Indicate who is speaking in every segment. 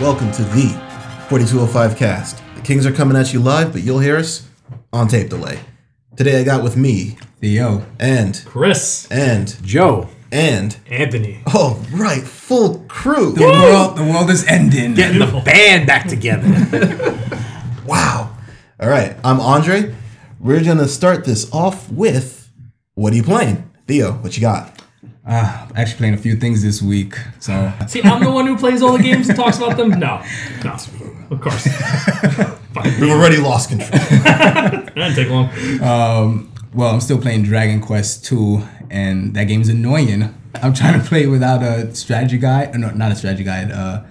Speaker 1: Welcome to the 4205 cast. The Kings are coming at you live, but you'll hear us on tape delay. Today I got with me
Speaker 2: Theo.
Speaker 1: and
Speaker 3: Chris,
Speaker 1: and
Speaker 4: Joe.
Speaker 1: and
Speaker 3: Anthony,
Speaker 1: oh right, full crew.
Speaker 2: The world, the world is ending.
Speaker 4: Getting the band back together.
Speaker 1: Wow. All right, I'm Andre. We're gonna start this off with what are you playing, Theo? What you got?
Speaker 2: Ah, I'm actually playing a few things this week. So
Speaker 3: See, I'm the one who plays all the games and talks about them. No, no, of course.
Speaker 1: We've already lost control.
Speaker 3: That didn't take long.
Speaker 2: well, I'm still playing Dragon Quest 2, and that game's annoying. I'm trying to play without a strategy guide, no, not a strategy guide, uh,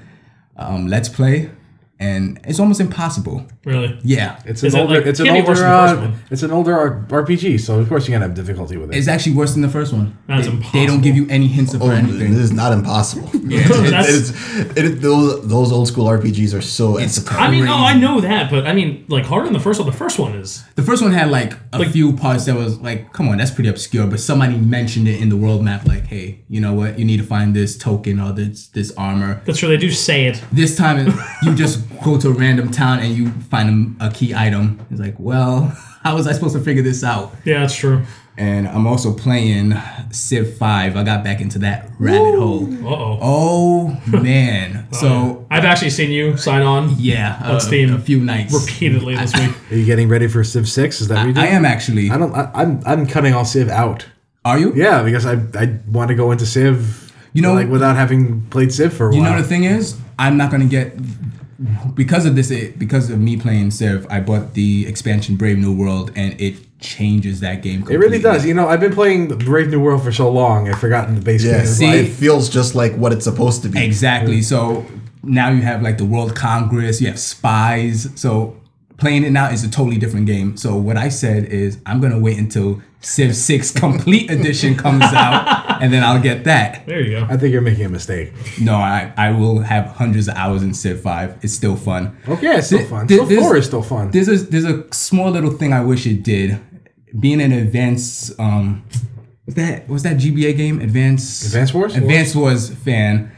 Speaker 2: um, Let's Play, and it's almost impossible.
Speaker 3: Really?
Speaker 2: Yeah.
Speaker 4: It's
Speaker 3: Is
Speaker 4: an
Speaker 3: it
Speaker 4: older.
Speaker 3: like-
Speaker 4: it's an
Speaker 3: can't be worse
Speaker 4: older.
Speaker 3: than the first
Speaker 4: Uh,
Speaker 3: one.
Speaker 4: it's an older R- RPG, so of course you're gonna have difficulty with it.
Speaker 2: It's actually worse than the first one.
Speaker 3: That's
Speaker 2: they,
Speaker 3: impossible.
Speaker 2: They don't give you any hints of
Speaker 1: Oh,
Speaker 2: or
Speaker 1: it
Speaker 2: anything.
Speaker 1: is not impossible.
Speaker 3: That's-
Speaker 1: It is- it is- those, those old school RPGs are so entertaining.
Speaker 3: I mean, oh, I know that, but I mean, like harder than the first one. The first one is
Speaker 2: The first one had like a
Speaker 3: Like-
Speaker 2: few parts that was like, come on, that's pretty obscure. But somebody mentioned it in the world map, like, hey, you know what? You need to find this token or this this armor.
Speaker 3: that's true. They do say it.
Speaker 2: This time, it- you just go to a random town and you find a, a key item. It's like, well, how was I supposed to figure this out?
Speaker 3: Yeah, that's true.
Speaker 2: And I'm also playing Civ 5. I got back into that rabbit
Speaker 3: Uh
Speaker 2: hole.
Speaker 3: oh.
Speaker 2: Oh man! so
Speaker 3: I've actually seen you sign on
Speaker 2: yeah, a,
Speaker 3: Steam.
Speaker 2: a few nights.
Speaker 3: repeatedly this week.
Speaker 4: Are you getting ready for Civ Six? Is that what you do?
Speaker 2: I am actually.
Speaker 4: I don't. I, I'm. I'm cutting all Civ out.
Speaker 2: Are you?
Speaker 4: Yeah, because I. I want to go into Civ.
Speaker 2: You know-
Speaker 4: like without having played Civ for a
Speaker 2: You
Speaker 4: while.
Speaker 2: know the thing is, I'm not gonna get because of this. It, because of me playing Civ, I bought the expansion Brave New World, and it changes that game.
Speaker 4: it
Speaker 2: Completely.
Speaker 4: really does. You know, I've been playing Brave New World for so long, I've forgotten the base
Speaker 1: Yeah,
Speaker 4: game.
Speaker 2: See?
Speaker 1: it feels just like what it's supposed to be.
Speaker 2: Exactly. So now you have like the World Congress. You have spies. So playing it now is a totally different game. So what I said is, I'm gonna wait until Civ Six Complete Edition comes out, and then I'll get that.
Speaker 3: There you go.
Speaker 4: I think you're making a mistake.
Speaker 2: No, I I will have hundreds of hours in Civ Five. It's still fun.
Speaker 4: Okay, it's still
Speaker 2: Th-
Speaker 4: fun.
Speaker 2: th-
Speaker 4: Civ
Speaker 2: this-
Speaker 4: Four is still fun.
Speaker 2: There's a there's a small little thing I wish it did. Being an advanced um was that was that GBA game? Advanced
Speaker 4: Advance Wars?
Speaker 2: Advanced Wars fan.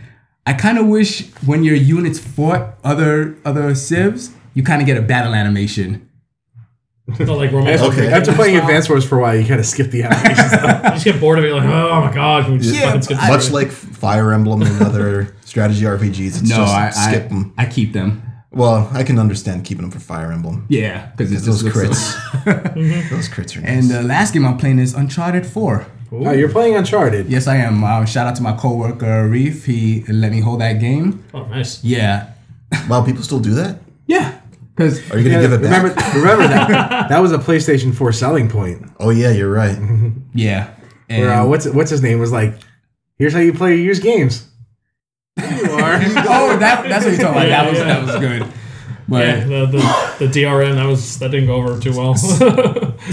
Speaker 2: I kinda wish when your units fought other other civs, you kinda get a battle animation.
Speaker 3: Not like romance.
Speaker 1: Okay.
Speaker 4: After playing Advance Wars for a while, you kind of skip the animations.
Speaker 3: You just get bored of it. You're like, oh my god, can we just
Speaker 2: Yeah,
Speaker 3: fucking skip
Speaker 2: I-
Speaker 1: Much like Fire Emblem and other strategy RPGs, it's
Speaker 2: No,
Speaker 1: just
Speaker 2: I, I
Speaker 1: skip them.
Speaker 2: I keep them.
Speaker 1: Well, I can understand keeping them for Fire Emblem.
Speaker 2: Yeah, because it's
Speaker 1: Those
Speaker 2: just looks so-
Speaker 1: crits. Those crits are nice.
Speaker 2: And uh, the last game I'm playing is Uncharted 4.
Speaker 4: oh, you're playing Uncharted.
Speaker 2: Yes, I am. Uh, shout out to my coworker Reef. He let me hold that game.
Speaker 3: Oh, nice.
Speaker 2: Yeah,
Speaker 1: wow, people still do that?
Speaker 2: yeah. Because
Speaker 1: Are you going to give it back?
Speaker 4: remember, remember that that was a PlayStation 4 selling point.
Speaker 1: oh, yeah, you're right.
Speaker 2: yeah.
Speaker 4: Where, uh,
Speaker 2: And-
Speaker 4: what's what's his name was like, here's how you play used games. There you are.
Speaker 2: oh, that, that's what you're talking about.
Speaker 3: Yeah,
Speaker 2: that was
Speaker 3: yeah.
Speaker 2: that was good. But
Speaker 3: Yeah, the, the, the DRM that was that didn't go over too well.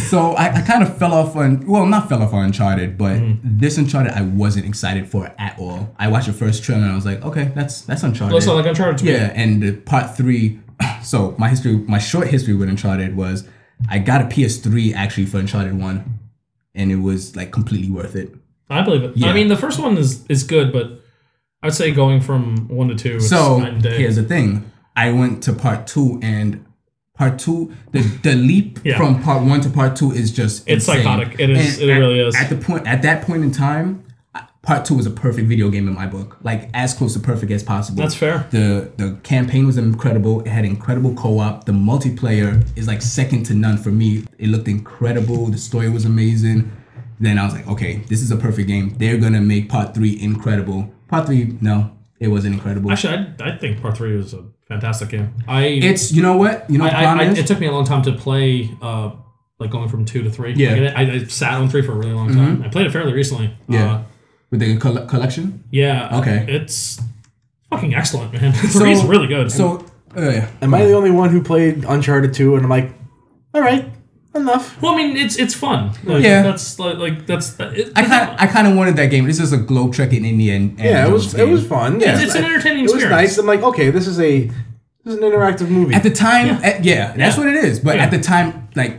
Speaker 2: so I, I kind of fell off on well, not fell off on Uncharted, but
Speaker 3: Mm.
Speaker 2: this Uncharted I wasn't excited for at all. I watched the first trailer and I was like, okay, that's that's Uncharted.
Speaker 3: Looks like Uncharted. to me.
Speaker 2: yeah, and the part three. So my history, my short history with Uncharted was I got a PS3 actually for Uncharted One, and it was like completely worth it.
Speaker 3: I believe it.
Speaker 2: Yeah.
Speaker 3: I mean, the first one is is good, but I would say going from one to two. Is
Speaker 2: So
Speaker 3: night and day.
Speaker 2: here's the thing. I went to part two and part two the, the leap
Speaker 3: Yeah.
Speaker 2: from part one to part two is just
Speaker 3: It's
Speaker 2: insane.
Speaker 3: psychotic. It is- it
Speaker 2: at,
Speaker 3: really is.
Speaker 2: At the point at that point in time, I- part two was a perfect video game in my book. Like as close to perfect as possible.
Speaker 3: That's fair.
Speaker 2: The the campaign was incredible. It had incredible co-op. The multiplayer is like second to none for me. It looked incredible. The story was amazing. Then I was like, okay, this is a perfect game. They're gonna make part three incredible. Part three, no, it wasn't incredible.
Speaker 3: Actually, I, I think part three is a fantastic game. I
Speaker 2: It's you know what you know.
Speaker 3: I,
Speaker 2: what the
Speaker 3: I, I
Speaker 2: problem is?
Speaker 3: it took me a long time to play. Uh, like going from two to three.
Speaker 2: Yeah. Mm-hmm.
Speaker 3: Like, I, I sat on three for a really long time. I played it fairly recently.
Speaker 2: yeah,
Speaker 3: Uh,
Speaker 2: with the coll- collection.
Speaker 3: yeah.
Speaker 2: Okay.
Speaker 3: It's fucking excellent, man. Three's really good.
Speaker 2: So uh,
Speaker 4: Am I the only one who played Uncharted 2? And I'm like, all right, enough.
Speaker 3: well, I mean, it's it's fun. Like,
Speaker 2: Yeah.
Speaker 3: That's like, like that's. It,
Speaker 2: I kind I kind of wanted that game. This is a globe trek in Indian.
Speaker 4: Yeah, it was it was fun. Yeah,
Speaker 3: It's- it's an entertaining
Speaker 4: It was
Speaker 3: experience.
Speaker 4: nice. I'm like, okay, this is a this is an interactive movie.
Speaker 2: at the time. eh, Yeah, that's
Speaker 3: Yeah.
Speaker 2: what it is. But
Speaker 3: Yeah.
Speaker 2: at the time, like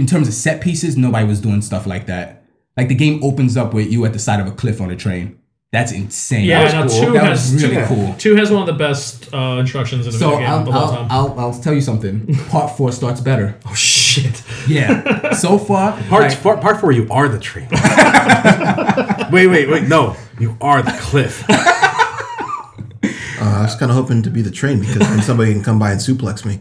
Speaker 2: in terms of set pieces, nobody was doing stuff like that. Like the game opens up with you at the side of a cliff on a train. That's insane.
Speaker 3: Yeah,
Speaker 4: was
Speaker 3: now
Speaker 4: cool.
Speaker 3: two
Speaker 2: That
Speaker 3: has
Speaker 2: was really
Speaker 3: two,
Speaker 2: cool.
Speaker 3: two has one of the best uh, instructions in the
Speaker 2: So
Speaker 3: video game
Speaker 2: I'll,
Speaker 3: the whole
Speaker 2: I'll,
Speaker 3: time.
Speaker 2: I'll, I'll tell you something. Part four starts better.
Speaker 3: oh shit!
Speaker 2: Yeah. So far,
Speaker 4: Part,
Speaker 2: like,
Speaker 4: part, part four, you are the tree. wait, wait, wait. No, you are the cliff.
Speaker 1: Uh, I was kind of hoping to be the train because then somebody can come by and suplex me.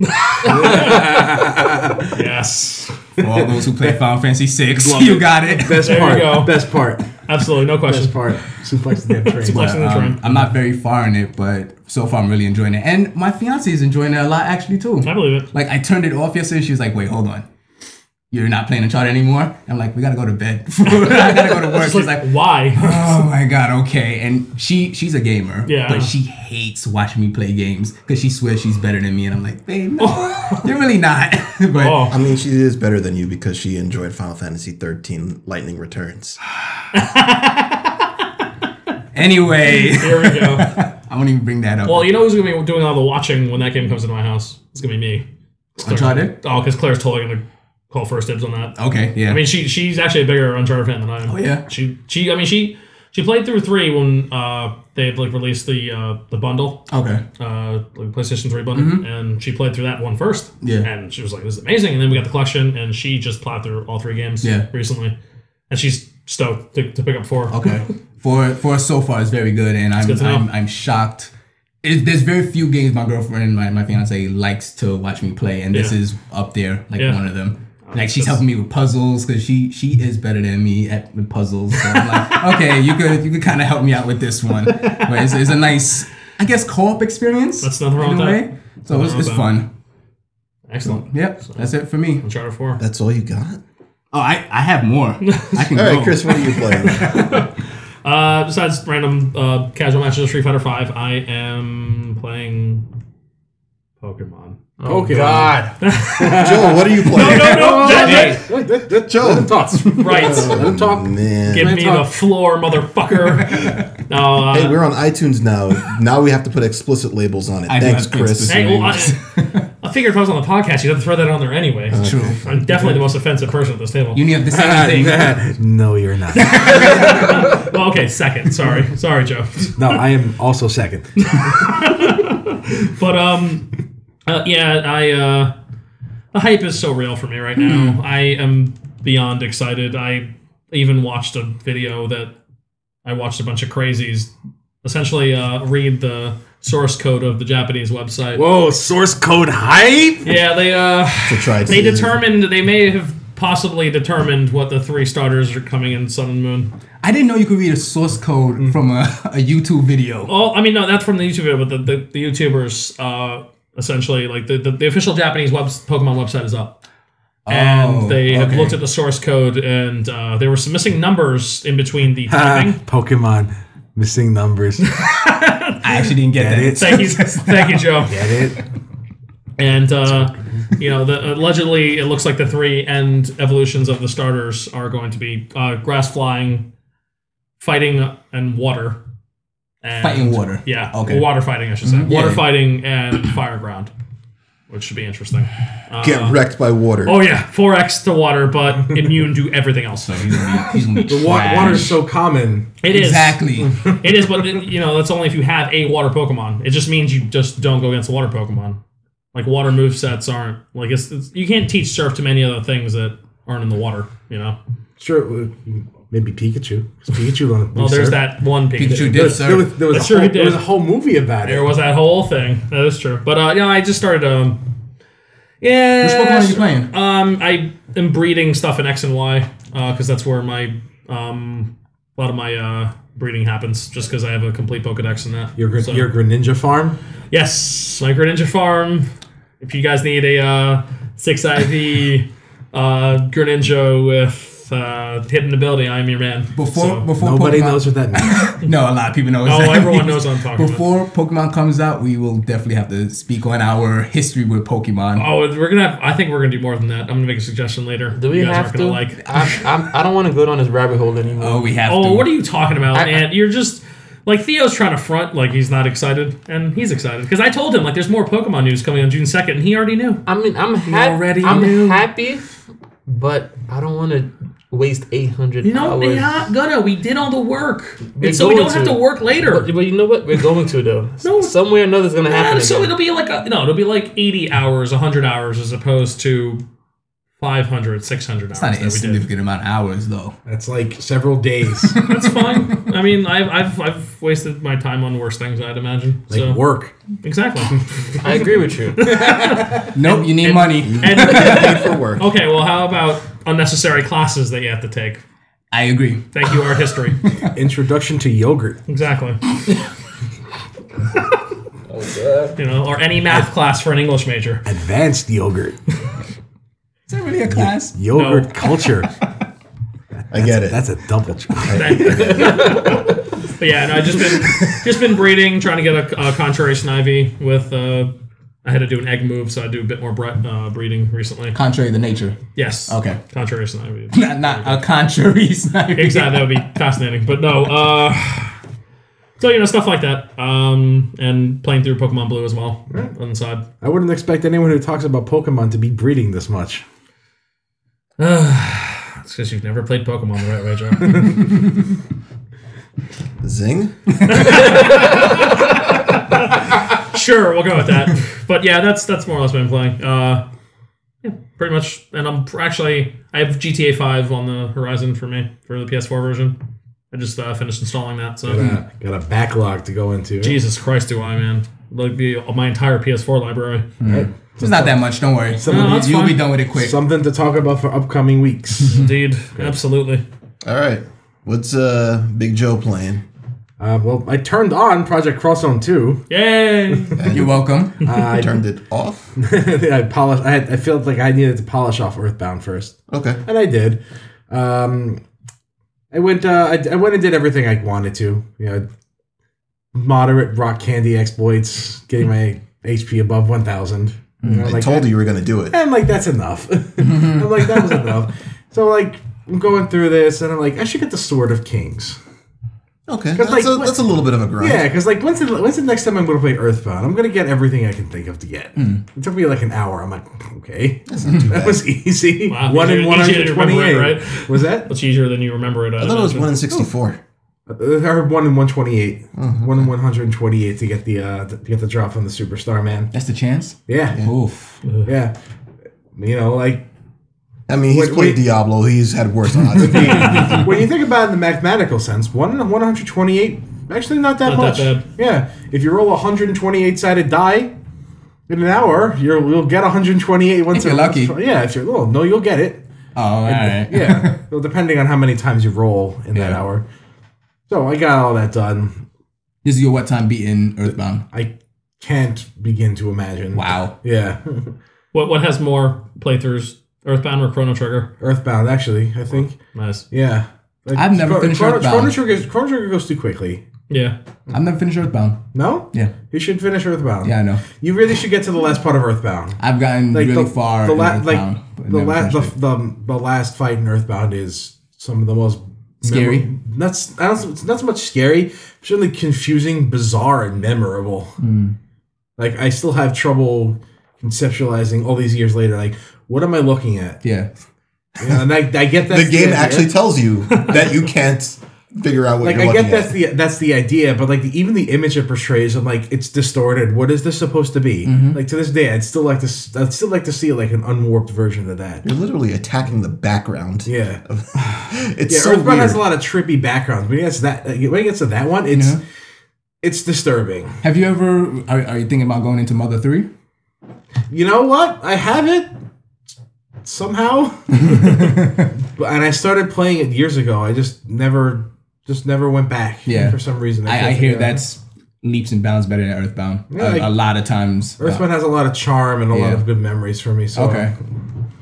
Speaker 3: Yes,
Speaker 2: for all those who play Final Fantasy Six,
Speaker 4: Love
Speaker 2: you
Speaker 4: it.
Speaker 2: got it.
Speaker 4: Best
Speaker 3: There you
Speaker 4: part.
Speaker 3: go.
Speaker 4: Best part.
Speaker 3: absolutely, no question.
Speaker 4: Best part. Suplex the damn train.
Speaker 3: Suplex. the
Speaker 2: Um,
Speaker 3: train.
Speaker 2: I'm not very far in it, but so far I'm really enjoying it, and my fiance is enjoying it a lot actually too.
Speaker 3: I believe it.
Speaker 2: Like I turned it off yesterday. She was like, "Wait, hold on, you're not playing Uncharted anymore." I'm like, "We gotta go to bed. I gotta go to work."
Speaker 3: It's
Speaker 2: She's
Speaker 3: like,
Speaker 2: like,
Speaker 3: why?
Speaker 2: "Oh my god, okay." And she she's a gamer,
Speaker 3: Yeah.
Speaker 2: but she hates watching me play games because she swears she's better than me, and I'm like, "Babe, no, you're really not." but
Speaker 1: I
Speaker 3: Oh,
Speaker 1: mean, she is better than you because she enjoyed Final Fantasy 13 Lightning Returns.
Speaker 2: anyway,
Speaker 3: here we go.
Speaker 2: I won't even bring that up.
Speaker 3: Well, you know who's gonna be doing all the watching when that game comes into my house? It's gonna be me.
Speaker 2: Uncharted.
Speaker 3: Oh, because Claire's totally gonna call first dibs on that.
Speaker 2: Okay, yeah.
Speaker 3: I mean, she she's actually a bigger Uncharted fan than I am. Oh
Speaker 2: yeah?
Speaker 3: She she I mean she she played through three when uh they had like released the uh the bundle
Speaker 2: okay.
Speaker 3: uh like PlayStation Three bundle, and she played through that one first.
Speaker 2: Mm-hmm. Yeah.
Speaker 3: And she was like, "This is amazing!" And then we got the collection, and she just plowed through all three games.
Speaker 2: Yeah.
Speaker 3: Recently, and she's stoked to, to pick up four.
Speaker 2: Okay. For for so far it's very good, and I'm
Speaker 3: good to know.
Speaker 2: I'm, I'm shocked. It, there's very few games my girlfriend, my, my fiance likes to watch me play, and this
Speaker 3: Yeah.
Speaker 2: is up there, like
Speaker 3: Yeah. Oh,
Speaker 2: one of them. Like she's helping me with puzzles because she she is better than me at with puzzles. So I'm like, okay, you could you could kind of help me out with this one. But it's, it's a nice, I guess, co-op experience.
Speaker 3: That's nothing wrong
Speaker 2: in a
Speaker 3: with that.
Speaker 2: way. So it's,
Speaker 3: wrong
Speaker 2: it's
Speaker 3: with
Speaker 2: fun.
Speaker 3: Excellent.
Speaker 2: Yep, that's it for me.
Speaker 3: Uncharted Four.
Speaker 1: That's all you got?
Speaker 2: Oh, I, I have more. I can
Speaker 1: All
Speaker 2: go.
Speaker 1: right, Chris, what are you playing?
Speaker 3: Uh, besides random uh, casual matches of Street Fighter Five, I am playing Pokemon.
Speaker 4: Oh, God.
Speaker 1: Joel, what are you playing?
Speaker 3: No, no, that-
Speaker 4: Wait, let- let-
Speaker 1: Joe.
Speaker 4: Let him talk.
Speaker 3: that- right.
Speaker 4: Let him talk.
Speaker 1: Man.
Speaker 3: Give
Speaker 4: Man,
Speaker 3: me
Speaker 4: talk.
Speaker 3: the floor, motherfucker. no, uh,
Speaker 1: Hey, we're on iTunes now. Now we have to put explicit labels on it.
Speaker 2: I do
Speaker 1: Thanks,
Speaker 2: have to
Speaker 1: Chris.
Speaker 2: explicit-
Speaker 3: hey, well, I, I figured if I was on the podcast, you'd have to throw that on there anyway.
Speaker 2: True.
Speaker 3: I'm definitely the most offensive person at this table.
Speaker 2: You need to have the
Speaker 4: Ah,
Speaker 2: same thing.
Speaker 4: no, you're not.
Speaker 3: well, okay, second. Sorry, sorry, Joe.
Speaker 4: No, I am also second.
Speaker 3: But um, uh, yeah, I uh, the hype is so real for me right now. I am beyond excited. I even watched a video that I watched a bunch of crazies essentially uh, read the source code of the Japanese website.
Speaker 4: Whoa, Oh, source code hype?
Speaker 3: Yeah, they uh,
Speaker 1: To try to
Speaker 3: they determined they may have possibly determined what the three starters are coming in Sun and Moon.
Speaker 2: I didn't know you could read a source code from a, a YouTube video.
Speaker 3: Mm. Oh, I mean, no, that's from the YouTube video, but the, the, the YouTubers, uh, essentially, like the, the, the official Japanese web, Pokemon website is up. And
Speaker 2: Oh,
Speaker 3: they have
Speaker 2: okay.
Speaker 3: looked at the source code, and uh, there were some missing numbers in between the typing.
Speaker 4: Ah, Pokemon missing numbers. Get
Speaker 2: I actually didn't get that.
Speaker 4: it?
Speaker 3: thank you, thank you, Joe.
Speaker 4: Get it?
Speaker 3: And uh, you know, the, allegedly, it looks like the three end evolutions of the starters are going to be uh, grass flying, fighting, and water. And
Speaker 2: Fighting water.
Speaker 3: Yeah.
Speaker 2: Okay. Mm-hmm.
Speaker 3: Water fighting, I should say.
Speaker 2: yeah,
Speaker 3: Water
Speaker 2: yeah.
Speaker 3: fighting and fire ground, which should be interesting.
Speaker 2: Uh,
Speaker 1: get wrecked by water.
Speaker 3: Oh yeah, four X to water, but immune to everything else. It
Speaker 2: He's gonna be, he's gonna be
Speaker 4: The wa-
Speaker 2: trash.
Speaker 4: water's so common.
Speaker 3: is
Speaker 2: exactly.
Speaker 3: It is, but it- you know that's only if you have a water Pokemon. It just means you just don't go against the water Pokemon. Like water move sets aren't like it's, it's you can't teach Surf to many other things that aren't in the water. You know.
Speaker 4: Sure, uh, maybe Pikachu. 'Cause Pikachu.
Speaker 3: Well, there's that one Pikachu.
Speaker 2: Pikachu
Speaker 4: There
Speaker 2: did
Speaker 4: was, there
Speaker 2: serve.
Speaker 4: was, there was a
Speaker 3: That's true,
Speaker 4: whole,
Speaker 3: he
Speaker 4: there was a
Speaker 3: did.
Speaker 4: whole movie about
Speaker 3: There
Speaker 4: it.
Speaker 3: was that whole thing. That is true. But uh, you know, I just started. Um, yeah.
Speaker 2: Which Pokemon are you playing?
Speaker 3: Um, I am breeding stuff in X and Y because that's where my um a lot of my uh breeding happens. Just because I have a complete Pokedex and that.
Speaker 4: Your, Gr-
Speaker 3: So-
Speaker 4: your Greninja farm?
Speaker 3: yes, Micro Ninja Farm. If you guys need a uh, six IV uh, Greninja with uh, hidden ability, I'm your man.
Speaker 2: Before
Speaker 3: So-
Speaker 2: before
Speaker 4: Nobody
Speaker 2: Pokemon,
Speaker 4: knows what that means.
Speaker 2: No, a lot of people know.
Speaker 3: oh,
Speaker 2: exactly.
Speaker 3: everyone knows what I'm talking about.
Speaker 2: Before Pokemon comes out, we will definitely have to speak on our history with Pokemon.
Speaker 3: Oh, we're gonna. Have, I think we're gonna do more than that. I'm gonna make a suggestion later.
Speaker 5: Do we
Speaker 3: you guys
Speaker 5: have
Speaker 3: aren't
Speaker 5: to?
Speaker 3: gonna like.
Speaker 5: I'm, I'm, I don't want to go down this rabbit hole anymore.
Speaker 2: Oh, we have to.
Speaker 3: Oh, what are you talking about,
Speaker 5: I-
Speaker 3: man? You're just like Theo's trying to front like he's not excited, and he's excited because I told him like there's more Pokemon news coming on June second, and he already knew.
Speaker 5: I mean, I'm happy.
Speaker 2: already
Speaker 5: I'm
Speaker 2: knew.
Speaker 5: happy, but I don't want to waste 800
Speaker 3: You know,
Speaker 5: hours.
Speaker 3: we're not gonna. We did all the work,
Speaker 5: We're
Speaker 3: and so we
Speaker 5: going
Speaker 3: don't have
Speaker 5: to.
Speaker 3: to work later.
Speaker 5: But, but you know what? We're going to though.
Speaker 3: No.
Speaker 5: Somewhere or another is gonna happen.
Speaker 3: Yeah, so
Speaker 5: again.
Speaker 3: it'll be like a, no, it'll be like 80 hours, 100 hours as opposed to 500, 600
Speaker 2: It's
Speaker 3: hours
Speaker 2: not an
Speaker 3: that we did.
Speaker 2: insignificant amount of hours though.
Speaker 4: That's like several days.
Speaker 3: That's fine. I mean, I've, I've I've wasted my time on worse things, I'd imagine.
Speaker 4: Like
Speaker 3: so
Speaker 4: work.
Speaker 3: exactly.
Speaker 5: I agree with you.
Speaker 2: Nope, you need money.
Speaker 3: And,
Speaker 1: Paid for work.
Speaker 3: okay, well, how about unnecessary classes that you have to take?
Speaker 2: I agree.
Speaker 3: Thank you, art history.
Speaker 4: Introduction to yogurt.
Speaker 3: Exactly. You know, or any math class for an English major.
Speaker 4: Advanced yogurt.
Speaker 2: Is that really a class?
Speaker 4: Yogurt
Speaker 3: No.
Speaker 4: culture.
Speaker 1: I get it.
Speaker 4: That's a double. tr-
Speaker 3: But yeah, no, I just been just been breeding, trying to get a, a contrarian ivy with. Uh, I had to do an egg move, so I do a bit more bre- uh, breeding recently.
Speaker 2: Contrary to nature.
Speaker 3: Yes.
Speaker 2: Okay.
Speaker 3: Contrarian ivy.
Speaker 2: Not, not a contrary.
Speaker 3: exactly. That would be fascinating. But no. Uh, so you know stuff like that, um, and playing through Pokemon Blue as well on the side.
Speaker 4: I wouldn't expect anyone who talks about Pokemon to be breeding this much.
Speaker 3: It's because you've never played Pokemon the right way, Joe.
Speaker 1: Zing.
Speaker 3: sure, we'll go with that. But yeah, that's that's more or less what I'm playing. Uh, yeah, pretty much. And I'm pr- actually I have GTA 5 on the horizon for me for the PS4 version. I just uh, finished installing that. So
Speaker 4: Uh, got a backlog to go into.
Speaker 3: Jesus Christ, do I, man? Like the uh, my entire PS4 library.
Speaker 4: Right?
Speaker 2: It's not that much. Don't worry.
Speaker 4: Some of
Speaker 3: No,
Speaker 4: these-
Speaker 3: that's
Speaker 2: You'll be
Speaker 3: fine.
Speaker 2: done with it quick.
Speaker 4: Something to talk about for upcoming weeks.
Speaker 3: Indeed, absolutely.
Speaker 1: All right. What's uh Big Joe playing?
Speaker 4: Uh, well, I turned on Project Crosszone 2.
Speaker 3: Yay!
Speaker 2: You're welcome.
Speaker 4: I
Speaker 1: Turned it off.
Speaker 4: I polished. I, had, I felt like I needed to polish off Earthbound first,
Speaker 1: Okay.
Speaker 4: and I did. Um, I went. Uh, I, I went and did everything I wanted to. You know, moderate rock candy exploits, getting my HP above one thousand. You know,
Speaker 1: I
Speaker 4: like,
Speaker 1: told you you were gonna do it.
Speaker 4: and like that's enough. I'm like that was enough. So like I'm going through this, and I'm like I should get the Sword of Kings.
Speaker 1: Okay. That's,
Speaker 4: like,
Speaker 1: a,
Speaker 4: what-
Speaker 1: that's a little bit of a grind.
Speaker 4: Yeah, because like when's the when's the next time I'm gonna play Earthbound? I'm gonna get everything I can think of to get. It took me like an hour. I'm like, okay, that was easy.
Speaker 3: Wow,
Speaker 4: one
Speaker 3: easier-
Speaker 4: in one
Speaker 3: easier
Speaker 4: hundred
Speaker 3: to remember
Speaker 4: twenty-eight.
Speaker 3: it,
Speaker 4: Right? Was that?
Speaker 3: That's easier than you remember it.
Speaker 1: I thought it was one in sixty-four.
Speaker 4: I heard Uh, one in one twenty-eight. One in one hundred twenty-eight to get the uh, to get the drop on the Superstar Man.
Speaker 2: That's the chance.
Speaker 4: Yeah,
Speaker 2: Oof.
Speaker 4: yeah. You know, like
Speaker 1: I mean, he's
Speaker 4: Wait,
Speaker 1: played
Speaker 4: wait.
Speaker 1: Diablo. He's had worse odds.
Speaker 4: when you think about it in the mathematical sense, one in one hundred twenty-eight actually not that
Speaker 3: Not
Speaker 4: much.
Speaker 3: that bad.
Speaker 4: Yeah, if you roll a hundred and twenty-eight sided die in an hour, you'll you'll get one hundred twenty-eight once
Speaker 2: you're
Speaker 4: a-
Speaker 2: lucky.
Speaker 4: Yeah, if you're well, no, you'll get it.
Speaker 2: Oh, all right.
Speaker 4: Yeah, well, depending on how many times you roll in that
Speaker 2: Yeah.
Speaker 4: hour. So I got all that done.
Speaker 2: This is your what time beating Earthbound.
Speaker 4: I can't begin to imagine.
Speaker 2: Wow.
Speaker 4: Yeah,
Speaker 3: What what has more playthroughs? Earthbound or Chrono Trigger?
Speaker 4: Earthbound actually, I think.
Speaker 3: Nice.
Speaker 4: Yeah. Like,
Speaker 2: I've never
Speaker 4: Chrono-
Speaker 2: finished
Speaker 4: Chrono,
Speaker 2: Earthbound.
Speaker 4: Chrono Trigger, Chrono Trigger goes too quickly.
Speaker 3: Yeah.
Speaker 2: I've never finished Earthbound.
Speaker 4: No?
Speaker 2: Yeah.
Speaker 4: You should finish Earthbound.
Speaker 2: Yeah, I know.
Speaker 4: You really should get to the last part of Earthbound.
Speaker 2: I've gotten
Speaker 4: Like
Speaker 2: really
Speaker 4: the,
Speaker 2: far.
Speaker 4: The,
Speaker 2: in
Speaker 4: la- like,
Speaker 2: Earthbound, but
Speaker 4: the,
Speaker 2: never
Speaker 4: la- the,
Speaker 2: finished it.
Speaker 4: the, the last fight in Earthbound is some of the most
Speaker 2: Scary?
Speaker 4: memor- not s- I don't, it's not so much scary, certainly confusing, bizarre, and memorable.
Speaker 2: Hmm.
Speaker 4: Like I still have trouble conceptualizing all these years later. Like, what am I looking at?
Speaker 2: yeah.
Speaker 4: You know, and I, I get that
Speaker 1: the game actually tells you that you can't figure out what
Speaker 4: like
Speaker 1: you're
Speaker 4: I
Speaker 1: looking
Speaker 4: get that's
Speaker 1: at.
Speaker 4: the that's the idea, but like the, even the image it portrays, I'm like it's distorted. What is this supposed to be? Like to this day, I'd still like to s- I'd still like to see like an unwarped version of that.
Speaker 1: You're literally attacking the background.
Speaker 4: Yeah,
Speaker 1: It's
Speaker 4: yeah.
Speaker 1: so
Speaker 4: Earthbound
Speaker 1: weird.
Speaker 4: has a lot of trippy backgrounds. When it gets to that like, when it gets to that one, it's it's disturbing.
Speaker 2: Have you ever? Are, are you thinking about going into Mother Three?
Speaker 4: You know what? I have it somehow, But- and I started playing it years ago. I just never just never went back.
Speaker 2: Yeah.
Speaker 4: for some reason.
Speaker 2: I, I
Speaker 4: can't
Speaker 2: hear
Speaker 4: figure it out.
Speaker 2: that's leaps and bounds better than Earthbound.
Speaker 4: Yeah,
Speaker 2: a,
Speaker 4: like-
Speaker 2: a lot of times. uh,
Speaker 4: Earthbound has a lot of charm and a lot
Speaker 2: Yeah.
Speaker 4: of good memories for me. So
Speaker 2: okay.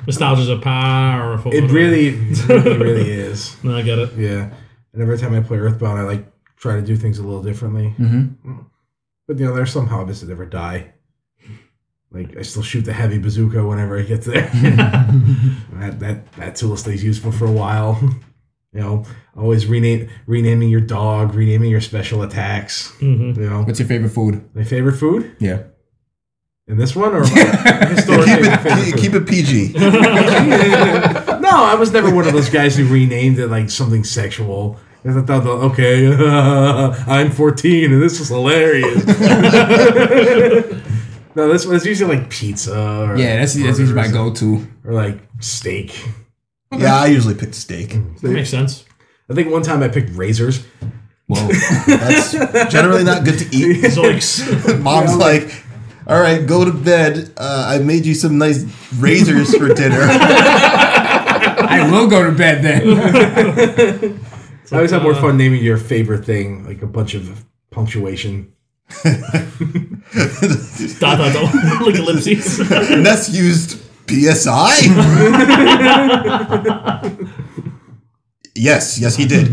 Speaker 3: Nostalgia's a powerful.
Speaker 4: It
Speaker 3: motivator.
Speaker 4: really, it really, really is.
Speaker 3: No, I get it.
Speaker 4: Yeah. And every time I play Earthbound, I like try to do things a little differently. Mm-hmm. But you know, there's some hobbits that never die. Like I still shoot the heavy bazooka whenever I get there. that that that tool stays useful for a while. You know, always rename renaming your dog, renaming your special attacks.
Speaker 3: Mm-hmm.
Speaker 4: You know,
Speaker 2: What's your favorite food?
Speaker 4: my favorite food
Speaker 2: Yeah.
Speaker 4: in this one or historically.
Speaker 1: keep
Speaker 4: my favorite
Speaker 1: it
Speaker 4: food?
Speaker 1: keep it PG.
Speaker 4: no, No, I was never one of those guys who renamed it like something sexual. I thought, okay, I'm 14 and this is hilarious. no, this was usually like pizza. Or
Speaker 2: Yeah, that's that's usually my
Speaker 4: burgers
Speaker 2: go-to.
Speaker 4: Or like steak.
Speaker 1: Yeah, I usually pick steak.
Speaker 3: That makes sense.
Speaker 4: I think one time I picked razors.
Speaker 2: Whoa,
Speaker 1: That's generally not good to eat.
Speaker 3: Zoinks.
Speaker 1: Mom's like, all right, go to bed. Uh, I made you some nice razors for dinner.
Speaker 2: I will go to bed then.
Speaker 4: I always have more fun naming your favorite thing like a bunch of punctuation.
Speaker 3: Dot dot dot. Like ellipses.
Speaker 1: and that's used PSI? yes, yes, he did.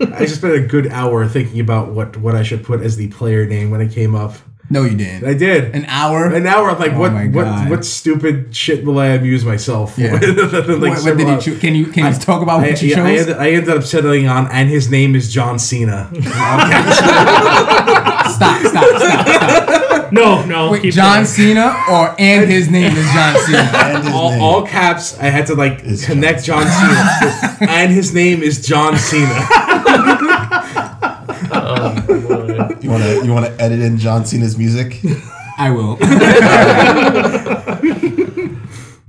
Speaker 4: I just spent a good hour thinking about what what I should put as the player name when it came up.
Speaker 2: No, you
Speaker 4: I
Speaker 2: didn't.
Speaker 4: did.
Speaker 2: An hour.
Speaker 4: And now we're like,
Speaker 2: Oh
Speaker 4: what,
Speaker 2: my
Speaker 4: what,
Speaker 2: God.
Speaker 4: what stupid shit will I amuse myself
Speaker 2: Yeah.
Speaker 4: with? Like,
Speaker 2: what, what did you
Speaker 4: several-
Speaker 2: choose? Can you can you talk about
Speaker 4: I,
Speaker 2: what you
Speaker 4: yeah, I,
Speaker 2: chose?
Speaker 4: ended, I ended up settling on, and his name is John Cena.
Speaker 2: stop, stop, stop.
Speaker 3: No, no.
Speaker 2: Wait,
Speaker 3: keep
Speaker 2: John
Speaker 3: going.
Speaker 2: Cena or and his name is John Cena.
Speaker 1: And his
Speaker 4: all,
Speaker 1: name.
Speaker 4: all caps. I had to like
Speaker 1: Is
Speaker 4: connect John, Cena, and his name is John Cena.
Speaker 5: Oh,
Speaker 1: You want to you want to edit in John Cena's music?
Speaker 2: I will.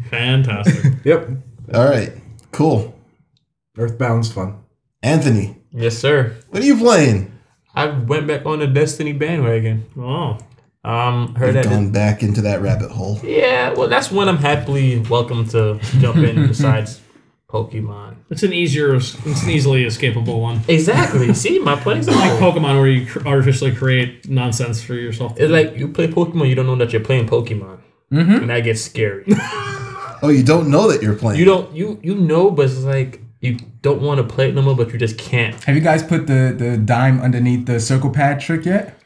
Speaker 3: Fantastic.
Speaker 4: yep,
Speaker 1: All right, cool.
Speaker 4: Earthbound's fun.
Speaker 1: Anthony,
Speaker 5: yes, sir.
Speaker 1: what are you playing?
Speaker 5: I went back on the Destiny bandwagon.
Speaker 3: Oh.
Speaker 5: Um, heard
Speaker 1: You've
Speaker 5: that.
Speaker 1: gone back into that rabbit hole.
Speaker 5: yeah, well, that's when I'm happily welcome to jump in. Besides Pokemon,
Speaker 3: It's an easier, it's an easily escapable one.
Speaker 5: exactly. See, my points are
Speaker 3: Like Pokemon, where you cr- artificially create nonsense for yourself.
Speaker 5: It's like you play Pokemon, you don't know that you're playing Pokemon, and that gets scary.
Speaker 1: Oh, you don't know that you're playing.
Speaker 5: you don't, you you know, but it's like you don't want to play it no more, but you just can't.
Speaker 2: Have you guys put the, the dime underneath the circle pad trick yet?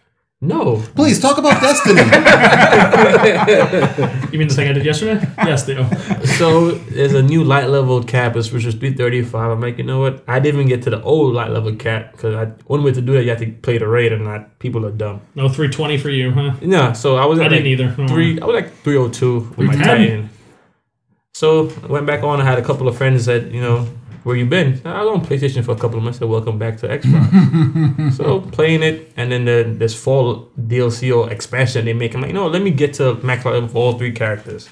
Speaker 5: No,
Speaker 1: Please talk about Destiny.
Speaker 3: You mean the thing I did yesterday? yes, Theo.
Speaker 5: so there's a new light level cap, it's- which is 335. I'm like, you know what? I didn't even get to the old light level cap because I only way to do that you have to play the raid, and not people are dumb.
Speaker 3: No, 320 for you, huh?
Speaker 5: No, so I was
Speaker 3: I
Speaker 5: at
Speaker 3: didn't
Speaker 5: like
Speaker 3: either. Oh.
Speaker 5: three. I was like 302 with my
Speaker 3: 310?
Speaker 5: Titan. So I went back on. I had a couple of friends that you know where you been. I was on PlayStation for a couple of months. So welcome back to Xbox. so playing it, and then the, this fall DLC or expansion they make. I'm like, no, let me get to max level for all three characters.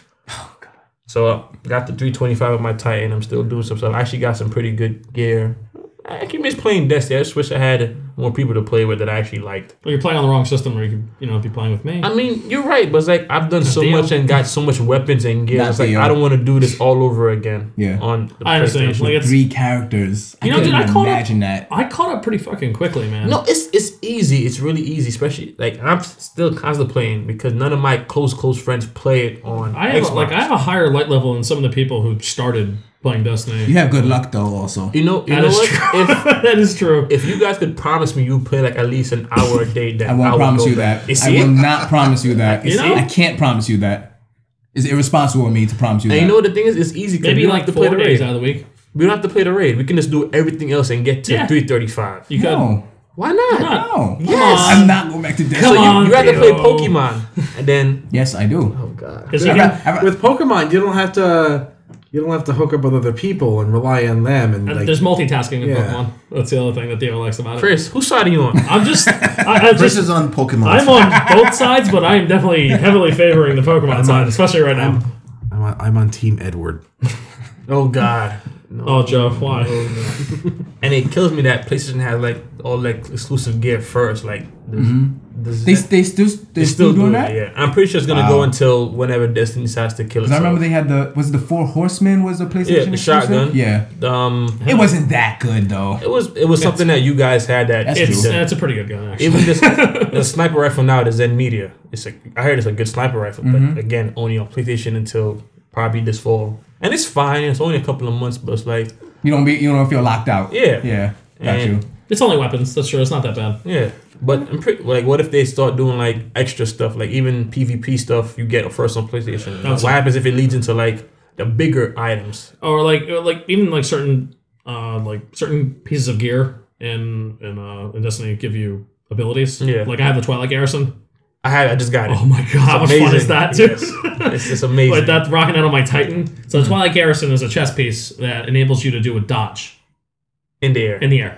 Speaker 5: So I got the 325 of my Titan. I'm still doing some stuff. I actually got some pretty good gear. I keep miss playing Destiny. I just wish I had more people to play with that I actually liked.
Speaker 3: But you're playing on the wrong system, or you could, you know, be playing with me.
Speaker 5: I mean, you're right, but it's like I've done so
Speaker 3: Theo.
Speaker 5: much and got so much weapons and gear.
Speaker 2: Not
Speaker 5: It's like
Speaker 2: Theo.
Speaker 5: I don't want to do this all over again.
Speaker 2: Yeah.
Speaker 5: On the
Speaker 3: I understand.
Speaker 5: PlayStation.
Speaker 3: Like it's,
Speaker 2: Three characters. I
Speaker 3: You know,
Speaker 2: couldn't
Speaker 3: dude, I
Speaker 2: even
Speaker 3: caught up-
Speaker 2: imagine that.
Speaker 3: I caught up pretty fucking quickly, man.
Speaker 5: no, it's it's easy. It's really easy, especially like I'm still constantly playing because none of my close close friends play it on
Speaker 3: I have
Speaker 5: Xbox.
Speaker 3: like I have a higher light level than some of the people who started playing Destiny.
Speaker 2: You have good luck though. Also,
Speaker 5: you know, you
Speaker 3: That
Speaker 5: know
Speaker 3: is
Speaker 5: what? If,
Speaker 3: true. that is true.
Speaker 5: if you guys could promise me you play like at least an hour a day, then
Speaker 2: I won't
Speaker 5: would
Speaker 2: promise
Speaker 5: go
Speaker 2: you
Speaker 5: back.
Speaker 2: that. I
Speaker 5: You see
Speaker 2: will
Speaker 5: it?
Speaker 2: not promise you that.
Speaker 3: You know?
Speaker 2: I can't promise you that. It's irresponsible of me to promise you
Speaker 5: And
Speaker 2: that.
Speaker 5: you know what the thing is? It's easy because we
Speaker 3: Maybe
Speaker 5: don't
Speaker 3: like
Speaker 5: have to
Speaker 3: the
Speaker 5: play
Speaker 3: four
Speaker 5: the
Speaker 3: days
Speaker 5: raid.
Speaker 3: out of the week.
Speaker 5: We don't have to play the raid. We can just do everything else and get to
Speaker 3: Yeah.
Speaker 5: 335.
Speaker 3: You could.
Speaker 2: no,
Speaker 5: Why not?
Speaker 3: Not.
Speaker 2: no.
Speaker 5: Yes.
Speaker 2: I'm not going back to Destiny.
Speaker 5: So
Speaker 3: Come
Speaker 5: you, you rather play
Speaker 3: Theo.
Speaker 5: Pokemon and then
Speaker 2: Yes, I do.
Speaker 5: oh god.
Speaker 3: 'Cause you
Speaker 2: I've
Speaker 3: can-
Speaker 2: had- I've had-
Speaker 4: With Pokemon, you don't have to you don't have to hook up with other people and rely on them and
Speaker 3: uh,
Speaker 4: like
Speaker 3: there's multitasking in
Speaker 4: Yeah.
Speaker 3: Pokemon. That's the other thing that Theo likes about it.
Speaker 5: Chris, whose side are you on?
Speaker 3: I'm just, I, I
Speaker 1: Chris
Speaker 3: just,
Speaker 1: is on Pokemon.
Speaker 3: I'm on both sides, but I am definitely heavily favoring the Pokemon side, especially right now.
Speaker 4: I'm on, I'm on Team Edward.
Speaker 5: Oh God. No.
Speaker 3: Oh, Joe, why?
Speaker 5: And it kills me that PlayStation has like all like exclusive gear first. Like this, this-
Speaker 2: Mm-hmm. They, they still they
Speaker 5: they
Speaker 2: still doing that.
Speaker 5: it, Yeah, I'm pretty sure it's gonna go until whenever Destiny decides to kill
Speaker 2: Because I
Speaker 5: itself.
Speaker 2: remember they had the was it the Four Horsemen was the PlayStation
Speaker 5: Yeah, the
Speaker 2: exclusive?
Speaker 5: shotgun.
Speaker 2: Yeah,
Speaker 5: um,
Speaker 2: it wasn't that good though.
Speaker 5: it was it was something that you guys had that
Speaker 2: That's
Speaker 3: It's
Speaker 2: true.
Speaker 5: that-
Speaker 3: that's a pretty good gun, actually.
Speaker 5: even this the sniper rifle now the Zen Media. It's a I heard it's a good sniper rifle,
Speaker 2: Mm-hmm.
Speaker 5: but again only on PlayStation until probably this fall. And it's fine. It's only a couple of months, but it's like
Speaker 2: You don't be you don't feel locked out.
Speaker 5: Yeah.
Speaker 2: yeah, got
Speaker 5: And-
Speaker 2: you.
Speaker 3: It's only weapons. That's true. It's not that bad.
Speaker 5: Yeah, but I'm pretty like, what if they start doing like extra stuff, like even PvP stuff you get first on PlayStation?
Speaker 3: That's-
Speaker 5: what happens if it leads into like the bigger items?
Speaker 3: Or like or like even like certain uh like certain pieces of gear in in uh in Destiny give you abilities.
Speaker 5: Yeah.
Speaker 3: Like I have the Twilight Garrison.
Speaker 5: I had. I just got it.
Speaker 3: Oh my god, how much fun is
Speaker 5: amazing.
Speaker 3: that? Too?
Speaker 5: Yes. It's just amazing.
Speaker 3: But that's rocking out on my Titan. So Twilight Garrison is a chess piece that enables you to do a dodge
Speaker 5: in the air.
Speaker 3: in the air.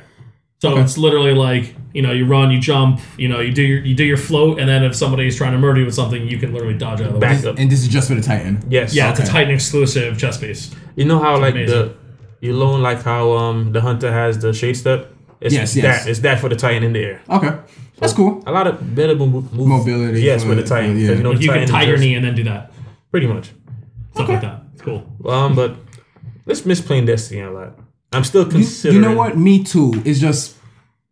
Speaker 3: So
Speaker 2: Okay.
Speaker 3: it's literally like you know you run, you jump, you know you do your you do your float, and then if somebody is trying to murder you with something, you can literally dodge out of the way.
Speaker 5: Back up.
Speaker 2: And this is just for the Titan.
Speaker 5: Yes.
Speaker 3: Yeah, it's a
Speaker 2: Okay.
Speaker 3: Titan exclusive chess piece.
Speaker 5: You know how like
Speaker 3: amazing.
Speaker 5: the you loan like how um the hunter has the shade step. It's
Speaker 2: Yes,
Speaker 5: that,
Speaker 2: yes.
Speaker 5: It's that for the titan in the air.
Speaker 2: Okay, that's cool.
Speaker 5: A lot of better mo- mo-
Speaker 2: Mobility
Speaker 5: Yes,
Speaker 2: for-
Speaker 5: with the titan.
Speaker 2: for-
Speaker 5: 'cause
Speaker 2: yeah.
Speaker 5: You know,
Speaker 3: Like you can
Speaker 5: Titan
Speaker 3: tie
Speaker 5: is
Speaker 3: your
Speaker 5: just-
Speaker 3: knee and then do that,
Speaker 5: Pretty much.
Speaker 3: stuff like that. It's cool.
Speaker 5: Um, but let's miss playing Destiny a lot. I'm still
Speaker 2: You, you
Speaker 5: considering.
Speaker 2: know what? Me too. It's just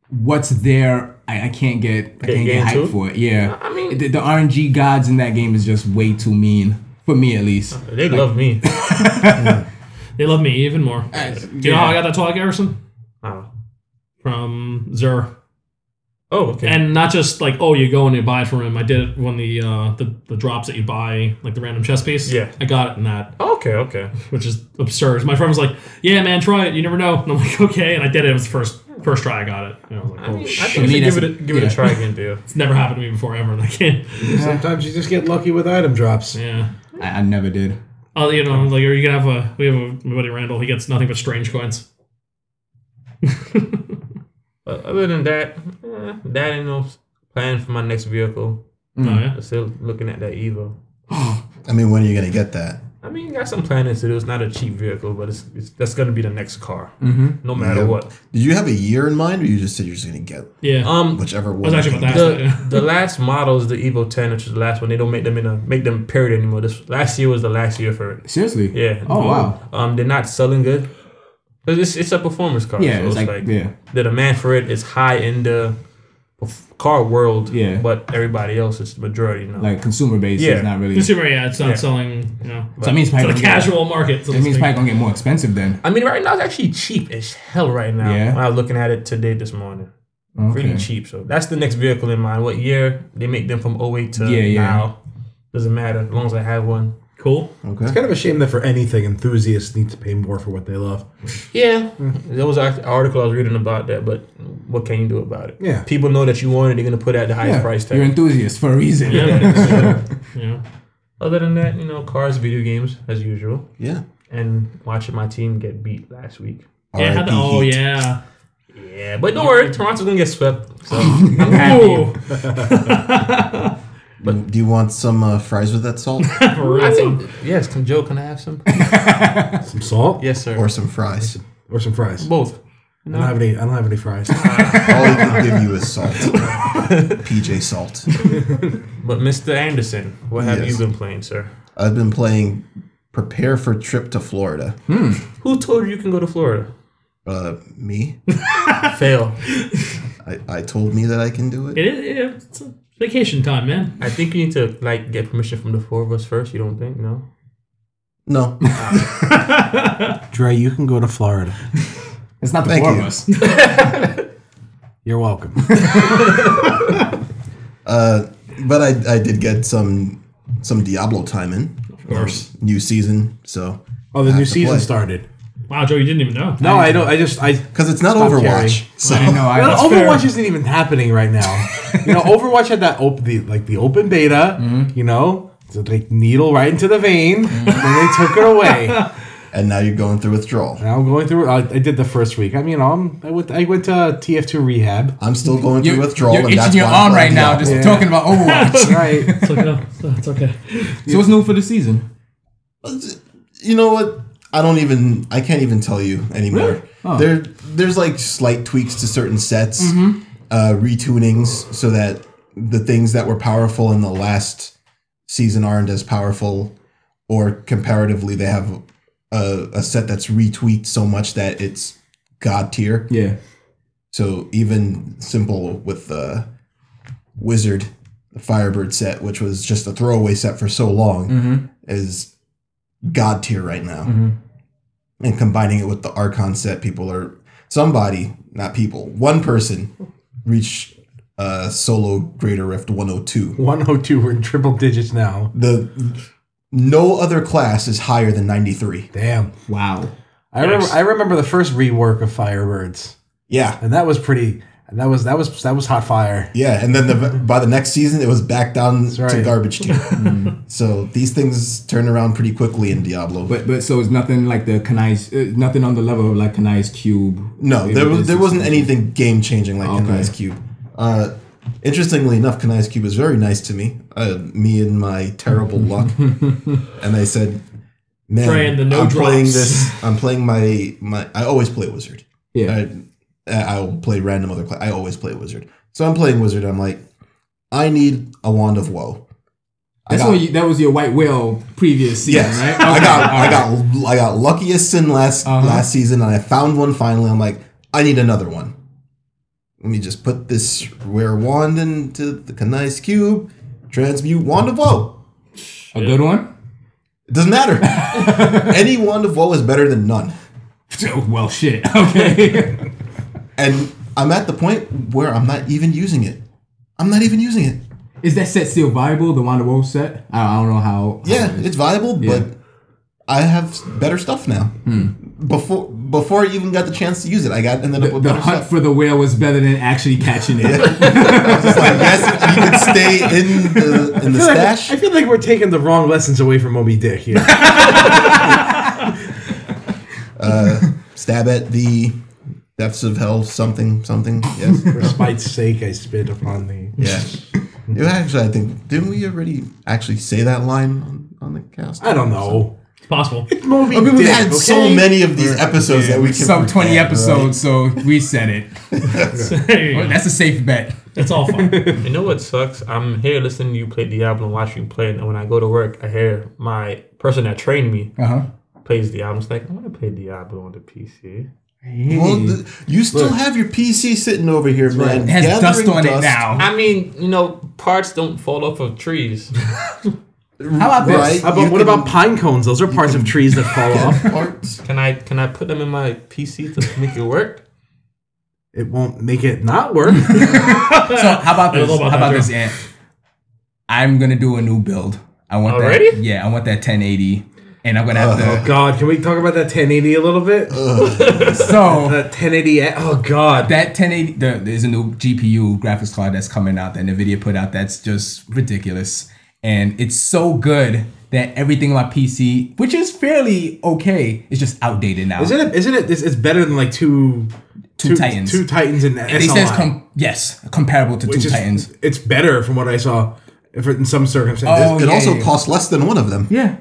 Speaker 2: what's there. I, I can't get I can't
Speaker 5: game
Speaker 2: get hyped
Speaker 5: too?
Speaker 2: for it. Yeah,
Speaker 5: I mean-
Speaker 2: the, the RNG gods in that game is just way too mean for me at least.
Speaker 5: They love me.
Speaker 3: They love me even more. Do you know how I got that Twilight Garrison
Speaker 5: Wow.
Speaker 3: from Zer?
Speaker 5: Ah. Oh, okay.
Speaker 3: and not just like oh you go and you buy it from him. I did it when the uh the, the drops that you buy like the random chess piece.
Speaker 5: Yeah.
Speaker 3: I got it in that,
Speaker 5: okay, okay.
Speaker 3: which is absurd. My friend was like, "Yeah, man, try it. You never know." And I'm like, "Okay," and I did it. It was the first first try I got it. And I was like,
Speaker 5: I,
Speaker 3: "Oh,
Speaker 5: mean, I
Speaker 3: sh-
Speaker 5: think
Speaker 2: me,
Speaker 5: we should give
Speaker 2: that's-
Speaker 5: it a, give it
Speaker 2: yeah.
Speaker 5: a try again, Theo.
Speaker 3: it's never happened to me before ever." And I can't.
Speaker 4: Sometimes you just get lucky with item drops.
Speaker 3: Yeah.
Speaker 2: I, I never did.
Speaker 3: Oh, you know, like or you can have a we have a my buddy Randall. He gets nothing but strange coins.
Speaker 5: But other than that, eh, that ain't no plan for my next vehicle.
Speaker 3: Oh yeah.
Speaker 5: I'm still looking at that Evo.
Speaker 1: I mean, when are you gonna get that?
Speaker 5: I mean, you got some planning to do. It's not a cheap vehicle, but it's, it's that's gonna be the next car,
Speaker 2: Mm-hmm.
Speaker 5: no matter
Speaker 1: Yeah.
Speaker 5: what.
Speaker 1: Did you have a year in mind, or you just said you're just gonna get
Speaker 3: Yeah.
Speaker 5: Um,
Speaker 1: whichever
Speaker 3: I was
Speaker 1: one?
Speaker 3: actually about to ask
Speaker 5: the
Speaker 3: that.
Speaker 5: the last model is the Evo 10, which is the last one. They don't make them in a make them period anymore. This last year was the last year for it.
Speaker 2: Seriously.
Speaker 5: Yeah.
Speaker 2: Oh wow.
Speaker 5: Um, they're not selling good. 'Cause it's it's a performance car.
Speaker 2: Yeah,
Speaker 5: so
Speaker 2: it's
Speaker 5: it's like,
Speaker 2: like- yeah.
Speaker 5: the demand for it is high in the perf- car world.
Speaker 2: Yeah.
Speaker 5: But everybody else is the majority now.
Speaker 2: Like consumer base
Speaker 5: Yeah.
Speaker 2: is not really. So
Speaker 3: Consumer, yeah, it's not
Speaker 5: Yeah.
Speaker 3: selling. You know,
Speaker 2: that means
Speaker 3: to
Speaker 2: probably gonna
Speaker 3: the
Speaker 2: get-
Speaker 3: casual market. So
Speaker 2: That
Speaker 3: to
Speaker 2: means it's
Speaker 3: speak.
Speaker 2: probably gonna get more expensive then.
Speaker 5: I mean, right now it's actually cheap as hell. Right now,
Speaker 2: Yeah.
Speaker 5: when I was looking at it today this morning, pretty
Speaker 2: Okay.
Speaker 5: cheap. So that's the next vehicle in mind. What year they make them from 08 to
Speaker 2: Yeah, yeah.
Speaker 5: now? Doesn't matter as long as I have one.
Speaker 3: cool.
Speaker 4: It's kind of a shame that for anything, enthusiasts need to pay more for what they love.
Speaker 5: Yeah,
Speaker 2: Mm-hmm.
Speaker 5: there was an article I was reading about that, but what can you do about it?
Speaker 4: Yeah.
Speaker 5: people know that you want it; they're gonna put it at the highest
Speaker 2: Yeah.
Speaker 5: price
Speaker 2: You're
Speaker 5: tag.
Speaker 2: enthusiast for a reason.
Speaker 5: Yeah.
Speaker 3: Yeah.
Speaker 5: Other than that, you know, cars, video games as usual,
Speaker 1: Yeah.
Speaker 5: and watching my team get beat last week.
Speaker 3: Yeah. how the-
Speaker 1: RIP
Speaker 3: Oh
Speaker 1: Heat.
Speaker 3: yeah.
Speaker 5: Yeah, but don't worry, Toronto's gonna get swept. So I'm happy.
Speaker 3: Ooh.
Speaker 1: Do you want some uh, fries with that salt,
Speaker 3: For real.
Speaker 5: I think yes. Can Joe? Can I have some?
Speaker 4: Some salt
Speaker 5: yes, sir.
Speaker 1: or some fries?
Speaker 4: or some fries.
Speaker 5: Both.
Speaker 4: I don't have any. I don't have any fries.
Speaker 1: All he can give you is salt. PJ salt.
Speaker 5: But Mr. Anderson, what have
Speaker 1: Yes.
Speaker 5: you been playing, sir?
Speaker 1: I've been playing Prepare for Trip to Florida.
Speaker 5: Who told you you can go to Florida?
Speaker 1: Uh, me?
Speaker 5: Fail.
Speaker 1: I, I told me that I can do it.
Speaker 3: It is. yeah, It's a vacation time, man.
Speaker 5: I think you need to like get permission from the four of us first. You don't think? No.
Speaker 1: No.
Speaker 4: Dre, you can go to Florida.
Speaker 2: It's not the
Speaker 1: Thank
Speaker 2: four
Speaker 1: you.
Speaker 2: of us.
Speaker 4: You're welcome.
Speaker 1: But I, I did get some some Diablo time in. Of
Speaker 3: course.
Speaker 1: New season, so.
Speaker 4: Oh, the
Speaker 1: Have
Speaker 4: new
Speaker 1: to
Speaker 4: season
Speaker 1: play.
Speaker 4: started.
Speaker 3: Wow, Joe, you didn't even know.
Speaker 4: No, I don't. I just I.
Speaker 1: Because it's not
Speaker 4: Stop
Speaker 1: Overwatch. So.
Speaker 2: I know. I,
Speaker 4: Well,
Speaker 2: that's fair.
Speaker 4: Overwatch isn't even happening right now. you know, Overwatch had that open, the, like the open beta. You know, so they needle right into the vein, and then they took it away.
Speaker 1: And now you're going through withdrawal.
Speaker 4: now I'm going through. I, I did the first week. I mean, I'm, I went. I went to TF2 rehab.
Speaker 1: I'm still going through
Speaker 2: You're,
Speaker 1: withdrawal,
Speaker 2: you're
Speaker 1: and that's
Speaker 2: itching your
Speaker 1: why I'm
Speaker 2: arm right
Speaker 1: playing
Speaker 2: now
Speaker 1: Diablo.
Speaker 2: just talking about Overwatch.
Speaker 4: Right.
Speaker 3: It's okay. It's okay.
Speaker 2: so what's new for the season?
Speaker 1: you know what? I don't even. I can't even tell you anymore.
Speaker 2: Oh.
Speaker 1: There, there's like slight tweaks to certain sets, uh, retunings, so that the things that were powerful in the last season aren't as powerful, or comparatively, they have a, a set that's retweaked so much that it's god tier.
Speaker 2: Yeah.
Speaker 1: So even simple with the wizard, the Firebird set, which was just a throwaway set for so long, is god tier right now. And combining it with the Archon set, people are somebody, not people, one person reached uh, solo Greater Rift 102.
Speaker 4: 102. We're in triple digits now.
Speaker 1: The no other class is higher than 93.
Speaker 4: Damn.
Speaker 2: Wow.
Speaker 4: I remember. I remember the first rework of Firebirds,
Speaker 1: Yeah,
Speaker 4: and that was pretty. And that was that was that was hot fire.
Speaker 1: Yeah, and then the, by the next season, it was back down to
Speaker 4: right.
Speaker 1: garbage tier.
Speaker 3: Mm.
Speaker 1: so these things turn around pretty quickly in Diablo.
Speaker 2: But but so it's nothing like the Kanai's, uh, nothing on the level of like Kanai's cube.
Speaker 1: no, there was there wasn't
Speaker 2: any.
Speaker 1: anything game changing like
Speaker 2: Okay.
Speaker 1: Kanai's Cube. Uh, interestingly enough, Kanai's Cube was very nice to me. Uh, me and my terrible luck, and I said, "Man,
Speaker 3: Trying the no
Speaker 1: I'm playing
Speaker 3: drops."
Speaker 1: this. I'm playing my my. I always play Wizard.
Speaker 2: Yeah.
Speaker 1: I, I'll play random other class. I always play wizard. So I'm playing wizard. I'm like, I need a wand of woe. I
Speaker 2: That's
Speaker 1: got,
Speaker 2: what you, that was your white whale previous season,
Speaker 1: yes,
Speaker 2: right?
Speaker 1: I
Speaker 2: Okay,
Speaker 1: got,
Speaker 2: all
Speaker 1: I got, I got lucky as sin last
Speaker 2: Uh-huh.
Speaker 1: last season, and I found one finally. I'm like, I need another one. Let me just put this rare wand into the nice cube, transmute wand of woe.
Speaker 2: right. a good one.
Speaker 1: It doesn't matter. Any wand of woe is better than none.
Speaker 2: Well, shit. Okay.
Speaker 1: And I'm at the point where I'm not even using it. I'm not even using it.
Speaker 2: Is that set still viable? The Wonder Wolf set? I, I don't know how. how
Speaker 1: Yeah,
Speaker 2: it is.
Speaker 1: it's viable, but I have better stuff now.
Speaker 2: Hmm.
Speaker 1: Before before I even got the chance to use it, I got ended up
Speaker 2: the,
Speaker 1: with
Speaker 2: the
Speaker 1: better
Speaker 2: hunt
Speaker 1: stuff.
Speaker 2: for the whale was better than actually catching it.
Speaker 1: It's like, yes, you could stay in the in the
Speaker 4: I feel, like,
Speaker 1: stash.
Speaker 4: I feel like we're taking the wrong lessons away from Moby Dick here.
Speaker 1: Stab at the depths of hell, something, something. Yes.
Speaker 4: For spite's sake, I spit upon the.
Speaker 1: yeah. It actually I think didn't we already actually say that line on, on the cast?
Speaker 4: I don't know.
Speaker 3: It's possible.
Speaker 4: Moby
Speaker 1: I mean, we've
Speaker 4: Dick,
Speaker 1: had so
Speaker 4: okay?
Speaker 1: many of these episodes that we can
Speaker 2: Sub twenty
Speaker 1: forget, right?
Speaker 2: episodes, so we said it.
Speaker 3: There you go.
Speaker 2: That's a safe bet.
Speaker 3: It's all fun.
Speaker 5: You know what sucks? I'm here listening to you play Diablo and watch you play it, and when I go to work, I hear my person that trained me
Speaker 2: Uh huh.
Speaker 5: plays Diablo. It's like, I want to play Diablo on the PC.
Speaker 1: Well, th- you still have your PC sitting over here, man.
Speaker 2: It has dust
Speaker 1: gathering
Speaker 2: on it
Speaker 1: dust.
Speaker 2: now.
Speaker 5: I mean, you know, parts don't fall off of trees.
Speaker 2: How about this?
Speaker 1: Right?
Speaker 4: How about-
Speaker 1: You
Speaker 4: what
Speaker 1: can-
Speaker 4: about pine cones? Those are parts of trees that fall off.
Speaker 1: parts?
Speaker 5: Can I can I put them in my PC to make it work?
Speaker 4: It won't make it not work.
Speaker 2: So how about
Speaker 3: I don't
Speaker 2: this?
Speaker 3: know about
Speaker 2: how
Speaker 3: that,
Speaker 2: about
Speaker 3: Drew.
Speaker 2: this, Ant? I'm gonna do a new build. I want
Speaker 5: Already?
Speaker 2: that. Yeah, I want that 1080, and I'm gonna
Speaker 4: oh
Speaker 2: have
Speaker 4: God, can we talk about that 1080 a little bit?
Speaker 2: to. So
Speaker 4: That 1080. Oh God.
Speaker 2: that 1080, the, there's a new GPU graphics card that's coming out that Nvidia put out. That's just ridiculous, and it's so good that everything on my PC, which is fairly okay, is just outdated now.
Speaker 4: Isn't it? Isn't it? It's, it's better than like two,
Speaker 2: Two Titans.
Speaker 4: Two Titans in SLI.
Speaker 2: They say it's com- yes, comparable to
Speaker 4: It's
Speaker 2: Two
Speaker 4: just-
Speaker 2: Titans.
Speaker 4: It's better from what I saw. If in some circumstances,
Speaker 2: Oh,
Speaker 1: It
Speaker 2: yeah,
Speaker 1: also
Speaker 2: yeah, yeah.
Speaker 1: costs less than one of them.
Speaker 2: Yeah,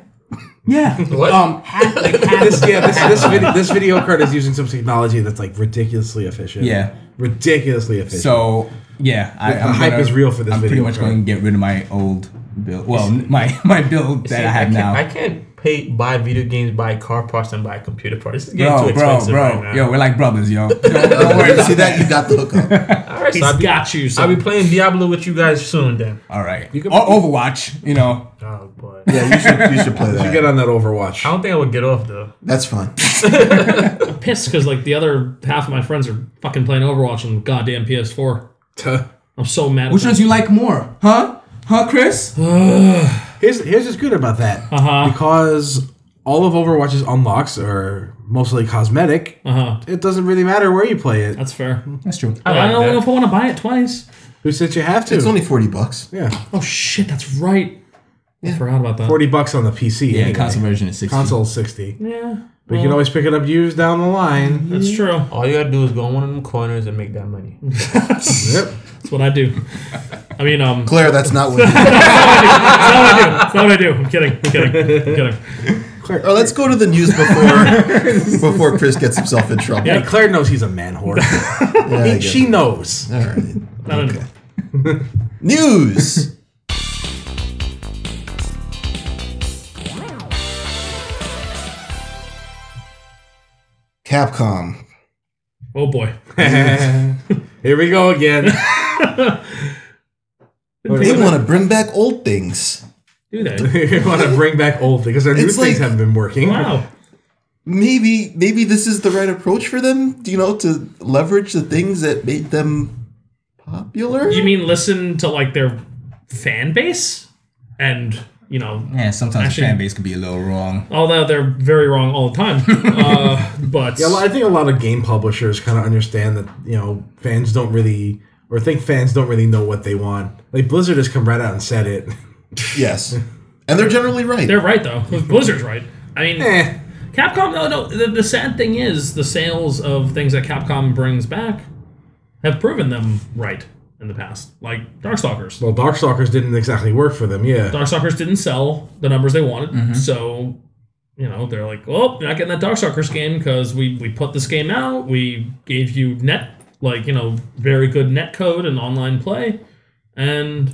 Speaker 2: yeah.
Speaker 5: What?
Speaker 2: Um, half, like half
Speaker 4: this yeah this this video, this video card is using some technology that's like ridiculously efficient.
Speaker 2: Yeah.
Speaker 4: ridiculously efficient.
Speaker 2: So yeah, I,
Speaker 4: The
Speaker 2: I'm
Speaker 4: hype
Speaker 2: gonna-
Speaker 4: is real for this
Speaker 2: I'm pretty
Speaker 4: video
Speaker 2: much
Speaker 4: card.
Speaker 2: going to get rid of my old build. Well, n- my my build that
Speaker 5: See,
Speaker 2: I have
Speaker 5: can't,
Speaker 2: now.
Speaker 5: I can't pay buy video games, buy car parts, and buy computer parts. This is getting
Speaker 2: Bro,
Speaker 5: too
Speaker 2: bro,
Speaker 5: expensive
Speaker 2: bro,
Speaker 5: right now.
Speaker 2: yo, we're like brothers, yo. Don't, don't worry
Speaker 1: You
Speaker 2: about
Speaker 1: see
Speaker 2: that.
Speaker 1: that? You got the hookup.
Speaker 5: All right, so
Speaker 3: He's
Speaker 5: I'll be,
Speaker 3: got you. So.
Speaker 5: I'll be playing Diablo with you guys soon then.
Speaker 2: All right,
Speaker 4: can-
Speaker 2: or Overwatch, you know.
Speaker 5: Oh boy,
Speaker 1: Yeah, you should, you should play
Speaker 4: you
Speaker 1: that.
Speaker 4: get on that
Speaker 5: I
Speaker 4: Overwatch.
Speaker 5: don't think I would get off though.
Speaker 1: That's fine.
Speaker 3: pissed because like the other half of my friends are fucking playing Overwatch on goddamn PS4.
Speaker 4: Tuh.
Speaker 3: I'm so mad. at
Speaker 2: Which
Speaker 3: them.
Speaker 2: ones you like more, huh? Huh, Chris?
Speaker 4: Here's here's what's good about that
Speaker 3: Uh-huh.
Speaker 4: because all of Overwatch's unlocks are mostly cosmetic.
Speaker 3: Uh-huh.
Speaker 4: It doesn't really matter where you play it.
Speaker 3: That's fair.
Speaker 2: That's true.
Speaker 5: I
Speaker 3: I
Speaker 5: like
Speaker 3: don't
Speaker 5: that.
Speaker 3: know if I want to buy it twice.
Speaker 4: Who said you have to?
Speaker 1: It's only 40 bucks.
Speaker 4: yeah,
Speaker 3: Oh shit, that's right. I forgot about that.
Speaker 4: forty bucks on the PC.
Speaker 2: Yeah,
Speaker 4: anyway.
Speaker 2: console version is sixty.
Speaker 4: console sixty.
Speaker 3: Yeah,
Speaker 4: But you can always pick it up used down the line.
Speaker 3: that's true.
Speaker 5: All you gotta do is go in one of them corners and make that money.
Speaker 4: yep.
Speaker 3: That's what I do. I mean, um,
Speaker 1: Claire, that's not what. You
Speaker 3: that's not what I do. I'm kidding. I'm kidding. I'm kidding.
Speaker 1: oh, let's go to the news before before Chris gets himself in trouble.
Speaker 3: Yeah.
Speaker 4: Claire knows he's a man whore.
Speaker 1: Yeah, I
Speaker 4: He-
Speaker 1: guess.
Speaker 4: she knows.
Speaker 1: All right.
Speaker 3: Not anymore.
Speaker 1: News. Capcom.
Speaker 3: Oh boy.
Speaker 4: Here we go again.
Speaker 1: They
Speaker 3: Do
Speaker 1: want to bring back old things.
Speaker 3: they?
Speaker 4: we want to bring back old things because our new
Speaker 1: It's
Speaker 4: things
Speaker 1: like-
Speaker 4: haven't been working.
Speaker 3: Wow.
Speaker 1: maybe maybe this is the right approach for them you know to leverage the things that made them popular
Speaker 3: You mean listen to like their fan base and you know,
Speaker 2: Yeah, sometimes
Speaker 3: Actually-
Speaker 2: the fan base can be a little wrong.
Speaker 3: although they're very wrong all the time. Uh, but
Speaker 4: Yeah, I think a lot of game publishers kind of understand that you know fans don't really or think fans don't really know what they want. Like Blizzard has come right out and said it.
Speaker 1: Yes. And they're generally right.
Speaker 3: they're right though. Blizzard's right. I mean,
Speaker 4: eh,
Speaker 3: Capcom. No, no. The, the sad thing is, the sales of things that Capcom brings back have proven them right in the past, like Darkstalkers.
Speaker 4: well, Darkstalkers didn't exactly work for them. Yeah,
Speaker 3: Darkstalkers didn't sell the numbers they wanted, so you know they're like, "Well, you're not getting that Darkstalkers game because we we put this game out. We gave you net like you know very good net code and online play, and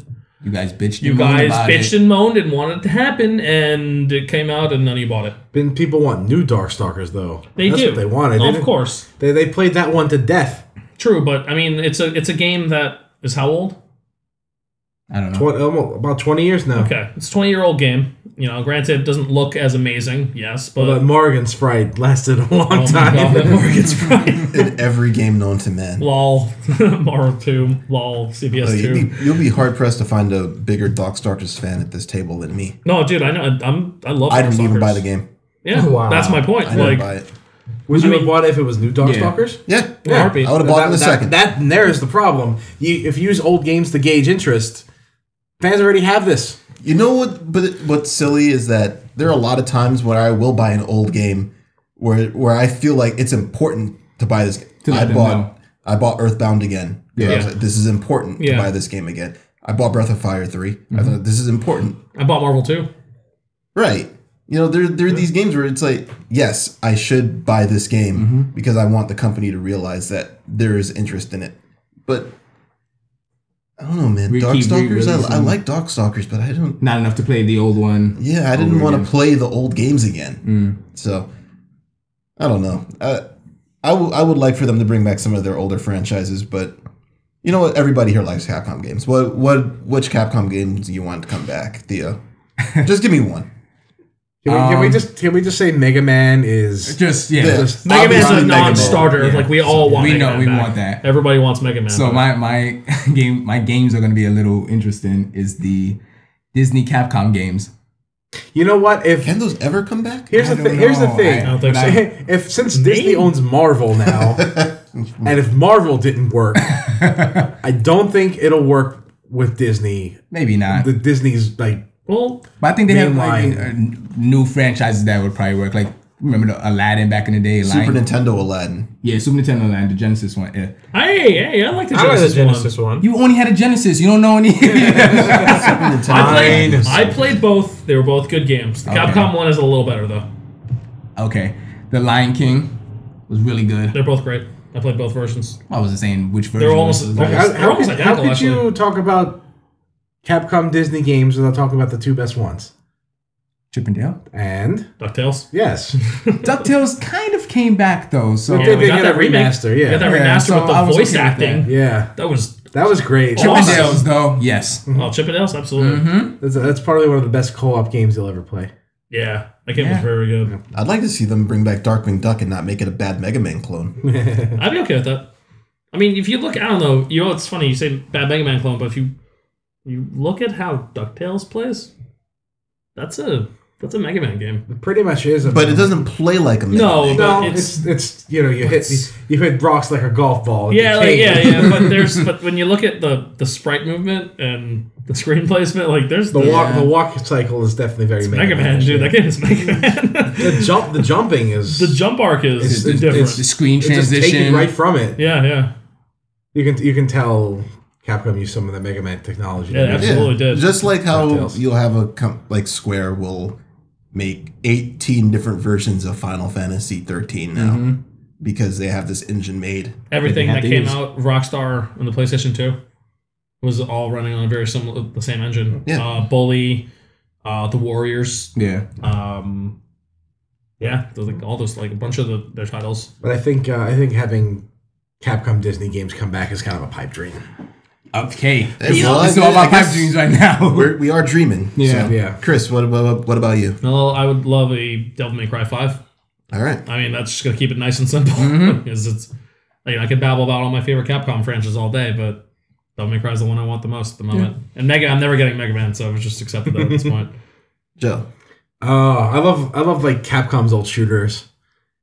Speaker 2: You guys bitched.
Speaker 3: you guys bitched and moaned and wanted it to happen, and it came out, and none of you bought it.
Speaker 4: been people want new Darkstalkers though.
Speaker 3: They
Speaker 4: That's
Speaker 3: do.
Speaker 4: What they wanted.
Speaker 3: of
Speaker 4: didn't-
Speaker 3: course,
Speaker 4: They they played that one to death.
Speaker 3: true, but I mean, it's a it's a game that is how old?
Speaker 2: I don't know.
Speaker 4: What almost about twenty years now.
Speaker 3: Okay, it's a twenty year old game. You know, granted, it doesn't look as amazing, yes, but.
Speaker 4: But Morgan Sprite lasted a long
Speaker 3: Oh my
Speaker 4: time.
Speaker 3: god, that Morgan's right.
Speaker 1: in every game known to man.
Speaker 3: lol, Mario 2, lol,
Speaker 1: So
Speaker 3: CBS 2.
Speaker 1: you'd be, you'll be hard pressed to find a bigger Darkstalkers fan at this table than me.
Speaker 3: No, dude, I know. I'm. I love.
Speaker 1: I didn't even
Speaker 3: Darkstalkers.
Speaker 1: buy the game.
Speaker 3: Yeah,
Speaker 5: Wow.
Speaker 3: that's my point.
Speaker 1: I didn't
Speaker 3: like,
Speaker 1: buy it.
Speaker 4: Would you
Speaker 3: I
Speaker 4: have
Speaker 3: mean-
Speaker 4: bought it if it was new Darkstalkers?
Speaker 1: Yeah,
Speaker 3: Yeah. Heartbeat.
Speaker 1: I would have bought it in a
Speaker 4: that,
Speaker 1: second.
Speaker 4: That, that there's the problem. You, if you use old games to gauge interest, fans already have this.
Speaker 1: You know what? But it- what's silly is that there are a lot of times where I will buy an old game where where I feel like it's important to buy this.
Speaker 2: let
Speaker 1: I
Speaker 2: them
Speaker 1: bought
Speaker 2: know.
Speaker 1: I bought Earthbound again. Yeah,
Speaker 3: Yeah.
Speaker 1: this is important
Speaker 3: Yeah.
Speaker 1: to buy this game again. I bought Breath of Fire 3 I thought this is important.
Speaker 3: I bought Marvel 2.
Speaker 1: Right. You know, there there are these games where it's like, yes, I should buy this game
Speaker 2: Mm-hmm.
Speaker 1: because I want the company to realize that there is interest in it. But I don't know, man.
Speaker 2: We keep
Speaker 1: Darkstalkers, I, I
Speaker 2: re-releasing.
Speaker 1: like Darkstalkers, but I don't
Speaker 2: Not enough to play the old one.
Speaker 1: yeah, I didn't
Speaker 2: Over
Speaker 1: want
Speaker 2: again. Mm.
Speaker 1: to play the old games again. So I don't know. I, I, w- I would like for them to bring back some of their older franchises, but you know what? Everybody here likes Capcom games. What what which Capcom games do you want to come back, Theo? Just give me one.
Speaker 4: Can we, can we
Speaker 2: Um,
Speaker 4: just can we just say Mega Man is
Speaker 2: Just yeah.
Speaker 1: Yeah.
Speaker 2: Just,
Speaker 3: Mega Man's
Speaker 1: Obviously,
Speaker 3: a
Speaker 1: Mega Man.
Speaker 3: non-starter.
Speaker 2: Yeah.
Speaker 3: Like we all want.
Speaker 2: We
Speaker 3: Mega
Speaker 2: know,
Speaker 3: Man
Speaker 2: we
Speaker 3: back.
Speaker 2: want that.
Speaker 3: Everybody wants Mega Man.
Speaker 2: so
Speaker 3: back.
Speaker 2: my my game my games are gonna be a little interesting. Is the Disney Capcom games?
Speaker 4: you know what if
Speaker 1: Can those ever come back?
Speaker 4: here's
Speaker 2: I
Speaker 4: the
Speaker 2: don't
Speaker 4: thing here's the
Speaker 2: know.
Speaker 4: thing
Speaker 2: I
Speaker 3: don't think
Speaker 2: but
Speaker 3: so.
Speaker 2: I-
Speaker 4: if since Disney owns Marvel now and if Marvel didn't work I don't think it'll work with Disney
Speaker 2: maybe not.
Speaker 4: the Disney's like
Speaker 3: well,
Speaker 2: But I think they have like
Speaker 4: Mainline.
Speaker 2: uh, n- new franchises that would probably work. Like remember the Aladdin back in the day?
Speaker 1: Super
Speaker 2: Lion-
Speaker 1: Nintendo Aladdin.
Speaker 2: yeah, Super Nintendo Land, the Genesis one. Yeah.
Speaker 3: hey, hey, I like the
Speaker 5: I
Speaker 3: Genesis,
Speaker 5: like the Genesis
Speaker 3: one.
Speaker 5: one.
Speaker 2: You only had a Genesis. You don't know any.
Speaker 3: I played,
Speaker 5: Mine.
Speaker 3: I played both. They were both good games. The Capcom one is a little better though.
Speaker 2: okay, the Lion King was really good.
Speaker 3: They're both great. I played both versions.
Speaker 2: I wasn't saying which version.
Speaker 3: They're
Speaker 2: was-
Speaker 3: almost they're,
Speaker 4: how,
Speaker 3: almost- they're
Speaker 4: how,
Speaker 3: almost
Speaker 4: could, how
Speaker 3: identical.
Speaker 4: could
Speaker 3: actually.
Speaker 4: you talk about Capcom Disney games without talking about the two best ones
Speaker 2: Chip and Dale.
Speaker 4: and
Speaker 3: Ducktales.
Speaker 4: yes
Speaker 2: Ducktales kind of came back though. So
Speaker 3: we
Speaker 4: They- they
Speaker 3: got
Speaker 4: get
Speaker 3: that
Speaker 4: a
Speaker 3: remake.
Speaker 4: remaster,
Speaker 3: We
Speaker 4: yeah.
Speaker 3: got that
Speaker 2: Yeah,
Speaker 3: remaster
Speaker 2: so
Speaker 3: with the
Speaker 2: I was
Speaker 3: voice
Speaker 2: okay with
Speaker 3: acting. That.
Speaker 4: yeah
Speaker 3: was
Speaker 4: that was
Speaker 3: Chip
Speaker 4: great
Speaker 2: Chip and
Speaker 3: awesome.
Speaker 2: Dale's though, yes.
Speaker 3: oh Chippendales, absolutely.
Speaker 4: that's, that's probably one of the best co-op games you'll ever play
Speaker 3: Yeah, that game was
Speaker 2: Yeah.
Speaker 3: very good.
Speaker 1: I'd like to see them bring back Darkwing Duck and not make it a bad Mega Man clone.
Speaker 3: I'd be okay with that. I mean, if you look, I don't know. You know, it's funny. You say bad Mega Man clone, but if you you look at how Ducktales plays, that's a that's a Mega Man game.
Speaker 4: it pretty much is a
Speaker 1: But it doesn't play like a Mega
Speaker 3: No,
Speaker 1: Man.
Speaker 4: No,
Speaker 3: But
Speaker 4: it's,
Speaker 3: it's-
Speaker 4: it's you know you hit you hit rocks like a golf ball. and
Speaker 3: Yeah,
Speaker 4: you
Speaker 3: like,
Speaker 4: take
Speaker 3: yeah,
Speaker 4: it.
Speaker 3: yeah. But there's but when you look at the the sprite movement and the screen placement, like there's
Speaker 4: The
Speaker 3: the
Speaker 4: walk the walk cycle is definitely very
Speaker 3: Mega Man, dude. That game is Mega Man.
Speaker 4: The jump the jumping is
Speaker 3: the jump arc is
Speaker 2: It's-
Speaker 3: different.
Speaker 2: The screen
Speaker 4: it just take
Speaker 2: transition.
Speaker 4: you right from it.
Speaker 3: yeah, yeah,
Speaker 4: You can you can tell Capcom used some of the Mega Man technology.
Speaker 3: yeah.
Speaker 4: Yeah,
Speaker 3: Absolutely did.
Speaker 1: Just like how
Speaker 4: DuckTales.
Speaker 1: you'll have a com- like Square will make 18 different versions of Final Fantasy 13 now because they have this engine made.
Speaker 3: Everything
Speaker 2: They had
Speaker 3: that
Speaker 2: to
Speaker 3: came
Speaker 2: use-
Speaker 3: out Rockstar on the PlayStation Two was all running on a very similar the same engine.
Speaker 1: Yeah.
Speaker 3: Uh, Bully, uh, the Warriors.
Speaker 2: Yeah.
Speaker 3: Um, yeah, those, like, all those like a bunch of the, their titles.
Speaker 4: but I think uh, I think having Capcom Disney games come back is kind of a pipe dream.
Speaker 2: Okay.
Speaker 1: Hey, well,
Speaker 2: it's
Speaker 1: I-
Speaker 2: all about
Speaker 1: I guess
Speaker 2: pipe dreams right now.
Speaker 1: We're, we are dreaming.
Speaker 2: Yeah.
Speaker 1: so.
Speaker 4: Yeah.
Speaker 1: Chris, what, what what about you?
Speaker 3: Well, I would love a Devil May Cry Five.
Speaker 1: All right.
Speaker 3: I mean, that's just gonna keep it nice and simple.
Speaker 4: Mm-hmm.
Speaker 3: 'Cause it's, I, mean, I could babble about all my favorite Capcom franchises all day, but Devil May Cry is the one I want the most at the moment. And Mega, I'm never getting Mega Man, so I've just accepted that at this point.
Speaker 1: Joe,
Speaker 4: Oh, I love I love like Capcom's old shooters.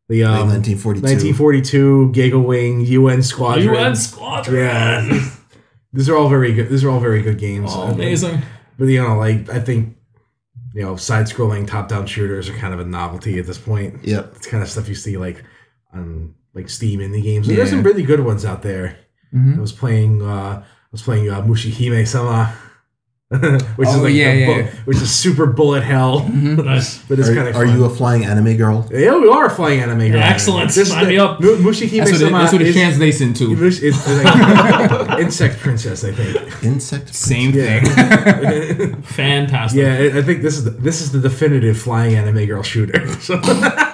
Speaker 4: The
Speaker 1: like
Speaker 4: um,
Speaker 1: 1942.
Speaker 4: 1942 Giga Wing UN Squadron.
Speaker 3: UN Squadron.
Speaker 4: Yeah. These are all very good. These are all very good games.
Speaker 3: Oh, amazing.
Speaker 4: But you know, like I think you know, side-scrolling top-down shooters are kind of a novelty at this point.
Speaker 1: Yep.
Speaker 4: It's kind of stuff you see like on like Steam indie games. There's
Speaker 1: Yeah.
Speaker 4: some really good ones out there.
Speaker 2: Mm-hmm.
Speaker 4: I was playing uh I was playing uh, Mushihime Sama. which is
Speaker 2: Oh,
Speaker 4: like
Speaker 2: yeah,
Speaker 4: the
Speaker 2: yeah,
Speaker 4: bu-
Speaker 2: yeah. Mm-hmm.
Speaker 4: which is super bullet hell.
Speaker 3: Nice.
Speaker 4: But it's
Speaker 1: Are,
Speaker 4: kind of
Speaker 1: are you a flying anime girl?
Speaker 4: yeah, we are flying anime. girl.
Speaker 3: excellent.
Speaker 4: This
Speaker 3: Sign
Speaker 4: the-
Speaker 3: me up.
Speaker 4: Mu- Mushihime
Speaker 2: That's what, it,
Speaker 4: Sama
Speaker 2: that's what it
Speaker 4: is-
Speaker 2: translates into.
Speaker 4: Mush- it's like insect princess, I think.
Speaker 1: Insect.
Speaker 2: Same thing.
Speaker 4: Yeah.
Speaker 3: Fantastic.
Speaker 4: Yeah, I- I think this is the, this is the definitive flying anime girl shooter.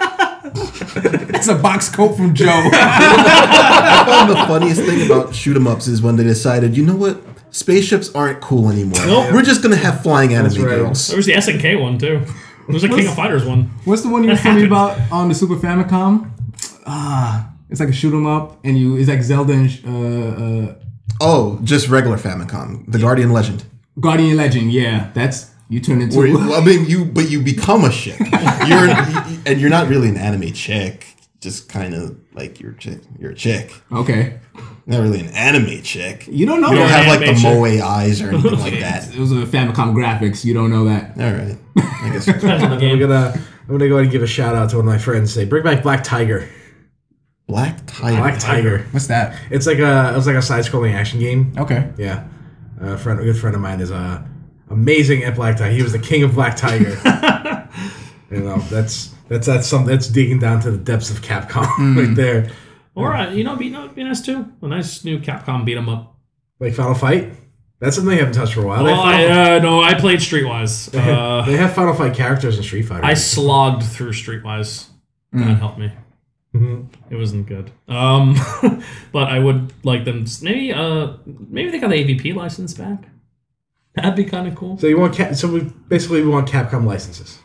Speaker 4: So,
Speaker 2: That's a box coat from Joe.
Speaker 1: I found the funniest thing about shoot 'em ups is when they decided, you know what, spaceships aren't cool anymore.
Speaker 3: Nope.
Speaker 1: We're just gonna have flying anime
Speaker 4: right.
Speaker 1: girls.
Speaker 3: There was the SNK one too. There was a King of Fighters one.
Speaker 2: What's the one you were telling me about on the Super Famicom? Ah, it's like a shoot 'em up, and you it's like Zelda and sh- uh, uh,
Speaker 1: Oh, just regular Famicom, the Guardian Legend.
Speaker 2: Guardian Legend. Yeah, that's you turn into.
Speaker 1: Where you- well, I mean, you but you become a chick. You're you- and you're not really an anime chick. Just kind of like you're chick. You're a chick.
Speaker 2: okay,
Speaker 1: Not really an anime chick. You
Speaker 2: you don't know
Speaker 1: don't
Speaker 2: that.
Speaker 1: have like the
Speaker 3: Anime chick.
Speaker 1: moe eyes or anything like that.
Speaker 2: It was a Famicom graphics. You don't know that.
Speaker 1: All right. I guess
Speaker 3: Depends on the
Speaker 4: I'm
Speaker 3: game.
Speaker 4: gonna I'm gonna go ahead and give a shout out to one of my friends. Say, bring back Black Tiger.
Speaker 1: Black Tiger.
Speaker 4: Black Tiger.
Speaker 2: What's that?
Speaker 4: It's like a it's like a side-scrolling action game.
Speaker 2: Okay.
Speaker 4: Yeah, a friend, a good friend of mine is uh, amazing at Black Tiger. He was the king of Black Tiger. you know, that's that's that's some that's digging down to the depths of Capcom right there.
Speaker 3: Or uh, you know, be, you know, be nice too. A nice new Capcom beat 'em up.
Speaker 4: Like Final Fight. That's something they haven't touched for a while. They
Speaker 3: Oh,
Speaker 4: have Final-
Speaker 3: I, uh, no, I played Streetwise. Uh,
Speaker 4: they have Final Fight characters in Street Fighter.
Speaker 3: I slogged through Streetwise.
Speaker 4: Mm.
Speaker 3: God help me.
Speaker 4: Mhm.
Speaker 3: It wasn't good. Um, but I would like them. Maybe uh, maybe they got the AVP license back. That'd be kind of cool.
Speaker 4: So you want Cap- so we basically we want Capcom licenses.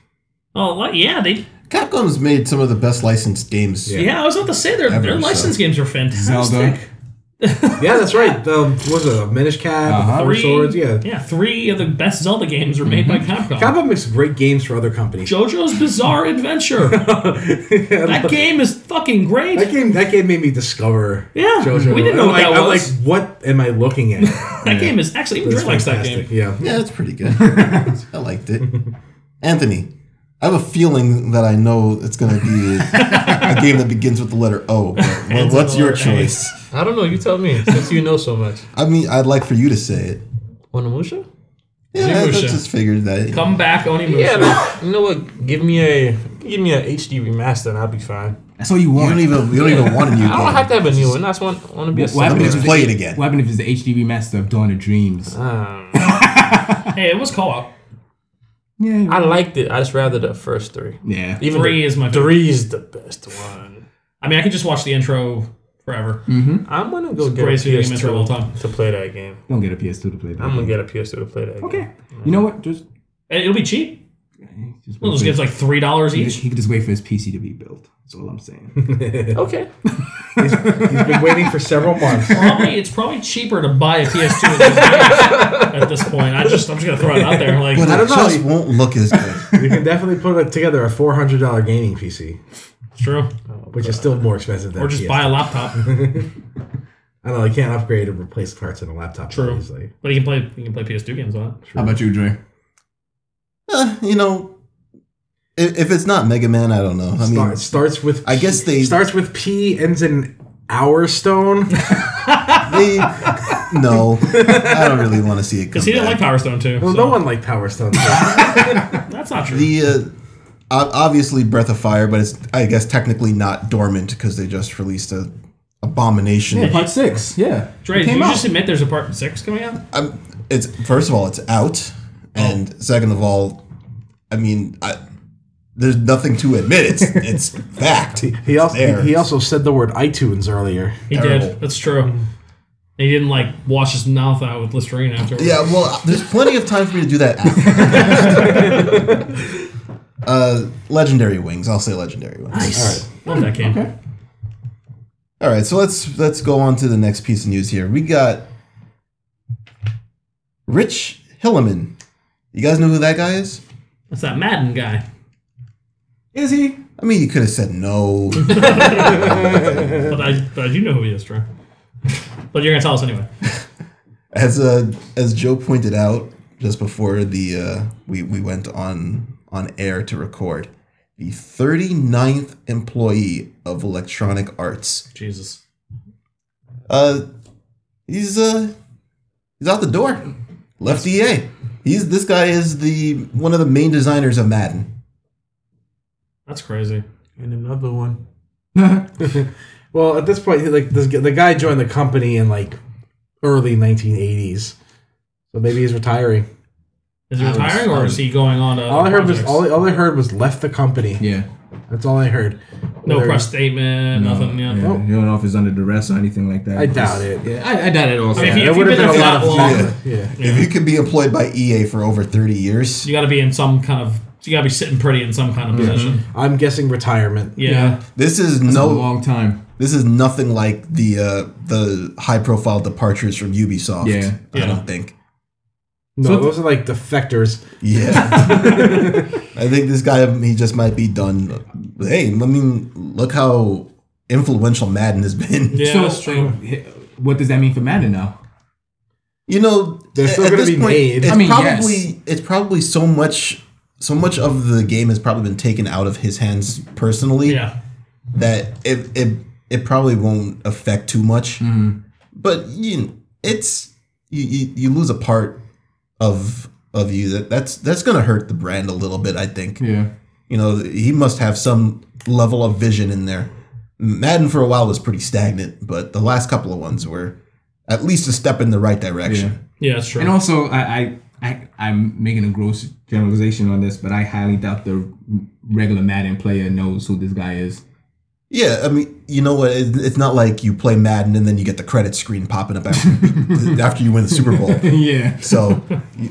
Speaker 3: Oh, what? yeah, they.
Speaker 1: Capcom's made some of the best licensed games.
Speaker 4: Yeah.
Speaker 3: Yeah, I was about to say their
Speaker 1: Ever,
Speaker 3: their
Speaker 1: so.
Speaker 3: license games are fantastic.
Speaker 2: Zelda.
Speaker 4: Yeah, that's right. Um, what was it Minish Cap,
Speaker 2: Uh-huh.
Speaker 4: 4
Speaker 3: Three,
Speaker 4: Swords? Yeah. Mm-hmm.
Speaker 3: yeah, three of the best Zelda games were made by Capcom.
Speaker 4: Capcom makes great games for other companies.
Speaker 3: JoJo's Bizarre Adventure. that game is fucking great.
Speaker 4: That game, that game made me discover.
Speaker 3: Yeah, we didn't know what
Speaker 4: I'm like,
Speaker 3: that
Speaker 4: I'm
Speaker 3: was.
Speaker 4: like, what am I looking at?
Speaker 3: that game is actually even Dre likes that game.
Speaker 4: Yeah.
Speaker 1: Yeah, it's pretty good. I liked it. Anthony, I have a feeling that I know it's going to be a game that begins with the letter O. But well,
Speaker 3: Ends
Speaker 1: what's
Speaker 3: with the
Speaker 1: your
Speaker 3: letter A.
Speaker 1: choice?
Speaker 5: I don't know. You tell me since you know so much.
Speaker 1: I mean, I'd like for you to say it.
Speaker 5: Onimusha?
Speaker 1: Yeah, I, I
Speaker 3: Zerusha.
Speaker 1: just figured that.
Speaker 3: Come back, Onimusha.
Speaker 5: Yeah, but you know what? Give me a give me a HD remaster and I'll be fine.
Speaker 2: That's all you
Speaker 1: you don't
Speaker 2: want.
Speaker 1: even you don't even want a new
Speaker 5: I don't have
Speaker 1: game.
Speaker 5: to have a new one. I just want want to be a
Speaker 2: What
Speaker 1: I'm
Speaker 2: happened
Speaker 5: separate.
Speaker 1: going
Speaker 2: if
Speaker 1: to
Speaker 2: it's
Speaker 1: play it again.
Speaker 2: What happened if it's the HDB master of Dawn of Dreams?
Speaker 5: Um,
Speaker 3: Hey, it was co-op.
Speaker 2: Yeah.
Speaker 5: I liked it. I just rather the first three.
Speaker 2: yeah.
Speaker 5: Even
Speaker 3: Three
Speaker 5: the-
Speaker 3: is my favorite.
Speaker 5: three is the best one.
Speaker 3: I mean, I could just watch the intro forever.
Speaker 5: I'm gonna go get a
Speaker 3: greatest video game intro of all time.
Speaker 5: PS2 to play that game.
Speaker 2: Don't get a PS2 to play that.
Speaker 5: I'm gonna get a PS2 to play that game.
Speaker 2: okay. You know what? Just,
Speaker 3: And It'll be cheap.
Speaker 2: just
Speaker 3: Those
Speaker 2: wait
Speaker 3: games
Speaker 2: for-
Speaker 3: like three dollars
Speaker 2: he,
Speaker 3: each.
Speaker 2: he could Mm-hmm. just wait for his PC to be built. That's all I'm saying.
Speaker 5: Okay.
Speaker 4: He's been waiting for several months.
Speaker 3: Probably it's probably cheaper to buy a PS2 than these games at this point. I just I'm just gonna throw it out there. Like
Speaker 1: But
Speaker 4: I
Speaker 1: it
Speaker 4: don't know.
Speaker 1: just won't look as good.
Speaker 4: You can definitely put together a $400 gaming PC,
Speaker 3: it's true.
Speaker 4: which is still more expensive than
Speaker 3: Or just
Speaker 4: a
Speaker 3: buy
Speaker 4: PS.
Speaker 3: a laptop.
Speaker 4: I don't know. You can't upgrade or replace parts in a laptop
Speaker 3: True.
Speaker 4: that easily.
Speaker 3: But you can play you can play PS2 games on it.
Speaker 2: How about you, Dre?
Speaker 1: Eh, you know, if, if it's not Mega Man, I don't know. I mean,
Speaker 4: Start, starts with.
Speaker 1: I guess they-
Speaker 4: starts with P, ends in hour stone.
Speaker 1: they eh, no, I don't really want to see it.
Speaker 3: Because he didn't like Power Stone too.
Speaker 4: Well,
Speaker 3: so
Speaker 4: no one liked Power Stone. so-
Speaker 3: that's not true.
Speaker 1: the uh, ob- obviously Breath of Fire, but it's I guess technically not dormant because they just released a abomination.
Speaker 2: part six. Yeah.
Speaker 3: Dre, did you just admit there's a part six coming out?
Speaker 1: I'm, it's first of all, it's out, and second of all, I mean, I, there's nothing to admit. It's it's fact.
Speaker 4: He
Speaker 1: It's
Speaker 4: also
Speaker 1: there.
Speaker 4: he also said the word iTunes earlier.
Speaker 3: He
Speaker 1: Terrible.
Speaker 3: did. That's true. And he didn't like wash his mouth out with Listerine afterwards.
Speaker 1: Yeah, well, there's plenty of time for me to do that. After. uh, legendary wings. I'll say legendary wings.
Speaker 3: Nice. Love that game.
Speaker 1: All right, so let's let's go on to the next piece of news here. We got Rich Hilleman. You guys know who that guy is?
Speaker 3: That's that Madden guy.
Speaker 2: Is he?
Speaker 1: I mean, you could have said no.
Speaker 3: But I, but you know who he is, Troy. But you're gonna tell us anyway.
Speaker 1: as uh, as Joe pointed out just before the uh, we we went on on air to record, the 39th employee of Electronic Arts.
Speaker 3: Jesus.
Speaker 1: Uh, he's uh, he's out the door. Left EA. He's this guy is the one of the main designers of Madden.
Speaker 3: That's crazy.
Speaker 5: And another one.
Speaker 4: Well, at this point, he, like this, g- the guy joined the company in like early 1980s, so maybe he's retiring.
Speaker 3: Is he
Speaker 2: I was-
Speaker 3: retiring or is he going on? To
Speaker 4: All I
Speaker 3: other
Speaker 4: heard was
Speaker 3: projects?
Speaker 4: all, all I heard was left the company.
Speaker 2: Yeah.
Speaker 4: That's all I heard.
Speaker 3: no
Speaker 4: Whether-
Speaker 3: press statement, nothing. Yeah.
Speaker 2: You don't know if he's under duress or anything like that.
Speaker 4: I doubt it.
Speaker 2: Yeah, I, I doubt it also.
Speaker 3: I mean, if, you,
Speaker 4: there
Speaker 3: if you've been
Speaker 4: would've
Speaker 3: there for
Speaker 4: been a
Speaker 3: that
Speaker 4: lot of
Speaker 3: long,
Speaker 1: Yeah.
Speaker 4: Yeah.
Speaker 1: If you could be employed by EA for over 30 years,
Speaker 3: you got to be in some kind of. You got to be sitting pretty in some kind of position.
Speaker 4: I'm guessing retirement.
Speaker 3: Yeah.
Speaker 1: this is
Speaker 2: a
Speaker 1: no
Speaker 2: long time.
Speaker 1: This is nothing like the uh, the high profile departures from Ubisoft.
Speaker 2: Yeah.
Speaker 1: I
Speaker 3: Yeah.
Speaker 1: don't think.
Speaker 4: No,
Speaker 2: So-
Speaker 4: those are like defectors.
Speaker 1: Yeah, I think this guy he just might be done. Hey, I mean, look how influential Madden has been.
Speaker 3: Yeah,
Speaker 2: so,
Speaker 3: that's true.
Speaker 2: uh, what does that mean for Madden now?
Speaker 1: You know,
Speaker 4: They're still
Speaker 1: at
Speaker 4: gonna
Speaker 1: this
Speaker 4: be made.
Speaker 1: It's
Speaker 2: I mean,
Speaker 1: probably
Speaker 2: yes.
Speaker 1: it's probably so much so much of the game has probably been taken out of his hands personally.
Speaker 3: Yeah.
Speaker 1: that it it it probably won't affect too much. But you, it's you, you you lose a part of of you that that's that's gonna hurt the brand a little bit. I think.
Speaker 2: Yeah.
Speaker 1: You know, he must have some level of vision in there. Madden for a while was pretty stagnant, but the last couple of ones were at least a step in the right direction.
Speaker 3: Yeah, that's true.
Speaker 2: And also, I, I, I, I'm making a gross generalization on this, but I highly doubt the regular Madden player knows who this guy is.
Speaker 1: Yeah, I mean, you know what? It, it's not like you play Madden and then you get the credit screen popping up after, after you win the Super Bowl.
Speaker 2: yeah.
Speaker 1: So, y-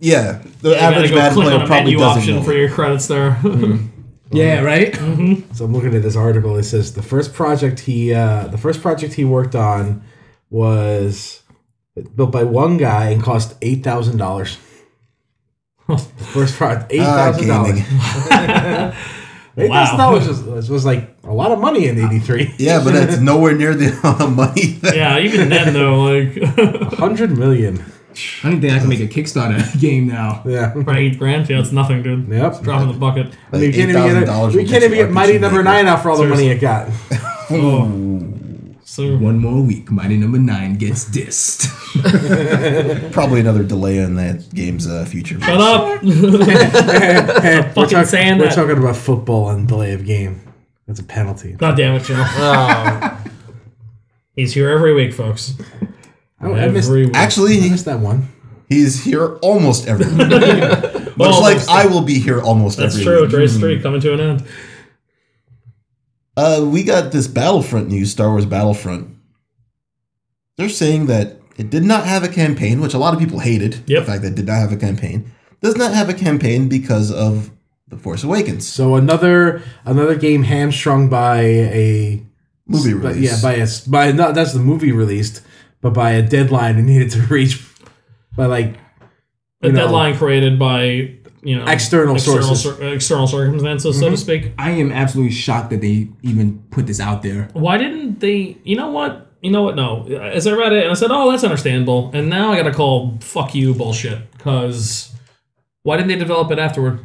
Speaker 1: yeah, the
Speaker 3: you gotta
Speaker 1: average
Speaker 3: go
Speaker 1: Madden
Speaker 3: click on
Speaker 1: player
Speaker 3: a
Speaker 1: probably
Speaker 3: menu
Speaker 1: doesn't know.
Speaker 3: option for your credits there.
Speaker 2: Yeah. Right.
Speaker 4: So I'm looking at this article. It says the first project he uh, the first project he worked on was built by one guy and cost eight thousand dollars. First project, eight
Speaker 1: Ah,
Speaker 4: thousand dollars.
Speaker 1: gaming.
Speaker 4: Eight thousand dollars was, was like a lot of money in '83.
Speaker 1: Yeah, but that's nowhere near the amount of money. That,
Speaker 3: yeah, even then though, like
Speaker 4: Hundred million.
Speaker 2: I don't think I can make a Kickstarter game now.
Speaker 4: Yeah.
Speaker 3: for eight grand, yeah, it's nothing, dude.
Speaker 4: Yep.
Speaker 3: It's dropping the bucket.
Speaker 4: I
Speaker 1: Like
Speaker 4: mean, we can't even get,
Speaker 1: $8,000
Speaker 4: it, we
Speaker 1: would
Speaker 4: can't
Speaker 1: get
Speaker 4: even
Speaker 1: you
Speaker 4: get Mighty
Speaker 1: RPG
Speaker 4: Number
Speaker 1: Maker.
Speaker 4: Nine out for all the money it got.
Speaker 3: So
Speaker 2: One more week, Mighty Number Nine gets dissed.
Speaker 1: Probably another delay on that game's uh, future.
Speaker 3: shut up.
Speaker 4: we're,
Speaker 3: fucking saying
Speaker 4: we're
Speaker 3: that.
Speaker 4: talking about football and delay of game. That's a penalty.
Speaker 3: God damn it, Joe. He's here every week, folks.
Speaker 4: Oh, I missed,
Speaker 3: Every week.
Speaker 1: Actually,
Speaker 4: I
Speaker 1: he,
Speaker 4: missed that one.
Speaker 1: he's here almost every week. Much like I will be here almost
Speaker 3: That's
Speaker 1: every
Speaker 3: true.
Speaker 1: week.
Speaker 3: Dre's three coming to an end.
Speaker 1: Uh, we got this Battlefront news, Star Wars Battlefront. They're saying that it did not have a campaign, which a lot of people hated.
Speaker 3: Yep.
Speaker 1: The fact that it did not have a campaign. Does not have a campaign because of The Force Awakens
Speaker 4: So another another game hamstrung by a
Speaker 1: movie
Speaker 4: but
Speaker 1: release.
Speaker 4: yeah by a s- by not that's the movie released, but by a deadline it needed to reach by like
Speaker 3: The
Speaker 4: You know-
Speaker 3: deadline created by you know
Speaker 4: External sources. Mm-hmm.
Speaker 3: cir- uh, external circumstances, so to speak.
Speaker 2: I am absolutely shocked that they even put this out there.
Speaker 3: Why didn't they? You know what? You know what? No. As I read it, and I said, "Oh, that's understandable." And now I got to call "fuck you" bullshit because why didn't they develop it afterward?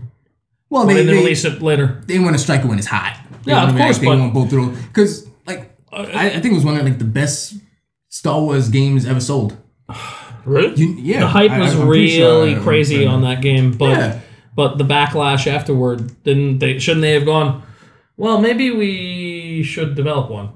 Speaker 2: Well, they,
Speaker 3: Why didn't they
Speaker 2: they,
Speaker 3: release it later?
Speaker 2: they want to strike it when it's hot. They
Speaker 3: Yeah, of
Speaker 2: wanna
Speaker 3: course,
Speaker 2: They
Speaker 3: but- Uh,
Speaker 2: want both through because like I, I think it was one of like the best Star Wars games ever sold.
Speaker 5: Really?
Speaker 2: You, yeah,
Speaker 3: The hype
Speaker 2: I-
Speaker 3: was
Speaker 2: I'm pretty sure I
Speaker 3: really
Speaker 2: remember
Speaker 3: crazy
Speaker 2: that.
Speaker 3: on that game, but
Speaker 2: Yeah.
Speaker 3: but the backlash afterward didn't they? Shouldn't they have gone? Well, maybe we should develop one.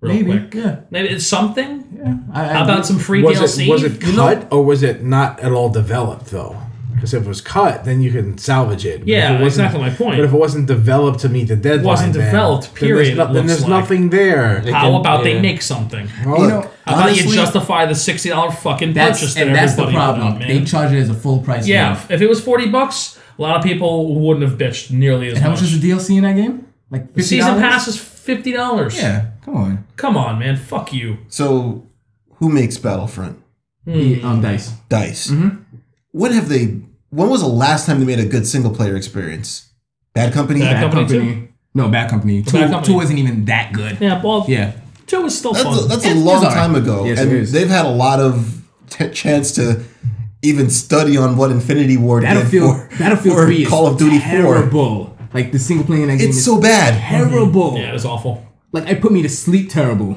Speaker 3: Real
Speaker 2: Maybe,
Speaker 3: quick.
Speaker 2: yeah.
Speaker 3: Maybe it's something.
Speaker 2: Yeah, I, I
Speaker 3: How about some free
Speaker 4: was
Speaker 3: DLC?
Speaker 4: it was it
Speaker 3: You know-
Speaker 4: cut or was it not at all developed though? Because if it was cut, then you can salvage it. But if
Speaker 3: Yeah,
Speaker 4: it wasn't-
Speaker 3: exactly my point.
Speaker 4: But if it wasn't developed to meet the deadline,
Speaker 3: Wasn't
Speaker 4: then-
Speaker 3: developed,
Speaker 4: then there's
Speaker 3: period,
Speaker 4: no-
Speaker 3: it
Speaker 4: Then
Speaker 3: looks
Speaker 4: there's,
Speaker 3: like.
Speaker 4: nothing there.
Speaker 3: How
Speaker 5: can-
Speaker 3: about
Speaker 5: yeah.
Speaker 3: they make something? How
Speaker 1: Look,
Speaker 2: know,
Speaker 3: about you
Speaker 1: honestly,
Speaker 3: justify the sixty dollar fucking purchase
Speaker 2: that's
Speaker 3: that
Speaker 2: and that's the
Speaker 3: everybody put
Speaker 2: problem.
Speaker 3: up, man?
Speaker 2: they charge it as a full price.
Speaker 3: yeah,
Speaker 2: game.
Speaker 3: if it was forty bucks, a lot of people wouldn't have bitched nearly as
Speaker 2: And how
Speaker 3: much.
Speaker 2: much is the DLC in that game? Like $50?
Speaker 3: Season pass is fifty dollars.
Speaker 2: Yeah, come on.
Speaker 3: Come on, man. Fuck you.
Speaker 1: so, who makes Battlefront?
Speaker 3: Hmm.
Speaker 2: The, um, dice.
Speaker 3: Mm-hmm.
Speaker 1: Dice. What have they? when was the last time they made a good single player experience? Bad Company.
Speaker 3: Bad
Speaker 2: Bad
Speaker 3: Company
Speaker 2: company.
Speaker 3: Two?
Speaker 2: No, bad company. Two,
Speaker 3: Company.
Speaker 2: two wasn't even that good.
Speaker 3: Yeah, well,
Speaker 2: Yeah.
Speaker 3: two is still
Speaker 1: That's a,
Speaker 3: fun.
Speaker 1: that's a
Speaker 2: It's-
Speaker 1: long
Speaker 2: it's all right.
Speaker 1: time ago,
Speaker 2: Yes,
Speaker 1: and
Speaker 2: it is.
Speaker 1: they've had a lot of t- chance to even study on what Infinity War did
Speaker 2: Battlefield.
Speaker 1: for,
Speaker 2: Battlefield
Speaker 1: for
Speaker 2: Three is
Speaker 1: Call of Duty Four.
Speaker 2: terrible. Like the single player in that game
Speaker 1: It's
Speaker 2: is
Speaker 1: so bad.
Speaker 2: terrible.
Speaker 3: yeah, it's awful.
Speaker 2: Like it put me to sleep. Terrible.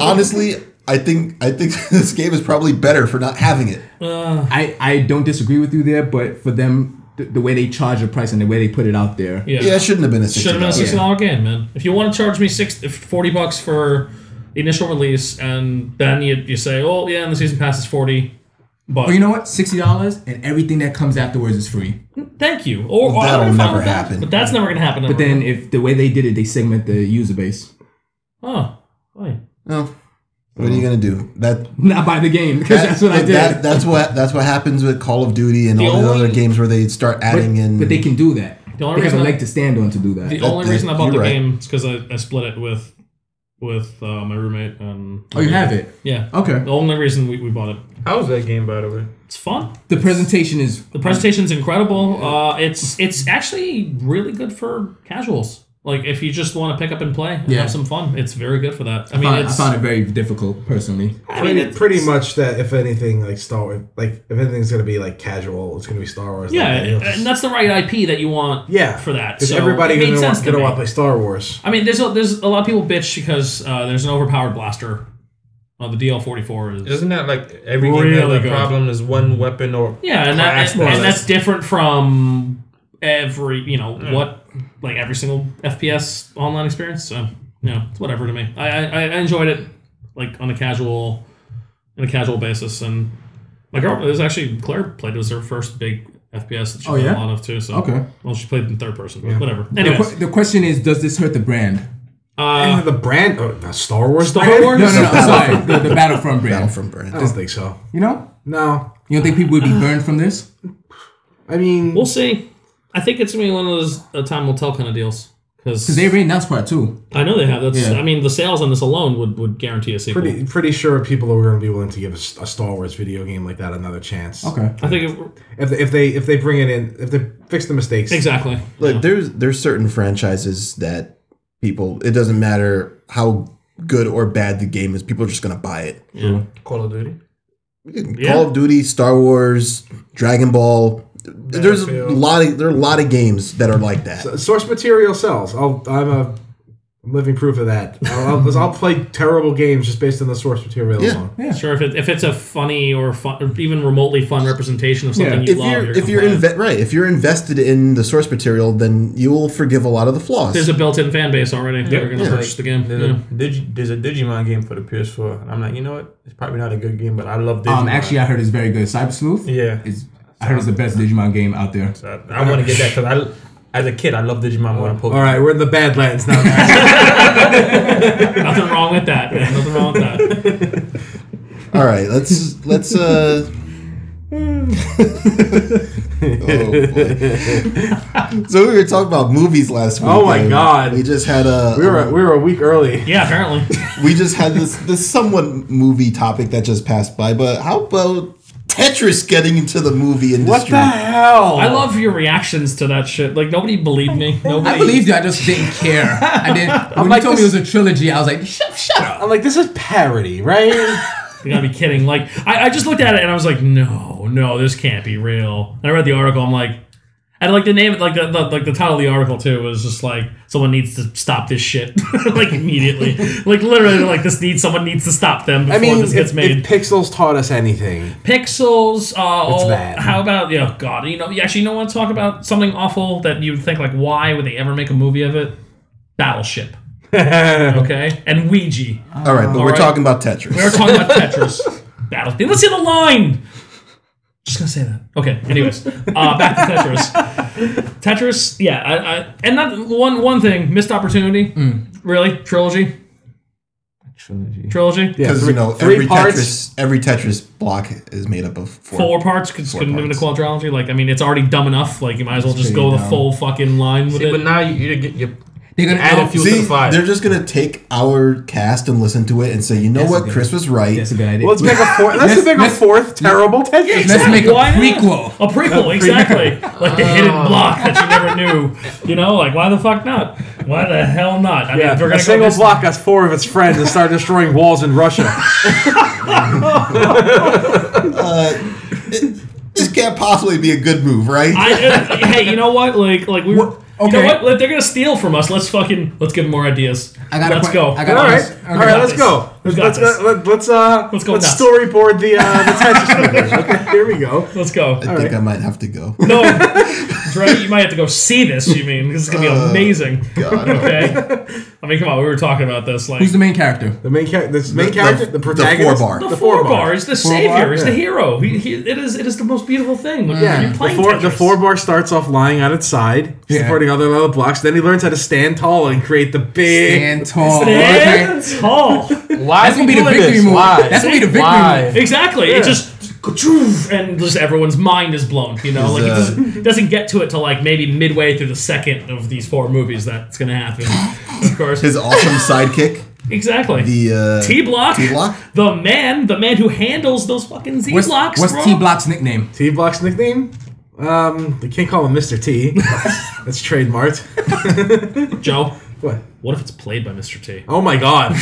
Speaker 1: Honestly, I think I think this game is probably better for not having it.
Speaker 2: I I don't disagree with you there, but for them, the, the way they charge the price and the way they put it out there,
Speaker 3: Yeah,
Speaker 1: Yeah, it shouldn't have been a
Speaker 3: should
Speaker 1: sixty
Speaker 3: have been a
Speaker 1: dollars.
Speaker 3: sixty dollar game, man. If you want to charge me six, if 40 bucks for the initial release, and then you, you say, oh yeah, and the season pass is forty, but
Speaker 2: Or Oh, you know what? Sixty dollars and everything that comes afterwards is free.
Speaker 3: thank you. Or or
Speaker 1: That'll
Speaker 3: I'm fine
Speaker 1: never
Speaker 3: with that.
Speaker 1: happen.
Speaker 3: But that's never gonna happen.
Speaker 2: But then if the way they did it, they segment the user base.
Speaker 3: oh, boy.
Speaker 1: No. What are you gonna do? That,
Speaker 2: Not buy the game because that's what I
Speaker 1: that-
Speaker 2: did.
Speaker 1: that- that's what that's what happens with Call of Duty and
Speaker 3: The
Speaker 1: all the
Speaker 3: only-
Speaker 1: other games where they start
Speaker 2: but,
Speaker 1: adding in.
Speaker 2: but they can do that.
Speaker 3: The only
Speaker 2: They have a
Speaker 3: reason I-
Speaker 2: leg to stand on to do that.
Speaker 3: The
Speaker 1: That-
Speaker 3: only
Speaker 1: that-
Speaker 3: reason I bought
Speaker 1: you're
Speaker 3: the
Speaker 1: right.
Speaker 3: game is because I, I split it with with uh, my roommate and
Speaker 2: oh, you have it.
Speaker 3: yeah.
Speaker 2: Okay.
Speaker 3: The only reason we, we bought it.
Speaker 5: How's that game, by the way?
Speaker 3: It's fun.
Speaker 2: The presentation is
Speaker 3: The presentation's incredible. Uh, it's it's actually really good for casuals. Like if you just want to pick up and play and
Speaker 2: Yeah.
Speaker 3: have some fun, it's very good for that. I mean,
Speaker 2: I,
Speaker 3: it's
Speaker 2: found it very difficult personally.
Speaker 3: I mean,
Speaker 4: Pretty,
Speaker 3: it's-
Speaker 4: pretty much that if anything like Star Wars, like if anything's gonna be like casual, it's gonna be Star Wars.
Speaker 3: yeah,
Speaker 4: Like, you know,
Speaker 3: and that's the right IP that you want.
Speaker 4: yeah
Speaker 3: for that.
Speaker 4: Because
Speaker 3: So
Speaker 4: everybody
Speaker 3: it made
Speaker 4: gonna,
Speaker 3: sense
Speaker 4: want,
Speaker 3: to
Speaker 4: gonna
Speaker 3: me.
Speaker 4: want to play Star Wars.
Speaker 3: I mean, there's a, there's a lot of people bitch because uh, there's an overpowered blaster. Uh, the DL44 is
Speaker 5: Isn't that like every
Speaker 3: Really
Speaker 5: game has
Speaker 3: good.
Speaker 5: a problem is one weapon or
Speaker 3: Yeah, and, that,
Speaker 5: class
Speaker 3: and,
Speaker 5: more or
Speaker 3: and that's
Speaker 5: less.
Speaker 3: different from every, you know, what, like every single FPS online experience. So, you know, it's whatever to me. I, I, I enjoyed it, like, on a casual, in a casual basis. And my girl, it was actually, Claire played, it was her first big FPS that she
Speaker 2: Oh,
Speaker 3: played
Speaker 2: yeah?
Speaker 3: a lot of, too. So,
Speaker 2: Okay.
Speaker 3: Well, she played in third person, but whatever.
Speaker 2: The,
Speaker 3: Anyways,
Speaker 2: que- the question is, does this hurt the brand?
Speaker 3: uh,
Speaker 4: And the brand, oh, not Star Wars.
Speaker 3: Star
Speaker 4: brand?
Speaker 3: Wars?
Speaker 2: No, no, no. I'm sorry, the, the Battlefront brand.
Speaker 1: Battlefront brand.
Speaker 2: Oh.
Speaker 4: I don't think so.
Speaker 2: You know,
Speaker 4: No,
Speaker 2: you don't think people would be burned from this?
Speaker 4: I mean,
Speaker 3: we'll see. I think it's going to be one of those uh, time will tell kind of deals. Because
Speaker 2: Because they already announced part two.
Speaker 3: I know they have. That's.
Speaker 2: Yeah.
Speaker 3: I mean, the sales on this alone would, would guarantee a sequel.
Speaker 4: pretty pretty sure people are gonna be willing to give a, s- a Star Wars video game like that another chance.
Speaker 2: Okay.
Speaker 3: I think it,
Speaker 4: If they, if they if they bring it in, if they fix the mistakes,
Speaker 3: Exactly.
Speaker 1: Look, there's there's certain franchises that people it doesn't matter how good or bad the game is, people are just gonna buy it.
Speaker 5: Call of Duty.
Speaker 1: Call of Duty, Star Wars, Dragon Ball. There's a
Speaker 5: Battlefield.
Speaker 1: lot of there are a lot of games that are like that.
Speaker 4: source material sells. I'll, I'm a I'm living proof of that. I'll, I'll, I'll play terrible games just based on the source material
Speaker 1: Yeah.
Speaker 4: alone.
Speaker 3: Sure, if, it, if it's a funny or, fun, or even remotely fun representation of something
Speaker 2: Yeah.
Speaker 3: you
Speaker 1: if
Speaker 3: love,
Speaker 1: you're
Speaker 3: you're
Speaker 1: if you're
Speaker 3: gonna play it.
Speaker 1: inve- right, if you're invested in the source material, then you will forgive a lot of the flaws.
Speaker 3: there's a built-in fan base already. They're going to
Speaker 5: Yeah.
Speaker 3: purchase the game.
Speaker 5: There's,
Speaker 3: Yeah.
Speaker 5: a Digi- there's a Digimon game for the PS4, and I'm like, you know what? It's probably not a good game, but I love Digimon.
Speaker 2: Um, actually, I heard it's very good. Cyber Sleuth.
Speaker 5: yeah.
Speaker 2: Is, I heard it's the best Digimon game out there.
Speaker 5: I, want to get that because I, as a kid, I love Digimon more than Pokemon.
Speaker 4: All right, we're in the Badlands now. guys.
Speaker 3: Nothing wrong with that. man. Nothing wrong with that.
Speaker 1: All right, let's let's uh. oh, boy. so we were talking about movies last week.
Speaker 4: Oh, my
Speaker 1: and
Speaker 4: God.
Speaker 1: We just had a
Speaker 4: we were we were a week early.
Speaker 3: Yeah, apparently.
Speaker 1: we just had this this somewhat movie topic that just passed by, but how about Tetris getting into the movie industry?
Speaker 4: What the hell?
Speaker 3: I love your reactions to that shit. Like, nobody believed me. Nobody.
Speaker 2: I believed you. I just didn't care. I didn't. When
Speaker 4: like,
Speaker 2: you told
Speaker 4: this-
Speaker 2: me it was a trilogy, I was like, shut, shut up.
Speaker 4: I'm like, this is parody, right?
Speaker 3: You gotta be kidding. Like, I, I just looked at it and I was like, no, no, this can't be real. And I read the article. I'm like, and like the name, like the, the like the title of the article too was just like, someone needs to stop this shit, like immediately, like literally, like this needs someone needs to stop them before
Speaker 4: I mean,
Speaker 3: this gets
Speaker 4: if,
Speaker 3: made.
Speaker 4: if Pixels taught us anything,
Speaker 3: Pixels. Uh, oh,
Speaker 4: bad.
Speaker 3: How about yeah? God, you know, you actually, you know, want to talk about something awful that you would think like, why would they ever make a movie of it? Battleship. okay, and Ouija.
Speaker 1: All right, but we're
Speaker 3: right.
Speaker 1: talking about Tetris.
Speaker 3: We were talking about Tetris. Battlefield. Let's hit the line. Just gonna say that. Okay. Anyways, uh, back to Tetris. Tetris. Yeah. I, I, and not one one thing. Missed opportunity. Really. Trilogy.
Speaker 5: Trilogy.
Speaker 3: Trilogy.
Speaker 4: yeah,
Speaker 1: because
Speaker 4: three,
Speaker 1: you know
Speaker 4: three
Speaker 1: every
Speaker 4: parts.
Speaker 1: Tetris every Tetris block is made up of four.
Speaker 3: Four parts. Cause
Speaker 1: Four
Speaker 3: couldn't do it in a
Speaker 1: parts.
Speaker 3: quadrilogy. Like I mean, it's already dumb enough. Like you might as well just go the
Speaker 2: pretty dumb.
Speaker 3: full fucking line with
Speaker 5: See,
Speaker 3: it.
Speaker 5: but now you, you get your
Speaker 2: They're gonna
Speaker 5: Add a
Speaker 2: out-
Speaker 5: few-
Speaker 1: See,
Speaker 5: the fire.
Speaker 1: they're just gonna take our cast and listen to it and say, you know
Speaker 2: That's a
Speaker 1: what,
Speaker 2: good
Speaker 1: Chris was right.
Speaker 2: That's a good idea.
Speaker 4: Let's make a fourth. Let's
Speaker 2: Let's-
Speaker 4: make a
Speaker 2: let's-
Speaker 4: fourth terrible Tetris.
Speaker 2: Let's make a
Speaker 3: Why not?
Speaker 2: prequel.
Speaker 3: A prequel, Ah. exactly. Like the hidden block that you never knew. You know, like why the fuck not? Why the hell not? I mean,
Speaker 4: Yeah,
Speaker 3: if we're
Speaker 4: a
Speaker 3: gonna go
Speaker 4: single
Speaker 3: this,
Speaker 4: block got four of its friends and start destroying walls in Russia.
Speaker 1: This can't possibly be a good move, right?
Speaker 3: I, uh, hey, you know what? Like, like we. were You
Speaker 2: okay.
Speaker 3: know what? Like, they're gonna steal from us. Let's fucking let's give them more ideas.
Speaker 2: I got a
Speaker 3: Let's
Speaker 2: que-
Speaker 3: go.
Speaker 2: I got-
Speaker 4: All right,
Speaker 2: Okay.
Speaker 4: all right, let's
Speaker 3: Who's
Speaker 4: go.
Speaker 3: got this?
Speaker 4: Let's let's
Speaker 3: Who's got
Speaker 4: let, let's uh
Speaker 3: Let's
Speaker 4: let's,
Speaker 3: go nuts.
Speaker 4: storyboard the uh the Tetris. figures. okay, here we go.
Speaker 3: let's go.
Speaker 1: I think I might have to go.
Speaker 3: No, Dre, you might have to go see this. You mean 'cause it's gonna
Speaker 2: Oh,
Speaker 3: be amazing?
Speaker 1: God.
Speaker 3: Okay. I mean, come on. We were talking about this. Like
Speaker 2: Who's the main character?
Speaker 4: The main character, this main
Speaker 1: The- the-
Speaker 4: character, the,
Speaker 1: the four
Speaker 4: protagonist,
Speaker 1: bar.
Speaker 3: the four bar is the savior.
Speaker 4: bar,
Speaker 3: Is
Speaker 4: yeah.
Speaker 3: the hero. He, he, it is. It is the most beautiful thing. Like,
Speaker 4: Yeah,
Speaker 3: You're
Speaker 4: the
Speaker 3: playing
Speaker 4: four, the
Speaker 3: Tetris.
Speaker 4: four bar starts off lying on its side,
Speaker 2: Yeah.
Speaker 4: supporting other little blocks. Then he learns how to stand tall and create the big.
Speaker 2: And tall. Okay.
Speaker 3: Stand tall.
Speaker 5: Why
Speaker 2: That's
Speaker 5: is
Speaker 2: gonna
Speaker 5: he
Speaker 2: be the
Speaker 5: doing
Speaker 2: victory
Speaker 5: this?
Speaker 2: move.
Speaker 5: Why?
Speaker 2: That's gonna be the victory
Speaker 5: Why?
Speaker 2: move.
Speaker 3: Exactly. It just ka-choof, and just everyone's mind is blown. You know, like it
Speaker 1: uh,
Speaker 3: doesn't, doesn't get to it till like maybe midway through the second of these four movies that's gonna happen. Of course,
Speaker 1: His awesome sidekick,
Speaker 3: exactly.
Speaker 1: the uh,
Speaker 3: T block.
Speaker 1: T-Block?
Speaker 3: The man, the man who handles those fucking Z
Speaker 2: What's,
Speaker 3: blocks.
Speaker 2: what's
Speaker 3: bro.
Speaker 2: T Block's nickname?
Speaker 4: T Block's nickname? Um, they can't call him Mr. T. That's- That's trademarked.
Speaker 3: Joe.
Speaker 4: What?
Speaker 3: What if it's played by Mr. T?
Speaker 4: Oh my god.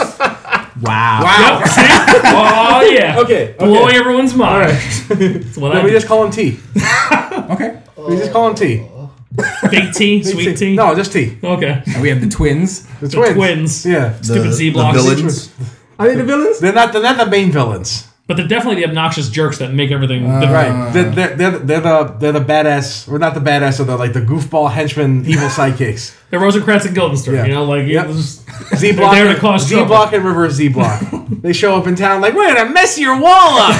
Speaker 2: Wow.
Speaker 4: Wow.
Speaker 3: Yep, see? oh yeah.
Speaker 4: Okay, okay.
Speaker 3: Blowing everyone's mind. That's what I
Speaker 4: we
Speaker 3: do.
Speaker 4: just call him T.
Speaker 2: Okay.
Speaker 4: We just call him T.
Speaker 3: Big T, sweet T.
Speaker 4: No, just T.
Speaker 3: Okay.
Speaker 2: And we have the twins.
Speaker 4: The
Speaker 3: The
Speaker 4: twins.
Speaker 3: twins.
Speaker 4: Yeah.
Speaker 1: the,
Speaker 3: Stupid Z
Speaker 1: the
Speaker 3: blocks.
Speaker 1: villains.
Speaker 5: Are they the villains?
Speaker 4: They're not, they're not the main villains.
Speaker 3: But they're definitely the obnoxious jerks that make everything different.
Speaker 4: Right. They're, they're, they're, they're, the, they're the badass, or not the badass, or the like the goofball henchmen, evil sidekicks.
Speaker 3: The Rosencrantz and Guildenstern,
Speaker 4: Yeah.
Speaker 3: you know, like
Speaker 4: Yep.
Speaker 3: it was-
Speaker 4: Z Block,
Speaker 3: there to cause
Speaker 4: Z
Speaker 3: trouble.
Speaker 4: Block, and Reverse Z Block. they show up in town like, we're gonna mess your wall up.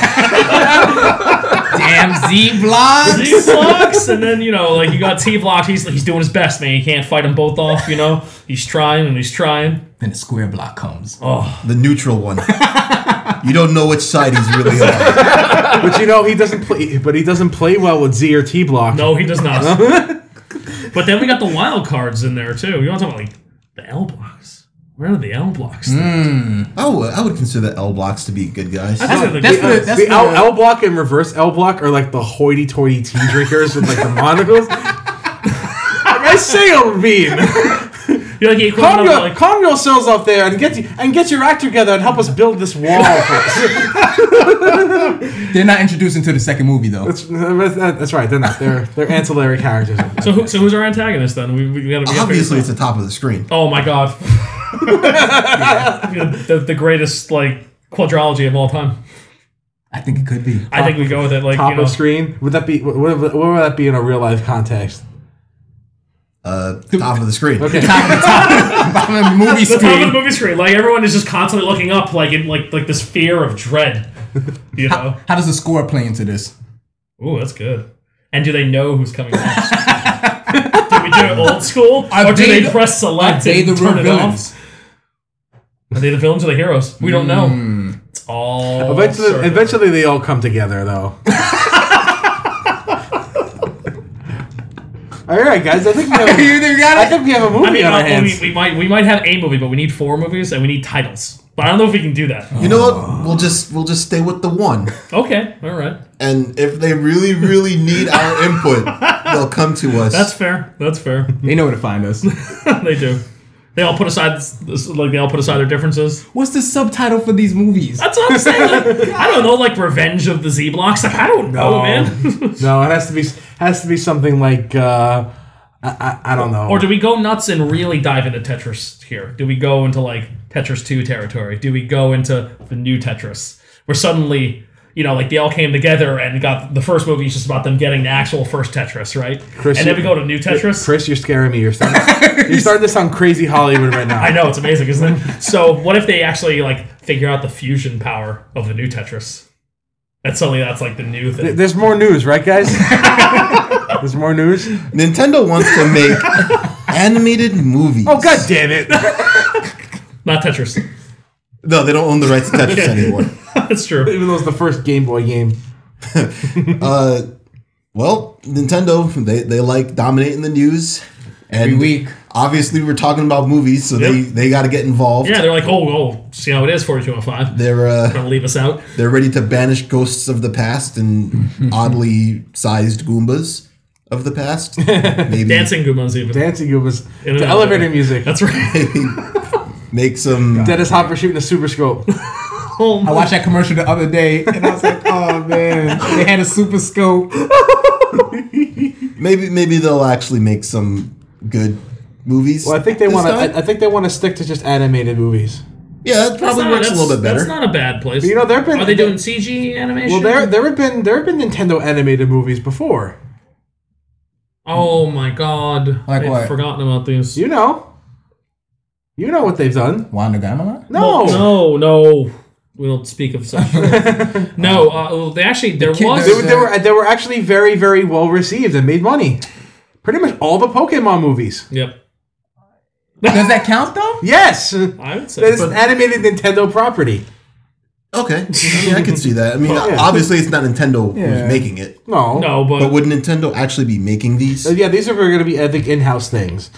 Speaker 2: Damn Z Block.
Speaker 3: Z blocks, and then you know, like you got T blocked. He's he's doing his best, man. He can't fight them both off. You know, he's trying and he's trying. Oh,
Speaker 2: then the square block comes.
Speaker 1: the neutral one. you don't know which side he's really on.
Speaker 4: but you know he doesn't play. But he doesn't play well with Z or T Block.
Speaker 3: No, he does not. but then we got the wild cards in there too. You want to talk about like the L blocks? Where are the L blocks?
Speaker 1: I would, I would consider L blocks to be good guys.
Speaker 3: Those are the
Speaker 2: That's
Speaker 3: good
Speaker 2: the
Speaker 3: ones.
Speaker 2: that's
Speaker 4: the
Speaker 2: the,
Speaker 4: L, L block and reverse L block are like the hoity-toity tea drinkers with like the monocles. like I say, Alvin,
Speaker 3: You're like the equivalent
Speaker 4: calm,
Speaker 3: of
Speaker 4: your,
Speaker 3: like
Speaker 4: calm yourselves out there and get and get your act together and help us build this wall. for us.
Speaker 2: they're not introduced into the second movie though.
Speaker 4: that's, that's right. They're not. They're they're ancillary characters.
Speaker 3: so. Who, so who's our antagonist then? We, we gotta, we gotta figure
Speaker 1: Obviously,
Speaker 3: this
Speaker 1: it's
Speaker 3: out.
Speaker 1: the top of the screen.
Speaker 3: oh my god, the, the greatest like quadrology of all time.
Speaker 2: I think it could be.
Speaker 3: I think we go with it. Like
Speaker 4: Top
Speaker 3: you know,
Speaker 4: of screen. Would that be? What, what, what would that be in a real life context?
Speaker 1: Uh, top of the screen.
Speaker 4: Okay.
Speaker 2: Bottom of the movie
Speaker 3: the top of
Speaker 2: screen.
Speaker 3: the movie screen. Like everyone is just constantly looking up, like in like like this fear of dread. You know.
Speaker 2: How does the score play into this?
Speaker 3: Ooh, that's good. And do they know who's coming next? do we do it old school,
Speaker 2: Are
Speaker 3: or do they,
Speaker 2: they the-
Speaker 3: press select
Speaker 2: They
Speaker 3: and
Speaker 2: the
Speaker 3: turn
Speaker 2: real
Speaker 3: it
Speaker 2: villains.
Speaker 3: off? Are they the villains or the heroes? We don't know. It's all
Speaker 4: Eventually,
Speaker 3: circular.
Speaker 4: eventually they all come together, though. all right, guys. I think we have.
Speaker 2: You
Speaker 4: A,
Speaker 2: either got
Speaker 4: I
Speaker 2: it.
Speaker 4: think we have a movie
Speaker 3: I mean,
Speaker 4: on our
Speaker 3: uh,
Speaker 4: hands.
Speaker 3: we, we might we might have a movie, but we need four movies and we need titles. But I don't know if we can do that.
Speaker 1: You know what? We'll just we'll just stay with the one.
Speaker 3: Okay, all right,
Speaker 1: And if they really, really need our input, they'll come to us.
Speaker 3: that's fair. That's fair.
Speaker 2: They know where to find us.
Speaker 3: they do. They all put aside this- this- like they all put aside their differences.
Speaker 2: What's the subtitle for these movies?
Speaker 3: That's what I'm saying. Like, I don't know, like Revenge of the Z Blocks. Like I don't know,
Speaker 4: No.
Speaker 3: man.
Speaker 4: no, it has to be has to be something like uh, I, I I don't know.
Speaker 3: or do we go nuts and really dive into Tetris here? Do we go into like Tetris Two territory? Do we go into the new Tetris, where suddenly you know like they all came together and got the first movie is just about them getting the actual first Tetris, right?
Speaker 4: Chris,
Speaker 3: and then we
Speaker 4: you-
Speaker 3: go to new Tetris.
Speaker 4: Chris, you're scaring me. You're starting, you're starting to sound crazy Hollywood right now.
Speaker 3: I know it's amazing, isn't it? so what if they actually like figure out the fusion power of the new Tetris? And suddenly that's like the new thing.
Speaker 4: There's more news, right, guys? There's more news.
Speaker 1: Nintendo wants to make animated movies.
Speaker 4: Oh god damn it!
Speaker 3: Not Tetris.
Speaker 1: No, they don't own the rights to Tetris anymore.
Speaker 3: That's true.
Speaker 4: Even though it's the first Game Boy game.
Speaker 1: Well, Nintendo they they like dominating the news. And
Speaker 2: Every week.
Speaker 1: obviously we're talking about movies, so they
Speaker 3: Yep.
Speaker 1: they got to get involved.
Speaker 3: Yeah, they're like, oh, oh, see how it is, 4205.
Speaker 1: They're uh,
Speaker 3: Gonna leave us out.
Speaker 1: they're ready to banish ghosts of the past and oddly sized goombas of the past. Maybe
Speaker 3: Dancing Goombas, even.
Speaker 4: Dancing Goomba was
Speaker 3: In
Speaker 4: the
Speaker 3: an
Speaker 4: elevator
Speaker 3: elevator.
Speaker 4: music.
Speaker 3: That's right.
Speaker 1: make some
Speaker 4: Dennis Hopper shooting a super scope.
Speaker 3: Oh,
Speaker 2: I watched that commercial the other day and I was like, oh man, they had a super scope.
Speaker 1: maybe maybe they'll actually make some good movies.
Speaker 4: Well, I think they
Speaker 1: this
Speaker 4: want to.
Speaker 1: time.
Speaker 4: I, I think they want to stick to just animated movies.
Speaker 1: yeah, that probably
Speaker 3: that's
Speaker 1: works
Speaker 3: not-
Speaker 1: a little bit better.
Speaker 3: That's not a bad place.
Speaker 4: But you know, there have been
Speaker 3: Are they doing CG animation?
Speaker 4: Well, there there have been there have been Nintendo animated movies before.
Speaker 3: Oh my god.
Speaker 2: Like
Speaker 3: I've
Speaker 2: what?
Speaker 3: forgotten about these.
Speaker 4: You know, you know what they've done.
Speaker 2: Wanda Gamelon?
Speaker 4: No,
Speaker 3: No, Oh, no. We don't speak of such. no, uh, well, they actually, there
Speaker 2: kid-
Speaker 3: was.
Speaker 4: They, were- they were they were actually very very well received and made money. Pretty much all the Pokemon movies.
Speaker 3: Yep.
Speaker 2: Does that count though?
Speaker 4: Yes, it's
Speaker 3: I would say.
Speaker 4: an
Speaker 3: but-
Speaker 4: animated Nintendo property.
Speaker 1: Okay, I mean I can see that. I mean
Speaker 4: yeah.
Speaker 1: obviously it's not Nintendo
Speaker 2: Yeah.
Speaker 1: who's making it,
Speaker 4: No,
Speaker 3: no, but,
Speaker 1: but would Nintendo actually be making these?
Speaker 4: Uh, yeah, these are going to be I think in-house things.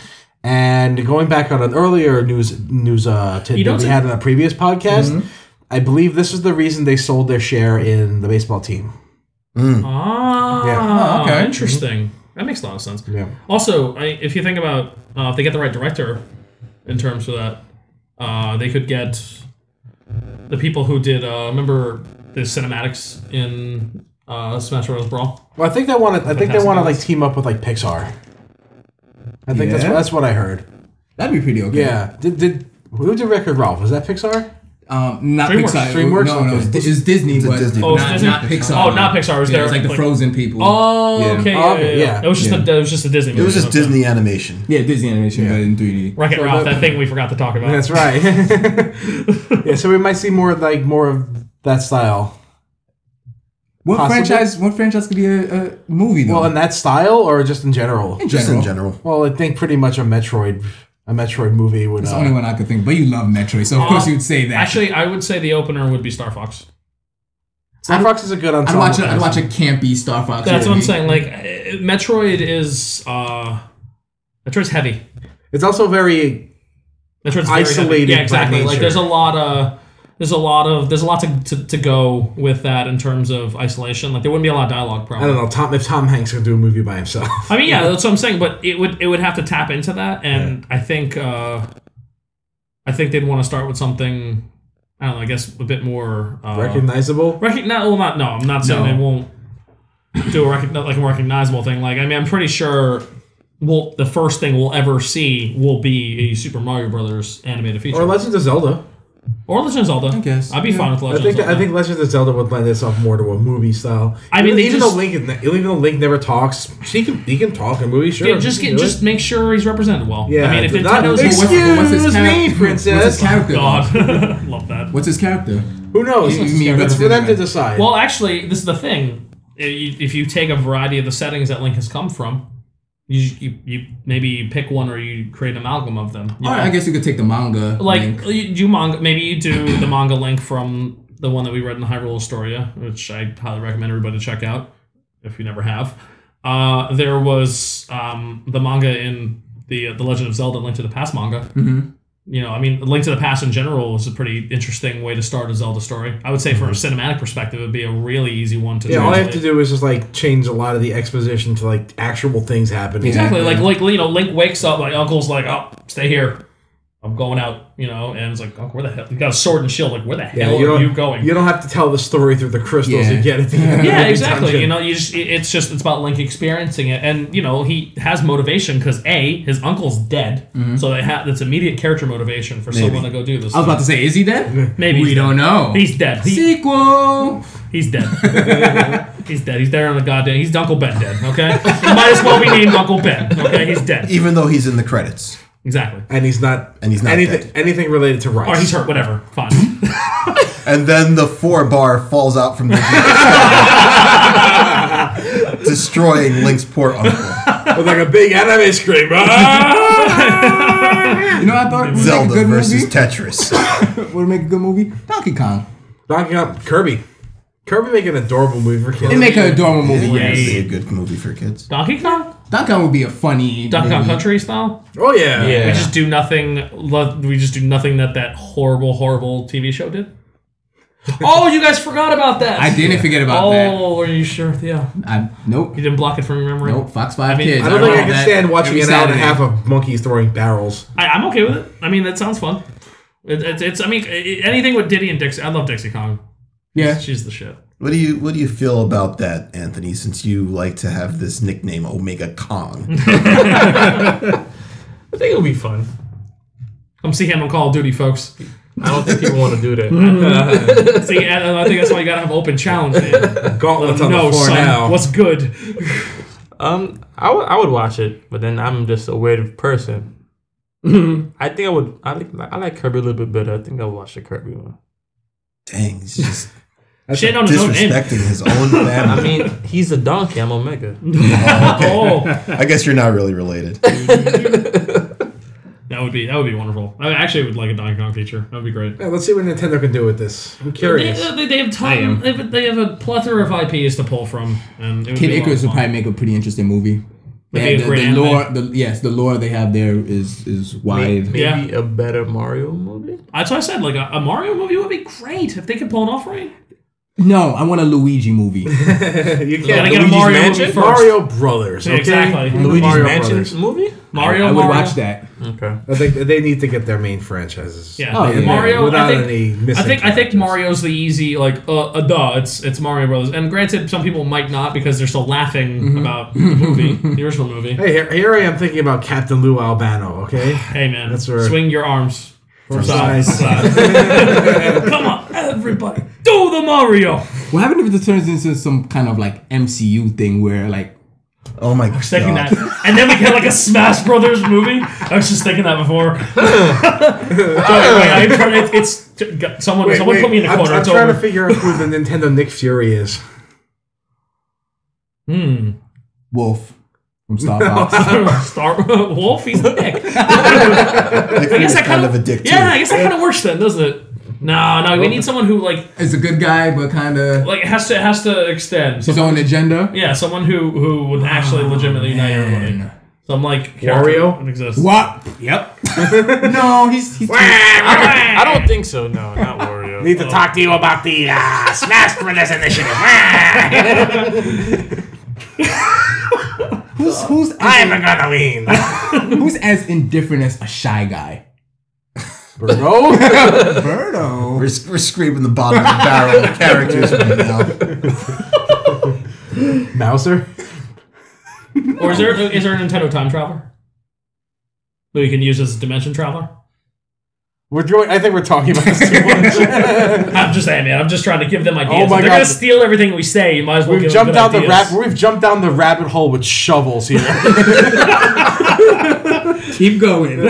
Speaker 4: And going back on an earlier news news uh,
Speaker 3: You don't
Speaker 4: tidbit we
Speaker 3: say-
Speaker 4: had on a previous podcast, I believe this is the reason they sold their share in the baseball team.
Speaker 3: ah,
Speaker 4: Yeah.
Speaker 2: Oh, okay.
Speaker 3: interesting. That makes a lot of sense.
Speaker 4: Yeah.
Speaker 3: Also, I, if you think about uh, if they get the right director in terms of that, uh, they could get the people who did. Uh, remember the cinematics in uh, Smash Bros. Brawl?
Speaker 4: Well, I think they want to. I think they
Speaker 3: has
Speaker 4: want to
Speaker 3: to be
Speaker 4: like team up with like Pixar. I think that's
Speaker 2: Yeah?
Speaker 4: that's what I heard.
Speaker 2: That'd be pretty okay.
Speaker 4: Yeah. Did did who did Record Ralph? Was that Pixar?
Speaker 2: Um, not
Speaker 3: DreamWorks.
Speaker 2: Pixar.
Speaker 4: DreamWorks?
Speaker 2: No, no, it's, Di- it's Disney,
Speaker 1: It's a
Speaker 2: but
Speaker 1: Disney.
Speaker 3: Oh,
Speaker 2: Not,
Speaker 3: it's Disney?
Speaker 2: not Pixar.
Speaker 3: Oh, not Pixar. It was
Speaker 2: yeah,
Speaker 3: there,
Speaker 2: it was like the
Speaker 3: like-
Speaker 2: Frozen people.
Speaker 3: Oh,
Speaker 2: Yeah.
Speaker 3: okay,
Speaker 4: Oh,
Speaker 3: yeah, yeah, yeah.
Speaker 4: yeah.
Speaker 3: It was just
Speaker 2: Yeah.
Speaker 3: a, it was just a Disney.
Speaker 1: It was just Disney animation.
Speaker 2: Yeah, Disney animation, but in 3D.
Speaker 3: Rocket
Speaker 4: So
Speaker 3: Ralph,
Speaker 4: that-
Speaker 3: that thing we forgot to talk about.
Speaker 4: That's right. yeah. So we might see more like more of that style.
Speaker 2: What
Speaker 4: Possibly.
Speaker 2: franchise? What franchise could be a, a movie though?
Speaker 4: Well, in that style or just in general.
Speaker 1: Just in general.
Speaker 4: Well, I think pretty much a Metroid, a Metroid movie would.
Speaker 2: It's the
Speaker 4: uh,
Speaker 2: only one I could think. But you love Metroid, so of course you'd say that.
Speaker 3: Uh, Actually, I would say the opener would be Star Fox.
Speaker 4: Star Fox is a good
Speaker 2: I'd
Speaker 4: ensemble.
Speaker 2: watch. A, I'd
Speaker 4: cast.
Speaker 2: watch a campy Star Fox.
Speaker 3: That's what I'm
Speaker 2: movie.
Speaker 3: saying. Like, eh, Metroid is uh, Metroid's heavy.
Speaker 4: It's also very.
Speaker 3: Metroid's very
Speaker 4: Isolated
Speaker 3: heavy. Yeah,
Speaker 4: by
Speaker 3: exactly. Like,
Speaker 4: nature.
Speaker 3: there's a lot of there's a lot of there's a lot to, to, to go with that in terms of isolation. Like, there wouldn't be a lot of dialogue.
Speaker 4: I
Speaker 3: Probably.
Speaker 4: don't know. Tom if Tom Hanks could do a movie by himself.
Speaker 3: I mean, yeah, that's what I'm saying. But it would it would have to tap into that, and I think uh, I think they'd want to start with something. I don't know. I guess a bit more uh,
Speaker 4: Recognizable.
Speaker 3: Recogni- well, not no. I'm not saying
Speaker 2: No.
Speaker 3: they won't do a recog- like a recognizable thing. Like I mean, I'm pretty sure. Well, the first thing we'll ever see will be a Super Mario Brothers animated feature,
Speaker 4: Or Legend of Zelda.
Speaker 3: or Legend of Zelda. I
Speaker 2: guess,
Speaker 3: I'd be
Speaker 2: yeah.
Speaker 3: fine with Legend
Speaker 4: I think
Speaker 3: of Zelda.
Speaker 4: I think Legend of Zelda would lend itself more to a movie style.
Speaker 3: I mean,
Speaker 4: even,
Speaker 3: they
Speaker 4: even
Speaker 3: just-
Speaker 4: though Link, is ne- even though Link never talks, he can he can talk in movies. Sure,
Speaker 3: yeah, just
Speaker 4: he
Speaker 3: get
Speaker 4: can do
Speaker 3: just make sure he's represented well.
Speaker 4: Yeah,
Speaker 3: I mean, if
Speaker 4: but not-
Speaker 3: Nintendo's
Speaker 4: Excuse
Speaker 3: What's-
Speaker 4: me,
Speaker 2: character-
Speaker 4: princess.
Speaker 2: What's his character? though?
Speaker 3: Oh God, love that.
Speaker 2: What's his character?
Speaker 4: it. Who knows?
Speaker 2: You- you mean
Speaker 4: That's for them to
Speaker 2: representative.
Speaker 4: decide.
Speaker 3: Well, actually, this is the thing. If you- If you take a variety of the settings that Link has come from, you you, you maybe you pick one or you create an amalgam of them. you
Speaker 2: All right,
Speaker 3: know?
Speaker 2: I guess you could take the manga.
Speaker 3: like
Speaker 2: link.
Speaker 3: you do manga maybe you do the manga link from the one that we read in Hyrule Astoria, which I highly recommend everybody to check out if you never have. Uh, there was um, the manga in the the Legend of Zelda: Link to the Past manga.
Speaker 4: Mm-hmm.
Speaker 3: You know, I mean, Link to the Past in general is a pretty interesting way to start a Zelda story. I would say, from a cinematic perspective, it would be a really easy one to.
Speaker 4: Mm-hmm. yeah, all I have to
Speaker 3: translate.
Speaker 4: do is just like change a lot of the exposition to like actual things happening.
Speaker 3: Exactly. Like, like you know, Link wakes up. My uncle's like, "Oh, stay here. I'm going out." You know, and it's like, "Uncle, where the hell? You got a sword and shield. Like, where the
Speaker 4: Yeah,
Speaker 3: hell
Speaker 4: you
Speaker 3: are
Speaker 4: don't,
Speaker 3: you going?"
Speaker 4: You don't have to tell the story through the crystals
Speaker 2: Yeah.
Speaker 4: you get at the end. of
Speaker 3: yeah,
Speaker 4: every
Speaker 3: exactly.
Speaker 4: dungeon.
Speaker 3: You know, you just, it- it's just it's about Link experiencing it, and you know he has motivation because a his uncle's dead, so they ha- that's immediate character motivation for someone to go do this.
Speaker 2: Mm-hmm. I was about to say, is he dead?
Speaker 3: Maybe
Speaker 2: we
Speaker 3: he's
Speaker 2: don't know.
Speaker 3: He's dead. He,
Speaker 2: Sequel.
Speaker 3: he's dead. he's dead. He's there on the goddamn. He's Uncle Ben dead. Okay, He might as well be named Uncle Ben. Okay, he's dead.
Speaker 1: Even though he's in the credits.
Speaker 3: Exactly.
Speaker 4: and he's not.
Speaker 1: And he's not
Speaker 4: anything.
Speaker 1: dead.
Speaker 4: Anything related to rice.
Speaker 3: Or Oh, he's hurt. Whatever. Fine.
Speaker 1: And then the four bar falls out from the destroying Link's poor uncle.
Speaker 4: With like a big anime scream. Ah!
Speaker 2: You know, what I thought would make a
Speaker 1: Zelda
Speaker 2: good
Speaker 1: versus
Speaker 2: movie.
Speaker 1: Tetris.
Speaker 2: Would make a good movie. Donkey Kong.
Speaker 4: Knocking up Kirby. Kirby make an adorable movie for kids.
Speaker 2: They make an adorable movie.
Speaker 1: It'd
Speaker 3: Yes.
Speaker 1: be a good movie for kids.
Speaker 3: Donkey Kong.
Speaker 2: Donkey Kong would be a funny.
Speaker 3: Donkey Kong
Speaker 2: movie.
Speaker 3: Country style.
Speaker 4: Oh yeah.
Speaker 5: Yeah.
Speaker 3: We just do nothing. lo- We just do nothing that that horrible, horrible TV show did. oh, you guys forgot about that.
Speaker 2: I didn't forget about that.
Speaker 3: Oh, are you sure? Yeah,
Speaker 2: I, nope.
Speaker 3: you didn't block it from your memory.
Speaker 2: Nope. Fox Five
Speaker 3: I mean,
Speaker 2: Kids.
Speaker 4: I don't think I
Speaker 2: remember
Speaker 4: can
Speaker 2: that
Speaker 4: stand watching
Speaker 2: every
Speaker 4: an hour and a
Speaker 2: Saturday.
Speaker 4: half of monkeys throwing barrels.
Speaker 3: I, I'm okay with it. I mean, that sounds fun. It, it, it's. I mean, i- i anything with Diddy and Dixie. I love Dixie Kong.
Speaker 2: Yeah.
Speaker 3: she's the shit.
Speaker 1: What do you What do you feel about that, Anthony? Since you like to have this nickname Omega Kong,
Speaker 5: I think it'll be fun.
Speaker 3: Come see him on Call of Duty, folks.
Speaker 5: I don't think people want to do that.
Speaker 3: See, and I think that's why you gotta have open challenge. Man.
Speaker 4: Gauntlets on
Speaker 3: no,
Speaker 4: the floor
Speaker 3: son,
Speaker 4: now.
Speaker 3: what's good?
Speaker 5: um, I would I would watch it, but then I'm just a weird person. I think I would. I like I like Kirby a little bit better. I think I'll watch the Kirby one.
Speaker 1: dang, he's just
Speaker 3: Shit on his own name.
Speaker 1: disrespecting his own family.
Speaker 5: I mean, he's a donkey. I'm Omega.
Speaker 3: Oh,
Speaker 1: I guess you're not really related.
Speaker 3: that would be that would be wonderful. I actually would like a Donkey Kong feature. That would be great.
Speaker 4: Yeah, let's see what Nintendo can do with this. I'm
Speaker 3: They,
Speaker 4: curious.
Speaker 3: they- they have time. They have, they have a plethora of IPs to pull from, and it would
Speaker 2: Kid
Speaker 3: be a lot
Speaker 2: Icarus
Speaker 3: of
Speaker 2: would
Speaker 3: fun.
Speaker 2: probably make a pretty interesting movie.
Speaker 3: Would
Speaker 2: Yeah,
Speaker 3: be a
Speaker 2: the,
Speaker 3: great
Speaker 2: the
Speaker 3: anime.
Speaker 2: lore, the, yes, the lore they have there is is wide.
Speaker 5: Maybe
Speaker 3: Yeah.
Speaker 5: a better Mario movie.
Speaker 3: That's what I said. Like a, a Mario movie would be great if they could pull it off right.
Speaker 2: No, I want a Luigi movie.
Speaker 4: you
Speaker 3: Gotta
Speaker 4: can't.
Speaker 3: get a
Speaker 5: Luigi's
Speaker 3: Mario
Speaker 5: Mansion?
Speaker 3: movie first.
Speaker 4: Mario Brothers. Okay?
Speaker 3: Exactly.
Speaker 4: The
Speaker 5: Luigi's
Speaker 4: Mario
Speaker 5: Mansion
Speaker 4: Brothers.
Speaker 5: movie.
Speaker 3: Mario.
Speaker 2: I would
Speaker 3: Mario.
Speaker 2: watch that.
Speaker 5: Okay.
Speaker 4: I think they need to get their main franchises.
Speaker 3: Yeah,
Speaker 2: Oh,
Speaker 4: in there
Speaker 2: yeah.
Speaker 3: Mario.
Speaker 4: Without
Speaker 3: I think,
Speaker 4: any missing.
Speaker 3: I think I think
Speaker 4: characters.
Speaker 3: Mario's the easy like uh, uh duh it's it's Mario Brothers and granted some people might not because they're still laughing about the movie the original movie
Speaker 4: Hey, here, here I am thinking about Captain Lou Albano. Okay.
Speaker 3: hey man
Speaker 4: That's where-
Speaker 3: swing your arms from,
Speaker 4: From
Speaker 3: side to
Speaker 4: side.
Speaker 3: side come on everybody do the Mario
Speaker 2: What happened if it turns into some kind of like MCU thing where like
Speaker 1: Oh my
Speaker 3: thinking
Speaker 1: god!
Speaker 3: that and then we get like a Smash Brothers movie I was just thinking that before Sorry, wait, I turned- it- it's someone
Speaker 4: Wait,
Speaker 3: someone
Speaker 4: wait,
Speaker 3: put me in a
Speaker 4: I'm,
Speaker 3: corner
Speaker 4: I'm
Speaker 3: it's
Speaker 4: trying
Speaker 3: over
Speaker 4: to figure out who the Nintendo Nick Fury is.
Speaker 3: Hmm.
Speaker 2: Wolf from Star Fox?
Speaker 3: Star Wolf, he's a dick.
Speaker 1: Nick
Speaker 3: I guess
Speaker 1: Fury's
Speaker 3: that
Speaker 1: kind
Speaker 3: kind
Speaker 1: of a dick too.
Speaker 3: Yeah, I guess that kind of works then, doesn't it? No, no, we need someone who like
Speaker 2: it's a good guy, but kind of
Speaker 3: like it has to it has to extend.
Speaker 2: his
Speaker 3: So,
Speaker 2: own agenda.
Speaker 3: yeah, someone who who would
Speaker 5: Oh,
Speaker 3: actually legitimately unite everybody. Some like character
Speaker 4: Wario?
Speaker 3: that exists.
Speaker 2: What? Yep. no, he's, he's
Speaker 5: I don't, I don't think so. No, not Wario.
Speaker 4: Need to talk to you about the uh, Smash Brothers initiative.
Speaker 2: who's who's
Speaker 4: I'm
Speaker 2: as,
Speaker 4: gonna win.
Speaker 2: who's as indifferent as a shy guy?
Speaker 4: Bro,
Speaker 2: Birdo.
Speaker 1: We're, we're scraping the bottom of the barrel of characters right now.
Speaker 4: Mouser.
Speaker 3: Or is there is there a Nintendo time traveler that we can use as a dimension traveler?
Speaker 4: We're doing. I think we're talking about this too much.
Speaker 3: I'm just saying, man. I'm just trying to give them ideas.
Speaker 4: Oh my
Speaker 3: if they're
Speaker 4: God.
Speaker 3: gonna steal everything we say. You might as well.
Speaker 4: we've
Speaker 3: give
Speaker 4: jumped
Speaker 3: them
Speaker 4: down
Speaker 3: good
Speaker 4: the
Speaker 3: ideas.
Speaker 4: rap. We've jumped down the rabbit hole with shovels here.
Speaker 2: Keep going.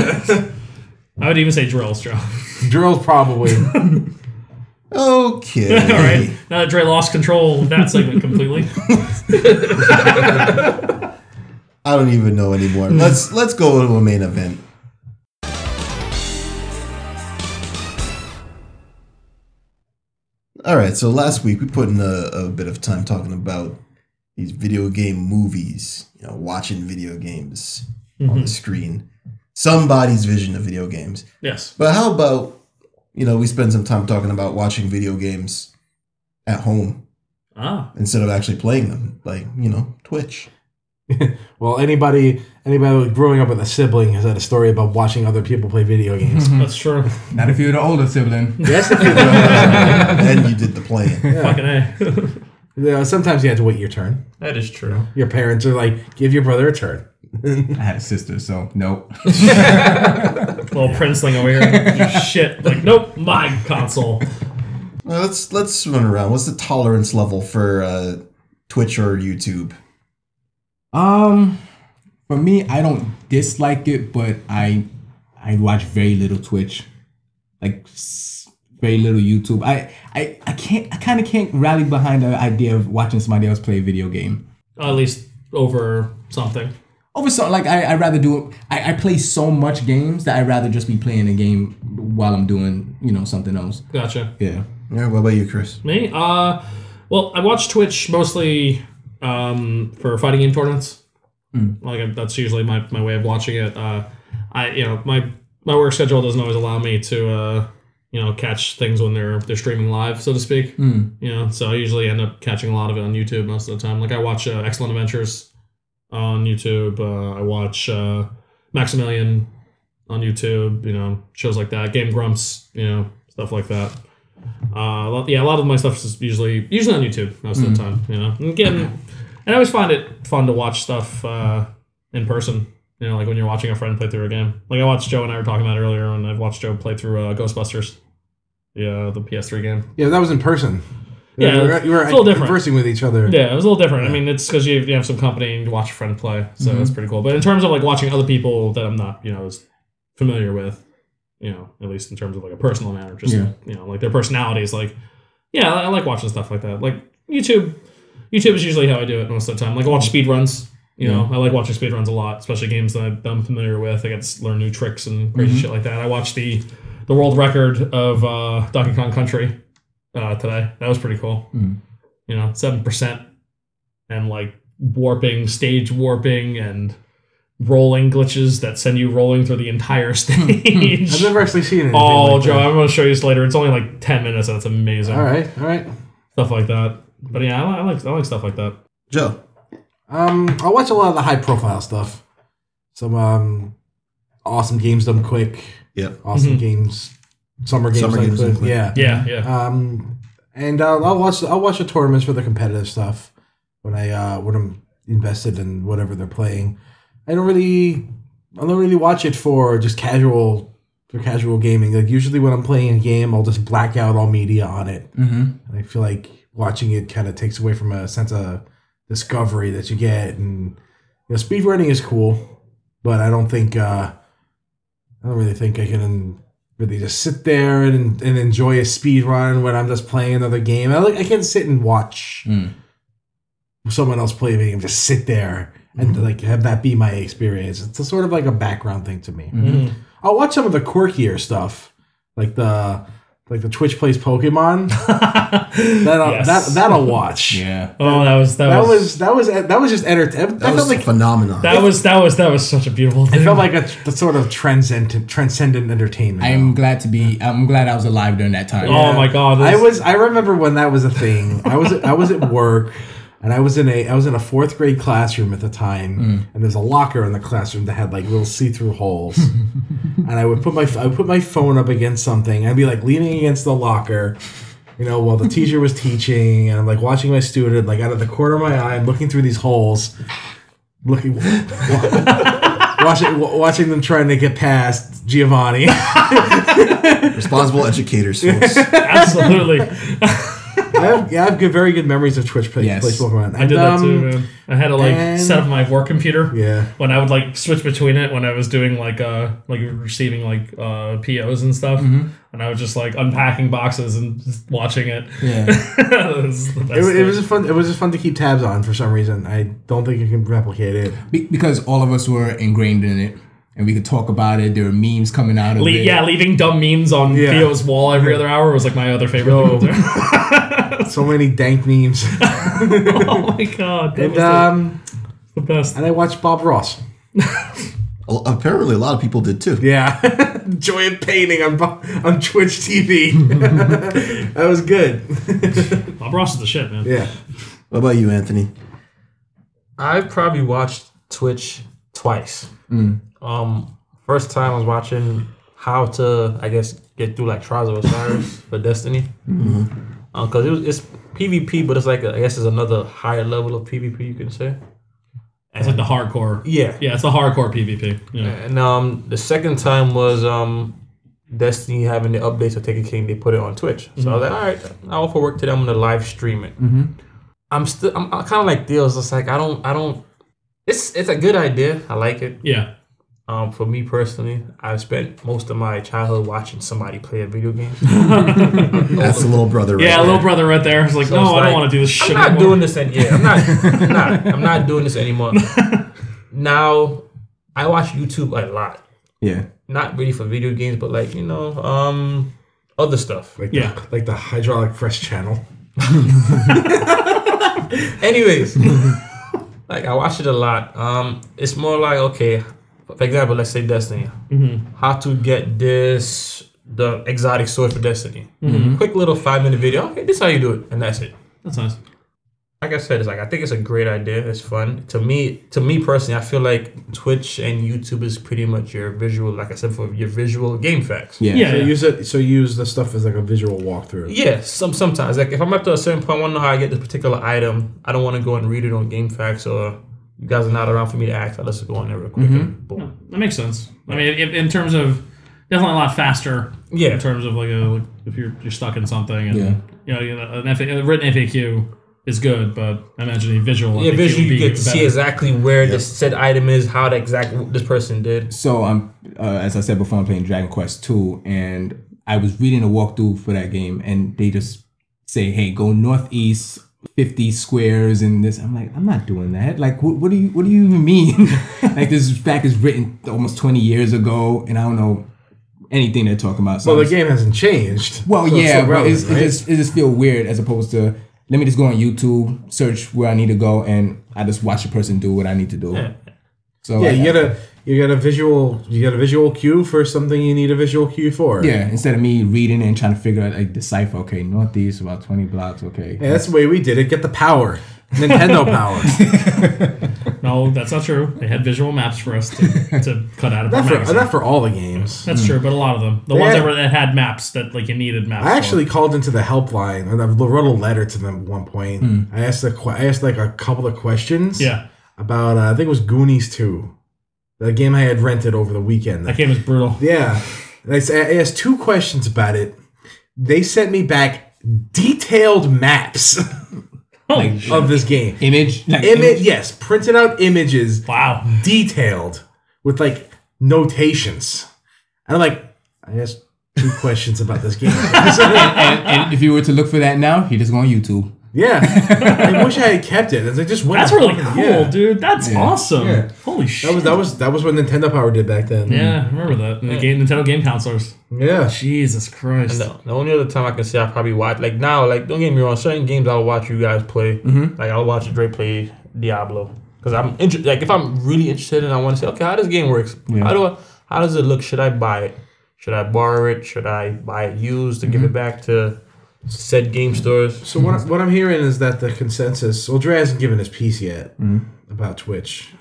Speaker 3: I would even say drills, Joe.
Speaker 4: Drills probably.
Speaker 1: Okay.
Speaker 3: All right. Now that Dre lost control of that segment completely.
Speaker 1: I don't even know anymore. Let's let's go to a main event. All right. So last week we put in a, a bit of time talking about these video game movies. You know, watching video games on the screen. Somebody's vision of video games.
Speaker 3: Yes.
Speaker 1: But how about you know we spend some time talking about watching video games at home
Speaker 3: Ah.
Speaker 1: instead of actually playing them, like you know Twitch.
Speaker 4: Well, anybody, anybody growing up with a sibling has had a story about watching other people play video games.
Speaker 3: That's true.
Speaker 2: Not if you're the older sibling.
Speaker 4: yes, if you
Speaker 1: then you did the playing.
Speaker 3: Fucking A.
Speaker 4: You know, sometimes you have to wait your turn.
Speaker 5: That is true.
Speaker 4: Your parents are like, give your brother a turn.
Speaker 2: I had a sister, so nope.
Speaker 3: little princeling over here. Shit. Like, nope, my console.
Speaker 1: Well, let's let's run around. What's the tolerance level for uh, Twitch or YouTube?
Speaker 2: Um, for me, I don't dislike it, but I I watch very little Twitch, like s- very little YouTube. I I, I can't I kind of can't rally behind the idea of watching somebody else play a video game.
Speaker 3: At least over something.
Speaker 2: Over so like I I rather do I I play so much games that I would rather just be playing a game while I'm doing you know something else.
Speaker 3: Gotcha.
Speaker 2: Yeah.
Speaker 1: Yeah, what about you, Chris?
Speaker 3: Me? Uh, well, I watch Twitch mostly um, for fighting game tournaments. Like I, that's usually my, my way of watching it. Uh, I you know my my work schedule doesn't always allow me to uh, you know catch things when they're they're streaming live, so to speak.
Speaker 2: Mm,
Speaker 3: You know, so I usually end up catching a lot of it on YouTube most of the time. Like I watch uh, Excellent Adventures on YouTube. Uh, I watch uh, Maximilian on YouTube. You know, shows like that. Game Grumps. You know, stuff like that. Uh, a lot- yeah, a lot of my stuff is usually usually on YouTube most of the time. You know, and again, and I always find it fun to watch stuff uh, in person. You know, like when you're watching a friend play through a game. Like I watched Joe and I were talking about earlier, and I've watched Joe play through uh, Ghostbusters, yeah, the PS3 game.
Speaker 4: Yeah, that was in person.
Speaker 3: Yeah,
Speaker 4: you were, you were
Speaker 3: it's a little different.
Speaker 4: conversing with each other.
Speaker 3: Yeah, Mm-hmm. it was a little different. I mean, it's because you, you have some company and you watch a friend play, so that's pretty cool. But in terms of like watching other people that I'm not, you know, as familiar with, you know, at least in terms of like a personal matter, just
Speaker 2: Yeah.
Speaker 3: you know, like their personalities. Like, yeah, I I like watching stuff like that. Like YouTube, YouTube is usually how I do it most of the time. Like I watch speed runs. You know, I like watching speed runs a lot, especially games that I'm- that I'm familiar with. I get to learn new tricks and crazy shit like that. I watched the the world record of uh, Donkey Kong Country uh, today. That was pretty cool
Speaker 4: Hmm.
Speaker 3: you know, seven percent, and like warping, stage warping, and rolling glitches that send you rolling through the entire stage.
Speaker 4: I've never actually seen anything.
Speaker 3: oh,
Speaker 4: like
Speaker 3: Joe,
Speaker 4: that.
Speaker 3: I'm gonna show you this later. It's only like ten minutes, and it's amazing.
Speaker 4: All right, all right.
Speaker 3: Stuff like that. But yeah, I, li- I like I like stuff like that.
Speaker 1: Joe,
Speaker 4: Um, I watch a lot of the high profile stuff. Some um, awesome games done quick.
Speaker 1: Yep.
Speaker 4: Awesome
Speaker 3: Mm-hmm.
Speaker 4: games. Summer games.
Speaker 1: Summer
Speaker 4: done
Speaker 1: games done
Speaker 4: quick.
Speaker 1: quick.
Speaker 4: Yeah.
Speaker 3: Yeah, yeah.
Speaker 4: Um, and uh, I'll watch I'll watch the tournaments for the competitive stuff when I uh, when I'm invested in whatever they're playing. I don't really I don't really watch it for just casual for casual gaming. Like usually when I'm playing a game, I'll just black out all media on it.
Speaker 2: Mm-hmm.
Speaker 4: And I feel like watching it kind of takes away from a sense of discovery that you get. And you know, speedrunning is cool, but I don't think uh, I don't really think I can really just sit there and, and enjoy a speed run when I'm just playing another game. I like I can sit and watch
Speaker 2: Mm.
Speaker 4: someone else play a video game, just sit there and like have that be my experience. It's a sort of like a background thing to me.
Speaker 2: mm-hmm.
Speaker 3: Mhm.
Speaker 4: I'll watch some of the quirkier stuff, like the like the Twitch plays Pokemon. That I'll,
Speaker 3: Yes.
Speaker 4: that that I'll watch.
Speaker 2: Yeah.
Speaker 3: oh, that was that,
Speaker 4: That
Speaker 3: was,
Speaker 4: was that was that was just entertainment. That,
Speaker 1: that was
Speaker 4: felt
Speaker 1: a
Speaker 4: like
Speaker 1: phenomenon.
Speaker 3: that was that was that was such a beautiful thing.
Speaker 4: it felt like a, a sort of transcendent transcendent entertainment.
Speaker 2: I'm glad to be. I'm glad I was alive during that time.
Speaker 3: oh my god,
Speaker 4: I
Speaker 3: this-
Speaker 4: was I remember when that was a thing. I was I was at work and I was in a I was in a fourth grade classroom at the time
Speaker 3: Mm.
Speaker 4: and there's a locker in the classroom that had like little see-through holes. and I would put my I would put my phone up against something. I'd be like leaning against the locker. You know, while the teacher was teaching, and I'm like watching my student, like out of the corner of my eye, I'm looking through these holes, looking, watching, watching them trying to get past Giovanni.
Speaker 1: Responsible educators, folks.
Speaker 3: absolutely.
Speaker 4: I have, yeah, I have good, very good memories of Twitch play,
Speaker 2: Yes.
Speaker 4: plays Pokemon.
Speaker 3: I did that too, man. I had to like
Speaker 4: Um, and-
Speaker 3: set up my work computer.
Speaker 4: Yeah.
Speaker 3: when I would like switch between it when I was doing like uh like receiving like uh POs and stuff, and I was just like unpacking boxes and just watching it.
Speaker 2: Yeah.
Speaker 3: it was the best
Speaker 4: It, wa- it
Speaker 3: thing.
Speaker 4: was just fun. It was just fun to keep tabs on for some reason. I don't think you can replicate it.
Speaker 2: Be- because all of us were ingrained in it, and we could talk about it. There were memes coming out of
Speaker 3: Le-
Speaker 2: it.
Speaker 3: yeah, leaving dumb memes on
Speaker 4: Yeah.
Speaker 3: Theo's wall every other hour was like my other favorite thing. to do.
Speaker 4: So many dank memes.
Speaker 3: oh my god, that
Speaker 4: and
Speaker 3: was
Speaker 4: um,
Speaker 3: the, the best.
Speaker 4: and I watched Bob Ross.
Speaker 1: Apparently, a lot of people did too.
Speaker 4: Yeah, Joy of Painting on Bo- on Twitch TV. that was good.
Speaker 3: Bob Ross is the shit, man.
Speaker 4: yeah,
Speaker 1: What about you, Anthony?
Speaker 5: I've probably watched Twitch twice. Um, first time I was watching how to, I guess, get through like Trials of Osiris for Destiny. Um, cause it was it's PvP, but it's like a, I guess it's another higher level of PvP you can say.
Speaker 3: It's like the hardcore.
Speaker 5: Yeah,
Speaker 3: Yeah, it's the hardcore PvP. Yeah.
Speaker 5: And um, the second time was um, Destiny having the updates of Taken King. They put it on Twitch, so I was like, all right, I'll offer work today. I'm gonna live stream it. I'm still, I'm, kind of like deals. It's like I don't, I don't. It's it's a good idea. I like it.
Speaker 3: Yeah.
Speaker 5: Um, for me personally, I've spent most of my childhood watching somebody play a video game.
Speaker 1: That's the little brother. Right
Speaker 3: Yeah,
Speaker 1: there.
Speaker 3: little brother right there. It's like,
Speaker 5: So
Speaker 3: no,
Speaker 5: it's
Speaker 3: I don't
Speaker 5: like,
Speaker 3: want to do this shit.
Speaker 5: I'm not
Speaker 3: anymore.
Speaker 5: doing this anymore. Yeah, I'm not, I'm not. I'm not doing this anymore. now, I watch YouTube a lot.
Speaker 2: Yeah.
Speaker 5: not really for video games, but like you know, um, other stuff.
Speaker 4: like
Speaker 3: Yeah.
Speaker 4: the, like the hydraulic fresh channel.
Speaker 5: Anyways, Like I watch it a lot. Um, it's more like okay, for example, let's say Destiny.
Speaker 3: Mm-hmm.
Speaker 5: How to get this the exotic sword for Destiny?
Speaker 3: Mm-hmm.
Speaker 5: Quick little five minute video. Okay, this is how you do it, and that's it.
Speaker 3: That's nice.
Speaker 5: Like I said, it's like I think it's a great idea. It's fun to me. To me personally, I feel like Twitch and YouTube is pretty much your visual. Like I said, for your visual game facts.
Speaker 2: Yeah.
Speaker 3: Yeah.
Speaker 4: So use it. So use the stuff as like a visual walkthrough.
Speaker 5: Yeah, some sometimes. Like if I'm up to a certain point, I want to know how I get this particular item. I don't want to go and read it on GameFAQs or you guys are not around for me to ask. I'll just go on there real quick. and
Speaker 3: Yeah,
Speaker 5: boom.
Speaker 3: that makes sense. I mean, if, in terms of definitely a lot faster.
Speaker 5: Yeah.
Speaker 3: In terms of like, a, like if you're you're stuck in something, and
Speaker 2: Yeah.
Speaker 3: you know, you know, an FA, a written FAQ is good, but I imagine a visual
Speaker 5: Yeah,
Speaker 3: FAQ
Speaker 5: visually
Speaker 3: would be
Speaker 5: you get to see
Speaker 3: better.
Speaker 5: exactly where this said item is, how the exact what this person did.
Speaker 2: So I'm, uh, as I said before, I'm playing Dragon Quest Two, and I was reading a walkthrough for that game, and they just say, "Hey, go northeast." 50 squares and this i'm like i'm not doing that like what, what do you what do you even mean like this fact is written almost 20 years ago and i don't know anything they're talking about so
Speaker 4: Well,
Speaker 2: I'm
Speaker 4: the game hasn't changed.
Speaker 2: Well,
Speaker 4: so it's
Speaker 2: yeah,
Speaker 4: still
Speaker 2: but it's,
Speaker 4: relevant,
Speaker 2: it just it just feel weird as opposed to let me just go on YouTube, search where I need to go, and I just watch a person do what I need to do. So like,
Speaker 4: right? yeah, you gotta you got a visual you got a visual cue for something you need a visual cue for.
Speaker 2: yeah, instead of me reading and trying to figure out like decipher, okay, northeast about twenty blocks, okay.
Speaker 4: Yeah, that's the way we did it. Get the power, Nintendo power.
Speaker 3: No, that's not true. They had visual maps for us to, to cut out of our
Speaker 4: not, for,
Speaker 3: magazine.
Speaker 4: not for all the games.
Speaker 3: That's true, but a lot of them, the
Speaker 4: They
Speaker 3: ones that
Speaker 4: had-
Speaker 3: were that had maps that like you needed maps.
Speaker 4: I
Speaker 3: for.
Speaker 4: actually called into the helpline and I wrote a letter to them at one point. I asked a que- I asked like a couple of questions.
Speaker 3: yeah,
Speaker 4: About uh, I think it was Goonies two, the game I had rented over the weekend.
Speaker 3: that game was brutal.
Speaker 4: Yeah. And I s- I asked two questions about it. They sent me back detailed maps
Speaker 3: Oh,
Speaker 4: of this game.
Speaker 2: Image, like,
Speaker 4: Image, yes, printed out images,
Speaker 3: wow.
Speaker 4: detailed with like notations. And I'm like, I asked two questions about this game.
Speaker 2: and, and if you were to look for that now, you just go on YouTube.
Speaker 4: yeah, I wish I had kept it. It's like just went
Speaker 3: That's
Speaker 4: to
Speaker 3: really
Speaker 4: fucking-
Speaker 3: cool,
Speaker 4: yeah.
Speaker 3: dude. That's awesome.
Speaker 4: Yeah.
Speaker 3: Holy shit.
Speaker 4: That was that was that was what Nintendo Power did back then.
Speaker 3: yeah, I remember that. And The game, Nintendo game counselors.
Speaker 4: yeah.
Speaker 3: Jesus Christ.
Speaker 5: The, the only other time I can say I probably watch like now, like don't get me wrong, certain games I'll watch you guys play. Like I'll watch Dre play Diablo because I'm inter- like if I'm really interested and I want to say okay, how this game works, how do I, how does it look? Should I buy it? Should I borrow it? Should I buy it used to give it back to said game stores?
Speaker 4: So what, what I'm hearing is that the consensus. Well, Dre hasn't given his piece yet
Speaker 3: Mm-hmm.
Speaker 4: about Twitch.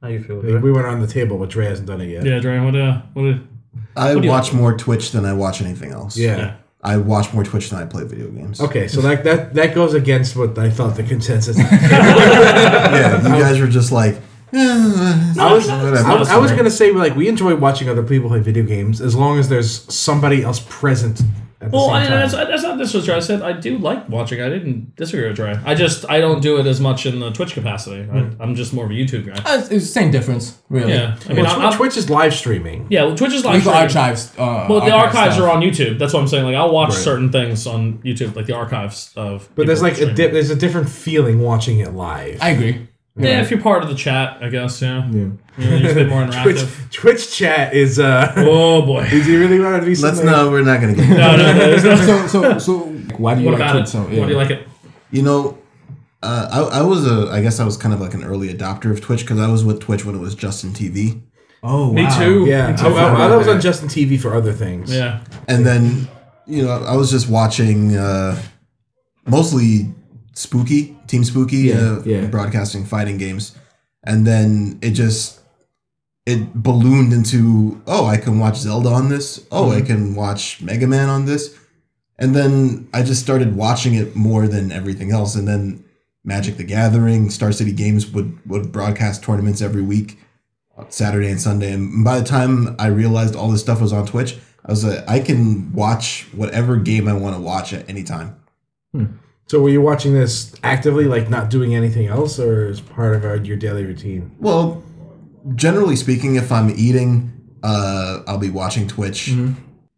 Speaker 5: How you feel?
Speaker 4: Like,
Speaker 5: Dre?
Speaker 4: we went on the table, but Dre hasn't done it yet.
Speaker 3: Yeah, Dre, what uh, what uh,
Speaker 1: I
Speaker 3: do you
Speaker 1: watch more Twitch than I watch anything else.
Speaker 4: Yeah.
Speaker 3: Yeah.
Speaker 1: I watch more Twitch than I play video games.
Speaker 4: Okay, so that, that that goes against what I thought the consensus. I,
Speaker 1: yeah, you guys were just like, eh,
Speaker 4: was-
Speaker 1: whatever.
Speaker 4: was- I was gonna say like we enjoy watching other people play video games as long as there's somebody else present at the
Speaker 3: Well, I,
Speaker 4: same time.
Speaker 3: that's, that's not this was Dre. I said I do like watching. I didn't disagree with Dre. I just I don't do it as much in the Twitch capacity.
Speaker 4: Hmm.
Speaker 3: I, I'm just more of a YouTube guy.
Speaker 2: Uh, It's, it's the same difference, really.
Speaker 3: Yeah, I mean,
Speaker 4: Well,
Speaker 3: I'm,
Speaker 4: Tw-
Speaker 3: I'm,
Speaker 4: Twitch is live streaming.
Speaker 3: yeah, well, Twitch is
Speaker 2: We
Speaker 3: live.
Speaker 2: go
Speaker 3: streaming.
Speaker 2: archives. Uh,
Speaker 3: Well, the
Speaker 2: archive
Speaker 3: archives
Speaker 2: stuff.
Speaker 3: are on YouTube. That's what I'm saying. Like I'll watch certain things on YouTube, like the archives of.
Speaker 4: But there's like a di- there's a different feeling watching it live.
Speaker 2: I agree.
Speaker 3: yeah, if you're part of the chat, I guess. Yeah, yeah, you're a bit more
Speaker 4: Twitch,
Speaker 3: interactive.
Speaker 4: Twitch chat is uh.
Speaker 3: oh boy.
Speaker 4: Is he really wanted to be?
Speaker 1: Let's
Speaker 4: something-
Speaker 1: no, we're not gonna get.
Speaker 3: No, no, no, it's not-
Speaker 2: So, so, so, why do you
Speaker 3: What
Speaker 2: like
Speaker 3: about
Speaker 2: Twitch
Speaker 3: it?
Speaker 2: so?
Speaker 3: What do you like it?
Speaker 1: You know, uh, I, I was a, I guess I was kind of like an early adopter of Twitch because I was with Twitch when it was Justin TV,
Speaker 2: Oh,
Speaker 3: Me
Speaker 2: wow.
Speaker 3: too.
Speaker 4: Yeah,
Speaker 3: Me
Speaker 4: I,
Speaker 3: too.
Speaker 4: I, I was on Justin TV for other things.
Speaker 3: yeah.
Speaker 1: and then you know I was just watching uh, mostly Spooky Team Spooky uh,
Speaker 2: yeah.
Speaker 1: broadcasting fighting games, and then it just it ballooned into oh I can watch Zelda on this, oh
Speaker 2: Mm-hmm.
Speaker 1: I can watch Mega Man on this, and then I just started watching it more than everything else, and then Magic the Gathering, Star City Games would would broadcast tournaments every week, Saturday and Sunday. And by the time I realized all this stuff was on Twitch, I was like, I can watch whatever game I want to watch at any time.
Speaker 4: So were you watching this actively, like not doing anything else, or as part of our, your daily routine?
Speaker 1: Well, generally speaking, if I'm eating, uh, I'll be watching Twitch.
Speaker 2: Mm-hmm.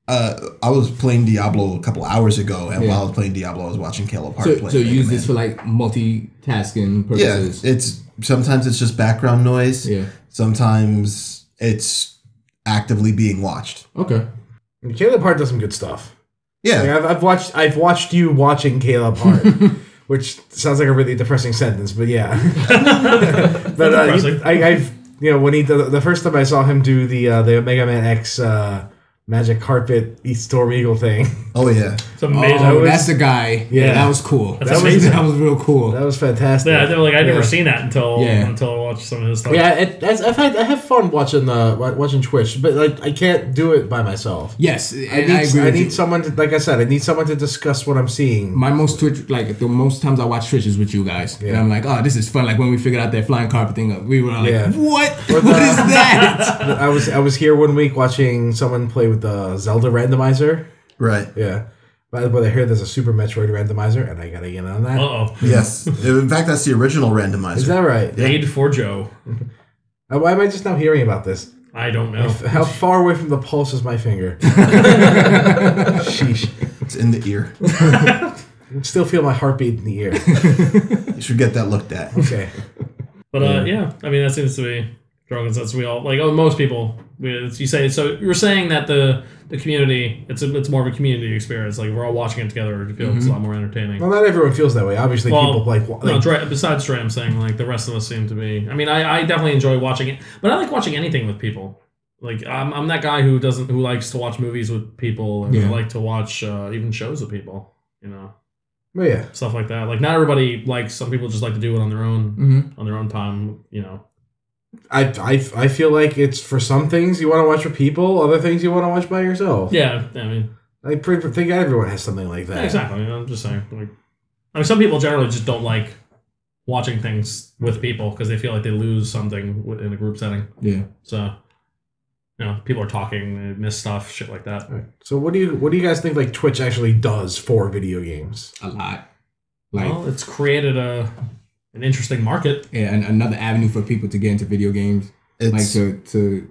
Speaker 1: Uh, I was playing Diablo a couple hours ago, and while I was playing Diablo, I was watching Caleb Hart
Speaker 2: So,
Speaker 1: play.
Speaker 2: so
Speaker 1: Mega
Speaker 2: use
Speaker 1: Man.
Speaker 2: this for like multitasking
Speaker 1: yeah.
Speaker 2: purposes.
Speaker 1: It's sometimes it's just background noise.
Speaker 2: Yeah.
Speaker 1: Sometimes it's actively being watched.
Speaker 2: Okay.
Speaker 4: And Caleb Hart does some good stuff.
Speaker 1: Yeah.
Speaker 4: Like I've, I've watched I've watched you watching Caleb Hart. which sounds like a really depressing sentence, but yeah. but uh,
Speaker 3: Depressing.
Speaker 4: he- I, I've you know when he the, the first time I saw him do the uh, the Mega Man X uh, magic carpet East Storm Eagle thing,
Speaker 1: Oh yeah,
Speaker 3: It's amazing.
Speaker 2: Oh,
Speaker 4: was-
Speaker 2: that's the guy. Yeah,
Speaker 4: Yeah.
Speaker 2: that was cool.
Speaker 3: That's
Speaker 2: that was
Speaker 3: amazing.
Speaker 2: that was real cool.
Speaker 4: that was fantastic.
Speaker 3: yeah, I never- like I'd
Speaker 4: Yeah.
Speaker 3: never seen that until
Speaker 2: Yeah.
Speaker 3: until I watched some of his stuff.
Speaker 4: Yeah, it, that's, I've had I have fun watching uh wa- watching Twitch, but like I can't do it by myself.
Speaker 2: Yes, and
Speaker 4: I need,
Speaker 2: I agree.
Speaker 4: I
Speaker 2: with
Speaker 4: need
Speaker 2: you.
Speaker 4: someone to, like I said, I need someone to discuss what I'm seeing.
Speaker 2: My most Twitch, like the most times I watch Twitch is with you guys, and
Speaker 4: Yeah.
Speaker 2: I'm like, oh, this is fun. Like when we figured out that flying carpet thing, up, we were like,
Speaker 4: Yeah.
Speaker 2: what?
Speaker 4: Or
Speaker 2: what
Speaker 4: the-
Speaker 2: is that?
Speaker 4: I was I was here one week watching someone play with the Zelda randomizer.
Speaker 1: right.
Speaker 4: Yeah. By the way, I hear there's a Super Metroid randomizer, and I gotta get on that.
Speaker 3: Uh
Speaker 4: Is
Speaker 3: oh.
Speaker 1: Yes. In fact, that's the original randomizer.
Speaker 4: that right?
Speaker 3: Made for Joe.
Speaker 4: Uh, Why am I just now hearing about this?
Speaker 3: I don't know.
Speaker 4: How far away from the pulse is my finger? Sheesh.
Speaker 1: it's in the ear.
Speaker 4: I can still feel my heartbeat in the ear.
Speaker 1: You should get that looked at.
Speaker 4: Okay.
Speaker 3: But uh, yeah, I mean that seems to be strong consensus. We all like oh, most people. We, it's- you say so. You're saying that the the community it's a, it's more of a community experience. Like we're all watching it together. It feels it's a lot more entertaining.
Speaker 4: Mm-hmm. Well, not everyone feels that way. Obviously,
Speaker 3: Well,
Speaker 4: people like. wa-
Speaker 3: no,
Speaker 4: like
Speaker 3: Dre, besides Dre, I'm saying like the rest of us seem to be. I mean, I, I definitely enjoy watching it, but I like watching anything with people. Like I'm, I'm that guy who doesn't who likes to watch movies with people, and I
Speaker 2: Yeah.
Speaker 3: like to watch uh, even shows with people. You know,
Speaker 4: but yeah.
Speaker 3: stuff like that. Like not everybody likes. Some people just like to do it on their own,
Speaker 2: hmm
Speaker 3: on their own time. You know,
Speaker 4: I, I, I feel like it's for some things you want to watch with people, other things you want to watch by yourself.
Speaker 3: yeah. I mean,
Speaker 4: I pretty, think everyone has something like that.
Speaker 3: Yeah, exactly. I mean, I'm just saying. Like, I mean, some people generally just don't like watching things with people because they feel like they lose something wi- in a group setting.
Speaker 2: Yeah.
Speaker 3: So, you know, people are talking, they miss stuff, shit like that.
Speaker 4: So what do you what do you guys think like Twitch actually does for video games?
Speaker 2: a lot. Like,
Speaker 4: Oh.
Speaker 3: Well, it's created a an interesting market.
Speaker 2: yeah, and another avenue for people to get into video games, like
Speaker 1: It's
Speaker 2: to to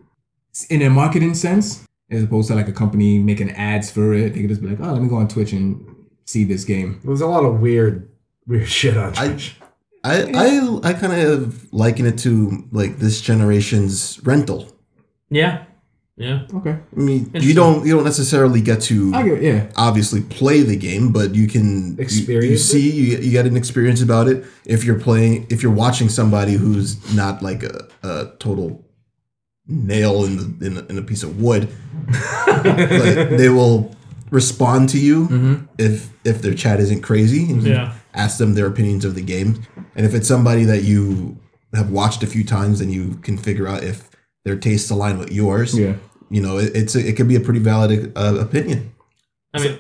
Speaker 2: in a marketing sense, as opposed to like a company making ads for it. They could just be like, oh, let me go on Twitch and see this game.
Speaker 4: There's a lot of weird weird shit on
Speaker 1: I-
Speaker 4: Twitch.
Speaker 1: I I I kind of liken it to like this generation's rental.
Speaker 3: Yeah. Yeah.
Speaker 2: Okay,
Speaker 1: I mean, you
Speaker 3: Interesting.
Speaker 1: don't you don't necessarily get to
Speaker 2: I get yeah.
Speaker 1: obviously play the game, but you can you- You,
Speaker 4: Experience
Speaker 1: see, you, you get an experience about it. If you're playing, if you're watching somebody who's not like a, a total nail in the in, a- in a piece of wood, like, they will respond to you if if their chat isn't crazy. and you
Speaker 3: Yeah.
Speaker 1: ask them their opinions of the game, and if it's somebody that you have watched a few times, then you can figure out if their tastes align with yours.
Speaker 2: Yeah.
Speaker 1: You know, it, it's a, it could be a pretty valid uh, opinion.
Speaker 3: I mean,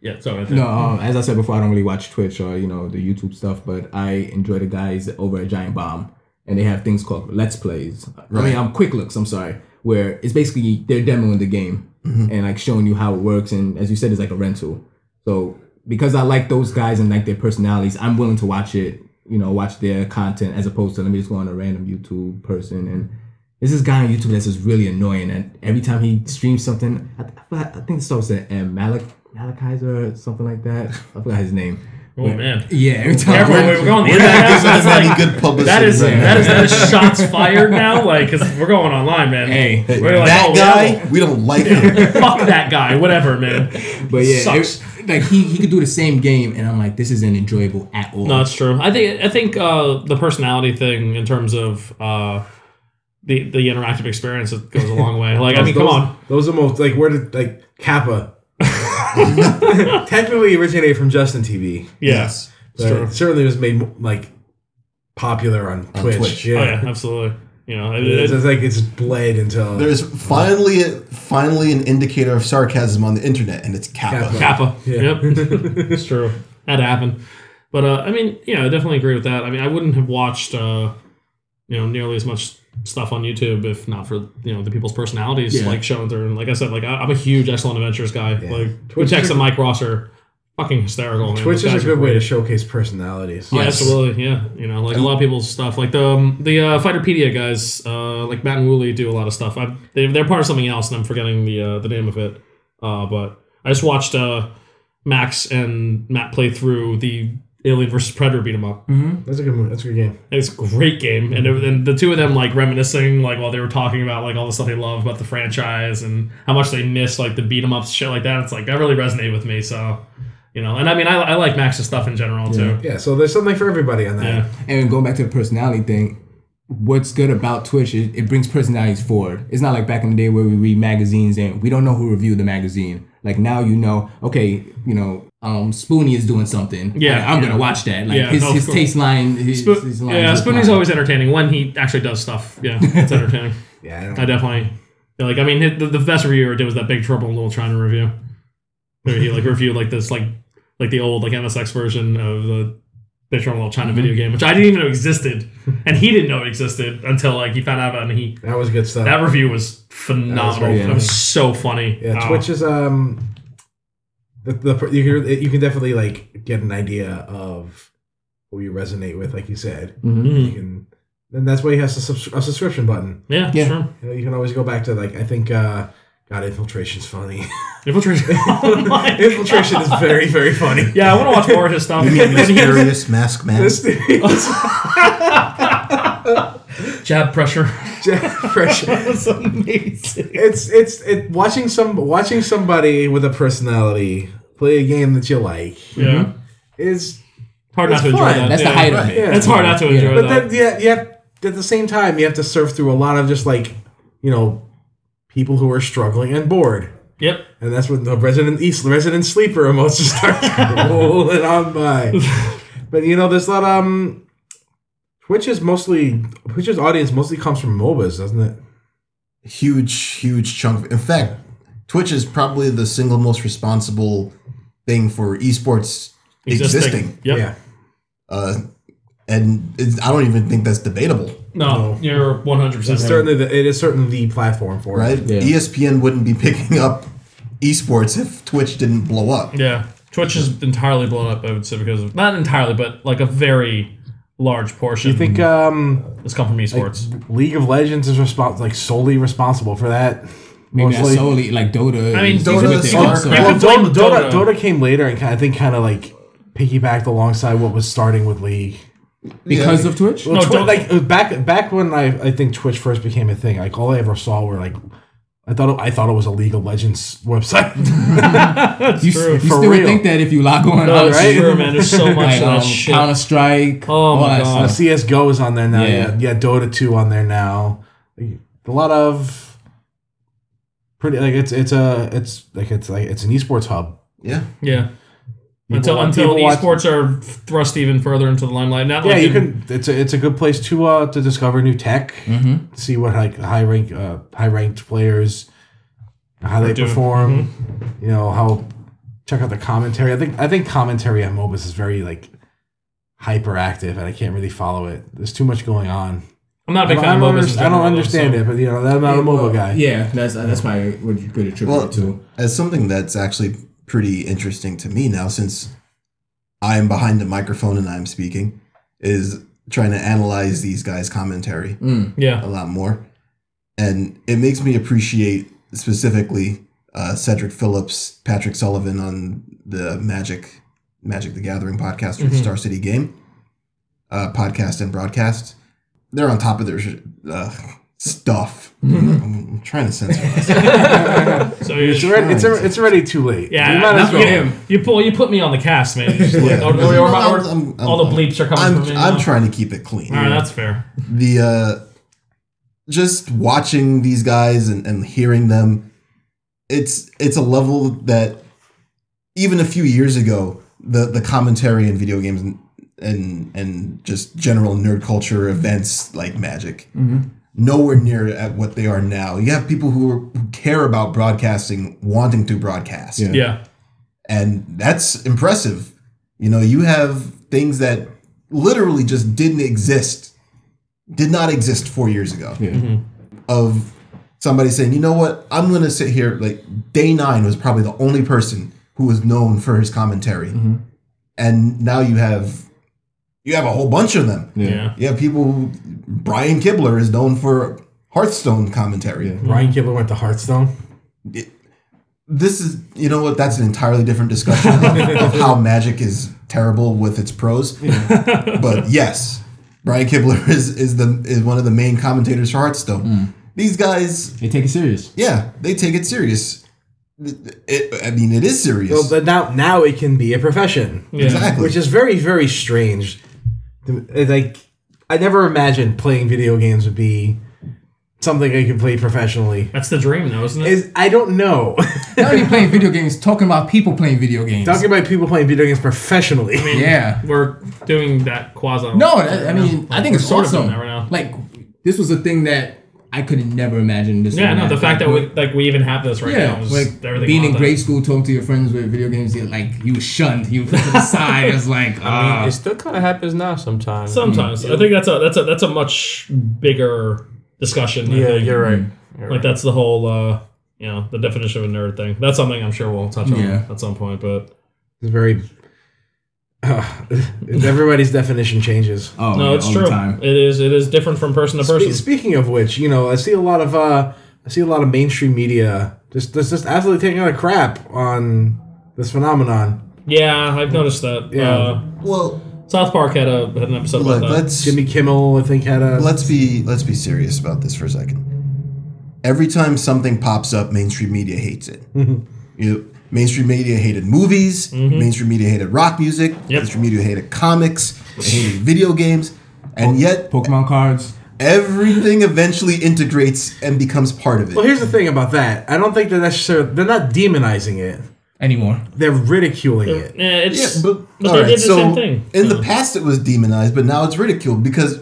Speaker 3: yeah. So I think.
Speaker 2: No, um, as I said before, I don't really watch Twitch or you know the YouTube stuff, but I enjoy the guys over at Giant Bomb, and they have things called Let's Plays. I mean,
Speaker 1: Right.
Speaker 2: I'm quick looks. I'm sorry, where it's basically they're demoing the game and like showing you how it works, and as you said, it's like a rental. So because I like those guys and like their personalities, I'm willing to watch it. You know, watch their content as opposed to let me just go on a random YouTube person and. There's this guy on YouTube that's just really annoying, and every time he streams something, I, th- I, forgot- I think the starts with M. Malak Malachizer or something like that. I forgot his name.
Speaker 3: Oh man.
Speaker 2: Yeah, every time.
Speaker 3: Careful, we're going the internet.
Speaker 1: This
Speaker 3: That's
Speaker 1: is
Speaker 3: like-
Speaker 1: any good publicity.
Speaker 3: That is,
Speaker 1: right now.
Speaker 3: that is that is shots fired now, like because we're going online, man.
Speaker 2: Hey,
Speaker 3: we're like,
Speaker 1: that
Speaker 3: oh,
Speaker 1: guy,
Speaker 3: yeah,
Speaker 1: we don't like him.
Speaker 3: fuck that guy, whatever, man.
Speaker 2: but yeah,
Speaker 3: Sucks.
Speaker 2: every- like he, he could do the same game, and I'm like, this isn't enjoyable at all.
Speaker 3: No, that's true. I think I think uh, the personality thing in terms of uh, the the interactive experience it goes a long way. Like I mean, come
Speaker 4: those,
Speaker 3: on,
Speaker 4: Those are most like where did like Kappa technically originated from Justin TV.
Speaker 3: yes,
Speaker 4: but
Speaker 3: true.
Speaker 4: it certainly was made like popular on, Twitch.
Speaker 1: Twitch.
Speaker 4: Yeah.
Speaker 3: oh yeah, absolutely. You know, it,
Speaker 4: It's
Speaker 3: it,
Speaker 4: just like it's bled until
Speaker 1: There's finally finally an indicator of sarcasm on the internet, and it's Kappa.
Speaker 4: Kappa.
Speaker 3: Kappa.
Speaker 4: Yeah.
Speaker 3: Yep, it's true. Had to happen. But uh, I mean, yeah, I definitely agree with that. I mean, I wouldn't have watched uh, you know nearly as much stuff on YouTube if not for you know the people's personalities
Speaker 2: Yeah.
Speaker 3: like shown through. And like I said, like I, I'm a huge Excellent Adventures guy. Like
Speaker 4: Twitch
Speaker 3: Twitch
Speaker 4: is
Speaker 3: X
Speaker 4: a-
Speaker 3: and Mike Ross are fucking hysterical. man.
Speaker 4: Twitch
Speaker 3: Those
Speaker 4: is
Speaker 3: guys
Speaker 4: a
Speaker 3: are
Speaker 4: good way
Speaker 3: great.
Speaker 4: to showcase personalities.
Speaker 3: Yeah,
Speaker 2: Yes.
Speaker 3: absolutely. Yeah, you know, like a lot of people's stuff, like the um, the uh, Fighterpedia guys, uh, like Matt and Woolley do a lot of stuff. I, they, they're part of something else, and I'm forgetting the uh, the name of it. Uh, but I just watched uh, Max and Matt play through the Alien versus Predator beat 'em up.
Speaker 4: That's a good move. That's a good game.
Speaker 3: It's a great game, and, it, and the two of them like reminiscing, like while they were talking about like all the stuff they love about the franchise and how much they miss like the beat 'em ups, shit like that. It's like that really resonated with me. So You know, and I mean, I, I like Max's stuff in general too.
Speaker 4: Yeah, so there's something for everybody on that.
Speaker 3: Yeah.
Speaker 2: And going back to the personality thing, what's good about Twitch is it brings personalities forward. It's not like back in the day where we read magazines and we don't know who reviewed the magazine. Like now you know, okay, you know, um, Spoonie is doing something.
Speaker 3: Yeah,
Speaker 2: I, am
Speaker 3: yeah.
Speaker 2: gonna watch that. Like
Speaker 3: Yeah,
Speaker 2: his,
Speaker 3: no,
Speaker 2: his
Speaker 3: of
Speaker 2: taste line. His,
Speaker 3: Spo-
Speaker 2: his line
Speaker 3: yeah,
Speaker 2: is
Speaker 3: Spoonie's
Speaker 2: mine.
Speaker 3: always entertaining when he actually does stuff. Yeah, it's entertaining.
Speaker 4: Yeah, I don't
Speaker 3: I definitely feel like I mean hit- the, the best review ever did was that Big Trouble in Little China review. Where he like reviewed like this like like the old like MSX version of the Big Trouble in Little China
Speaker 4: Mm-hmm.
Speaker 3: video game, which I didn't even know existed, and he didn't know it existed until like he found out about it. And he
Speaker 4: that was good stuff.
Speaker 3: that review was phenomenal.
Speaker 4: very
Speaker 3: That was, so funny.
Speaker 4: yeah,
Speaker 3: Oh.
Speaker 4: Twitch is um, the, the pr- you can you can definitely like get an idea of who you resonate with, like you said.
Speaker 3: Mhm.
Speaker 4: You can, and that's why he has a, subs- a subscription button.
Speaker 3: Yeah,
Speaker 2: Yeah.
Speaker 3: sure.
Speaker 4: You know, you can always go back to like I think. uh God, infiltration's funny.
Speaker 3: Infiltration. Oh my
Speaker 4: Infiltration
Speaker 3: God.
Speaker 4: is very, very funny.
Speaker 3: Yeah, I want to watch more of his stuff.
Speaker 1: You mean
Speaker 3: When he-
Speaker 1: mysterious mask man?
Speaker 4: This dude is
Speaker 3: Jab pressure.
Speaker 4: Jack Fresh.
Speaker 3: That's amazing.
Speaker 4: it's it's it watching some watching somebody with a personality play a game that you like
Speaker 3: Yeah,
Speaker 4: is
Speaker 3: hard
Speaker 4: It's
Speaker 3: not to enjoy
Speaker 4: fun.
Speaker 3: that.
Speaker 2: That's
Speaker 3: Yeah.
Speaker 2: the height of
Speaker 1: right.
Speaker 2: it.
Speaker 4: Yeah.
Speaker 3: It's hard not to enjoy
Speaker 4: but
Speaker 3: that.
Speaker 4: then yeah you have at the same time you have to surf through a lot of just like you know people who are struggling and bored
Speaker 3: yep.
Speaker 4: and that's when the resident east resident sleeper emotions start rolling on by but you know there's a lot um Twitch is mostly Twitch's audience mostly comes from MOBAs, doesn't it?
Speaker 1: huge, huge chunk. Of, in fact, Twitch is probably the single most responsible thing for esports existing.
Speaker 3: Yep.
Speaker 4: Yeah.
Speaker 1: Uh, and it's, I don't even think that's debatable,
Speaker 3: No, you're 100
Speaker 4: It's
Speaker 3: percent
Speaker 4: certainly the, it is certainly the platform for it.
Speaker 1: right? E ESPN wouldn't be picking up esports if Twitch didn't blow up.
Speaker 3: Yeah, Twitch is entirely blown up. I would say because of not entirely, but like a very large portion.
Speaker 4: I think um,
Speaker 3: has come from esports?
Speaker 4: League of Legends is respons- like solely responsible for that.
Speaker 2: Maybe that's
Speaker 4: Mostly.
Speaker 2: solely like Dota.
Speaker 3: I mean,
Speaker 2: is
Speaker 3: Dota
Speaker 2: with
Speaker 1: is
Speaker 2: it
Speaker 1: Ark.
Speaker 2: also.
Speaker 3: You
Speaker 4: Well,
Speaker 3: can blame
Speaker 4: Dota,
Speaker 3: Dota.
Speaker 4: Dota, Dota came later and kind I think kind of like piggybacked alongside what was starting with League.
Speaker 2: because of Twitch.
Speaker 4: Well,
Speaker 3: No,
Speaker 4: Twi-
Speaker 3: Dota-
Speaker 4: like uh, back back when I, I think Twitch first became a thing, like all I ever saw were like I thought it, I thought it was a League of Legends website.
Speaker 2: You, s- you
Speaker 4: For
Speaker 2: still would
Speaker 4: real.
Speaker 2: think that if you log on,
Speaker 3: No,
Speaker 2: on
Speaker 3: it's
Speaker 4: right?
Speaker 3: true, man. There's so much
Speaker 2: like,
Speaker 3: of that
Speaker 2: um,
Speaker 3: shit.
Speaker 2: Counter Strike.
Speaker 3: Oh my God.
Speaker 4: Uh, CS:GO is on there now.
Speaker 2: Yeah.
Speaker 4: Yeah. yeah, Dota two on there now. A lot of pretty like it's it's a it's like it's like it's an esports hub.
Speaker 1: Yeah.
Speaker 3: yeah.
Speaker 4: People
Speaker 3: until
Speaker 4: want-
Speaker 3: until
Speaker 4: people watch-
Speaker 3: esports are thrust even further into the limelight. Not
Speaker 4: yeah,
Speaker 3: like
Speaker 4: you
Speaker 3: in-
Speaker 4: can. It's a it's a good place to uh to discover new tech, see what like high rank uh, high ranked players how they
Speaker 3: doing. Mm-hmm.
Speaker 4: perform. You know how check out the commentary. I think I think commentary on MOBAs is very like hyperactive, and I can't really follow it. There's too much going on.
Speaker 3: I'm not a
Speaker 4: I
Speaker 3: big
Speaker 4: don't,
Speaker 3: fan of MOBAs.
Speaker 4: underst- I don't understand it, but you know I'm not a MOBA guy.
Speaker 2: Yeah, that's that's my what you could attribute
Speaker 1: Well,
Speaker 2: it to.
Speaker 1: as something that's actually pretty interesting to me now, since I am behind the microphone and I'm speaking, is trying to analyze these guys' commentary
Speaker 2: Mm.
Speaker 3: Yeah.
Speaker 1: a lot more, and it makes me appreciate specifically uh, Cedric Phillips, Patrick Sullivan on the Magic Magic the Gathering podcast from
Speaker 3: Mm-hmm.
Speaker 1: Star City Game uh, podcast and broadcast. They're on top of their sh- uh, stuff.
Speaker 3: Mm-hmm.
Speaker 1: I'm trying to censor myself.
Speaker 3: So you're
Speaker 4: It's already, it's, already, it's already too late.
Speaker 3: yeah,
Speaker 4: you might
Speaker 3: not
Speaker 4: as well.
Speaker 3: you, you pull you put me on the cast, man. Just like,
Speaker 1: Yeah.
Speaker 3: or- or- or-
Speaker 1: I'm-
Speaker 3: or-
Speaker 1: I'm- I'm-
Speaker 3: all the bleeps are coming
Speaker 1: I'm,
Speaker 3: from me.
Speaker 1: I'm
Speaker 3: now.
Speaker 1: trying to keep it clean.
Speaker 3: All right, that's fair.
Speaker 1: The uh, just watching these guys and, and hearing them, it's it's a level that even a few years ago, the the commentary in video games and and, and just general nerd culture events like Magic, nowhere near at what they are now. You have people who, are, who care about broadcasting, wanting to broadcast
Speaker 2: Yeah.
Speaker 3: Yeah.
Speaker 1: and that's impressive. You know, you have things that literally just didn't exist, did not exist four years ago.
Speaker 2: Yeah.
Speaker 3: Mm-hmm.
Speaker 1: Of somebody saying, you know what, I'm going to sit here. Like day nine was probably the only person who was known for his commentary, and now you have you have a whole bunch of them.
Speaker 3: Yeah.
Speaker 1: You have people. Who, Brian Kibler is known for Hearthstone commentary.
Speaker 4: Ryan Kibler went to Hearthstone.
Speaker 1: this is you know what that's an entirely different discussion of, of how magic is terrible with its pros but yes brian kibler is is the is one of the main commentators for hearthstone these guys
Speaker 2: They take it serious.
Speaker 1: yeah they take it serious It, I mean, it is serious.
Speaker 4: Well, but now now it can be a profession,
Speaker 3: Yeah.
Speaker 1: exactly.
Speaker 4: which is very very strange. Th- Like I never imagined playing video games would be something I could play professionally.
Speaker 3: That's the dream, though, isn't it?
Speaker 4: Is I don't know.
Speaker 2: Not only playing video games, talking about people playing video games.
Speaker 4: Talking about people playing video games professionally.
Speaker 3: I mean,
Speaker 2: Yeah.
Speaker 3: We're doing that quasi.
Speaker 2: No, I, I mean, I think
Speaker 3: We're
Speaker 2: it's
Speaker 3: sort of doing
Speaker 2: awesome.
Speaker 3: that right now.
Speaker 2: Like, this was a thing that I could never imagine. This
Speaker 3: Yeah,
Speaker 2: would
Speaker 3: no, the
Speaker 2: happen.
Speaker 3: fact that we like we even have this right
Speaker 2: yeah,
Speaker 3: now is
Speaker 2: like
Speaker 3: everything.
Speaker 2: being
Speaker 3: on
Speaker 2: in
Speaker 3: that.
Speaker 2: grade school, talking to your friends with video games, you're like you were shunned, you were put to the side. It's like,
Speaker 5: I mean,
Speaker 2: ah.
Speaker 5: it still kind of happens now sometimes.
Speaker 3: Sometimes I think that's a that's a that's a much bigger discussion. I
Speaker 5: yeah,
Speaker 3: think.
Speaker 5: you're right. You're
Speaker 3: Like
Speaker 5: right.
Speaker 3: that's the whole uh you know the definition of a nerd thing. That's something I'm sure we'll touch on
Speaker 2: Yeah.
Speaker 3: at some point. But
Speaker 4: It's very. uh, everybody's definition changes.
Speaker 2: oh,
Speaker 3: no,
Speaker 2: yeah,
Speaker 3: it's
Speaker 2: all
Speaker 3: true.
Speaker 2: The time.
Speaker 3: It is it is different from person to person.
Speaker 4: Spe- speaking of which, you know, I see a lot of uh, I see a lot of mainstream media just just, just absolutely taking a crap on this phenomenon.
Speaker 3: yeah, I've noticed that.
Speaker 4: Yeah.
Speaker 3: Uh,
Speaker 1: well,
Speaker 3: South Park had a had an episode
Speaker 1: look,
Speaker 3: about that.
Speaker 1: let's
Speaker 4: Jimmy Kimmel, I think, had a
Speaker 1: let's be let's be serious about this for a second. Every time something pops up, mainstream media hates it.
Speaker 3: Mm-hmm.
Speaker 1: you, mainstream media hated movies. Mainstream media hated rock music.
Speaker 3: Yep.
Speaker 1: Mainstream media hated comics. They hated video games. And yet,
Speaker 2: Pokemon cards.
Speaker 1: everything eventually integrates and becomes part of
Speaker 4: Well,
Speaker 1: it.
Speaker 4: here's the thing about that. I don't think they're necessarily they're not demonizing it.
Speaker 2: Anymore.
Speaker 4: They're ridiculing it.
Speaker 3: Yeah,
Speaker 1: Yeah,
Speaker 3: it's
Speaker 1: but,
Speaker 3: but
Speaker 1: all
Speaker 3: they
Speaker 1: right,
Speaker 3: did the
Speaker 1: so
Speaker 3: same thing.
Speaker 1: in the past it was demonized, but now it's ridiculed because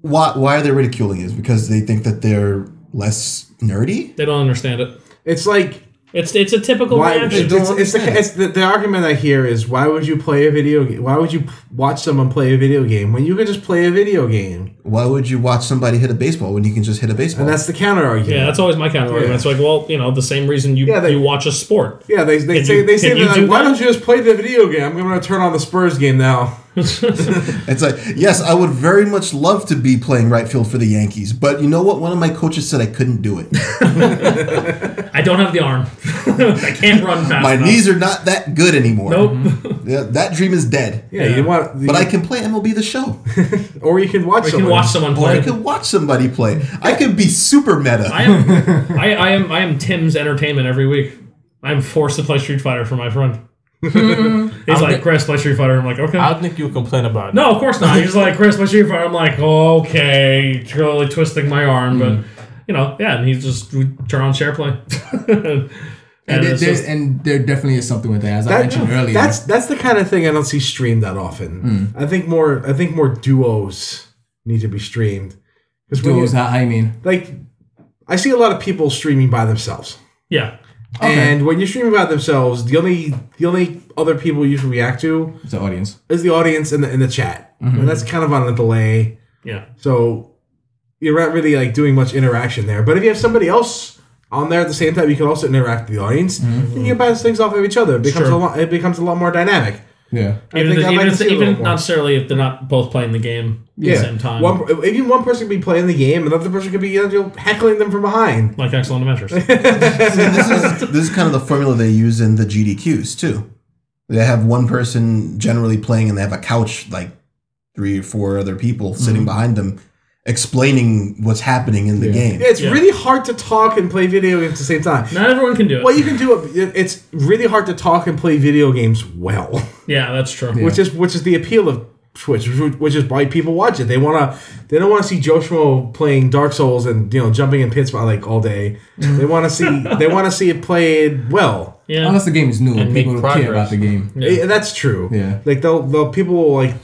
Speaker 1: why? Why are they ridiculing it? Is because they think that they're less nerdy.
Speaker 3: They don't understand it.
Speaker 4: It's like
Speaker 3: It's it's a typical
Speaker 4: why it's,
Speaker 3: reaction.
Speaker 1: don't
Speaker 4: it's, it's the,
Speaker 1: understand.
Speaker 4: it's the, the argument I hear is why would you play a video game? Why would you p- watch someone play a video game when you could just play a video game?
Speaker 1: Why would you watch somebody hit a baseball when you can just hit a baseball?
Speaker 4: And that's the counter argument.
Speaker 3: Yeah, that's always my counter argument. It's like, well, you know, the same reason you
Speaker 4: Oh, Yeah, they-
Speaker 3: you watch a sport.
Speaker 4: Yeah, they, they
Speaker 3: Can
Speaker 4: say
Speaker 3: you-
Speaker 4: they say
Speaker 3: can you
Speaker 4: that like,
Speaker 3: do
Speaker 4: why
Speaker 3: that?
Speaker 4: don't you just play the video game? I'm gonna turn on the Spurs game now.
Speaker 1: It's like, yes, I would very much love to be playing right field for the Yankees, but you know what? One of my coaches said I couldn't do it.
Speaker 3: I don't have the arm. I can't run fast.
Speaker 1: My
Speaker 3: enough.
Speaker 1: knees are not that good anymore.
Speaker 3: Nope.
Speaker 1: Yeah, that dream is dead.
Speaker 4: Yeah, you want,
Speaker 1: But I can play MLB the show,
Speaker 4: or you can watch.
Speaker 3: I can watch someone
Speaker 1: or I
Speaker 3: play.
Speaker 1: can watch somebody play. I can be super meta.
Speaker 3: I am, I, I am, I am Tim's entertainment every week. I'm forced to play Street Fighter for my friend. He's like, Chris, play Street Fighter. I'm like, okay.
Speaker 5: I don't think you complain about it.
Speaker 3: no, of course not. He's like, Chris, play Street Fighter. I'm like, okay, totally twisting my arm,
Speaker 1: Mm.
Speaker 3: but you know, yeah. And he's just we turn on share play. and
Speaker 2: And, there,
Speaker 3: it's
Speaker 2: there's,
Speaker 3: just-
Speaker 2: and there definitely is something with that, as I
Speaker 4: That-
Speaker 2: mentioned earlier. Hmm.
Speaker 4: That's that's the kind of thing I don't see streamed that often. I think more I think more duos need to be streamed because
Speaker 2: duos. How how you mean?
Speaker 4: like I see a lot of people streaming by themselves,
Speaker 3: yeah,
Speaker 4: and when you're streaming by themselves, the only the only other people you should react to
Speaker 2: It's the audience.
Speaker 4: is the audience and the in the chat,
Speaker 2: Mm-hmm.
Speaker 4: and that's kind of on a delay.
Speaker 3: yeah.
Speaker 4: So you're not really like doing much interaction there. But if you have somebody else on there at the same time, you can also interact with the audience.
Speaker 2: Mm-hmm.
Speaker 4: and You can bounce things off of each other. It becomes
Speaker 3: Sure.
Speaker 4: a lot. It becomes a lot more dynamic.
Speaker 2: Yeah.
Speaker 4: I
Speaker 3: Even,
Speaker 4: think
Speaker 3: if-
Speaker 4: I'd
Speaker 3: even,
Speaker 4: like to
Speaker 3: if-
Speaker 4: see a
Speaker 3: even
Speaker 4: little
Speaker 3: not
Speaker 4: more.
Speaker 3: necessarily if they're not both playing the game at the same time,
Speaker 4: One, even one person could be playing the game, another person could be you know, heckling them from behind.
Speaker 3: like excellent measures.
Speaker 1: this is this is kind of the formula they use in the GDQs too. They have one person generally playing, and they have a couch like three or four other people sitting behind them, explaining what's happening in the game.
Speaker 4: Mm-hmm. Yeah, it's
Speaker 3: Yeah.
Speaker 4: really hard to talk and play video games at the same time.
Speaker 3: not everyone can do it.
Speaker 4: Well, you can do it. It's really hard to talk and play video games well,
Speaker 3: yeah, that's true.
Speaker 4: which is which is the appeal of Twitch, which is why people watch it. They wanna, they don't want to see Joe Schmo playing Dark Souls and you know jumping in pits like all day. They want to see they want to see it played well.
Speaker 3: Yeah.
Speaker 2: Unless the game is new,
Speaker 5: make
Speaker 2: people don't care
Speaker 5: progress.
Speaker 2: about the game.
Speaker 4: Yeah, Eh, that's true.
Speaker 2: Yeah.
Speaker 4: like they'll they'll people will like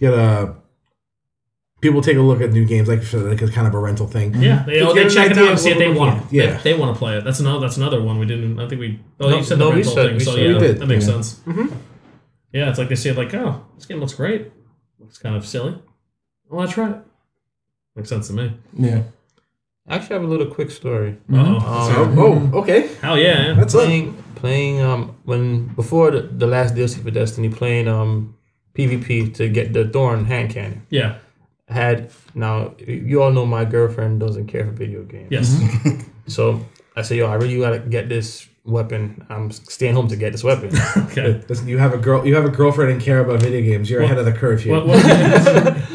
Speaker 4: get a people take a look at new games like for like a kind of a rental thing.
Speaker 3: Yeah, they,
Speaker 4: To
Speaker 3: oh, they
Speaker 4: get an
Speaker 3: check it
Speaker 4: idea
Speaker 3: out and
Speaker 4: of
Speaker 3: see if
Speaker 4: what
Speaker 3: they
Speaker 4: we're
Speaker 3: want.
Speaker 4: looking at. Yeah.
Speaker 3: Yeah, they, want to play it. That's another. That's another one we didn't. I think we. Oh,
Speaker 5: No,
Speaker 3: you said
Speaker 5: no,
Speaker 3: the
Speaker 5: we
Speaker 3: rental
Speaker 5: said-
Speaker 3: thing.
Speaker 5: we
Speaker 3: So
Speaker 5: said-
Speaker 3: yeah,
Speaker 4: we did.
Speaker 3: that makes
Speaker 4: Yeah. Mm-hmm.
Speaker 3: sense. Yeah, it's like they see it like, oh, this game looks great. Looks kind of silly. I want to try it. Makes sense to me.
Speaker 2: Yeah.
Speaker 5: I actually have a little quick story.
Speaker 3: Oh,
Speaker 5: Um,
Speaker 4: So, oh, okay,
Speaker 3: hell yeah! yeah.
Speaker 4: that's it.
Speaker 5: playing playing um when before the, the last DLC for Destiny playing um PvP to get the Thorn hand cannon
Speaker 3: Yeah.
Speaker 5: had now y- you all know my girlfriend doesn't care for video games
Speaker 3: Yes.
Speaker 4: Mm-hmm.
Speaker 5: so I said yo I really gotta get this weapon I'm staying home to get this weapon
Speaker 3: Okay.
Speaker 4: Listen, you have a girl, you have a girlfriend and care about video games. You're ahead of the curve here.
Speaker 3: What what,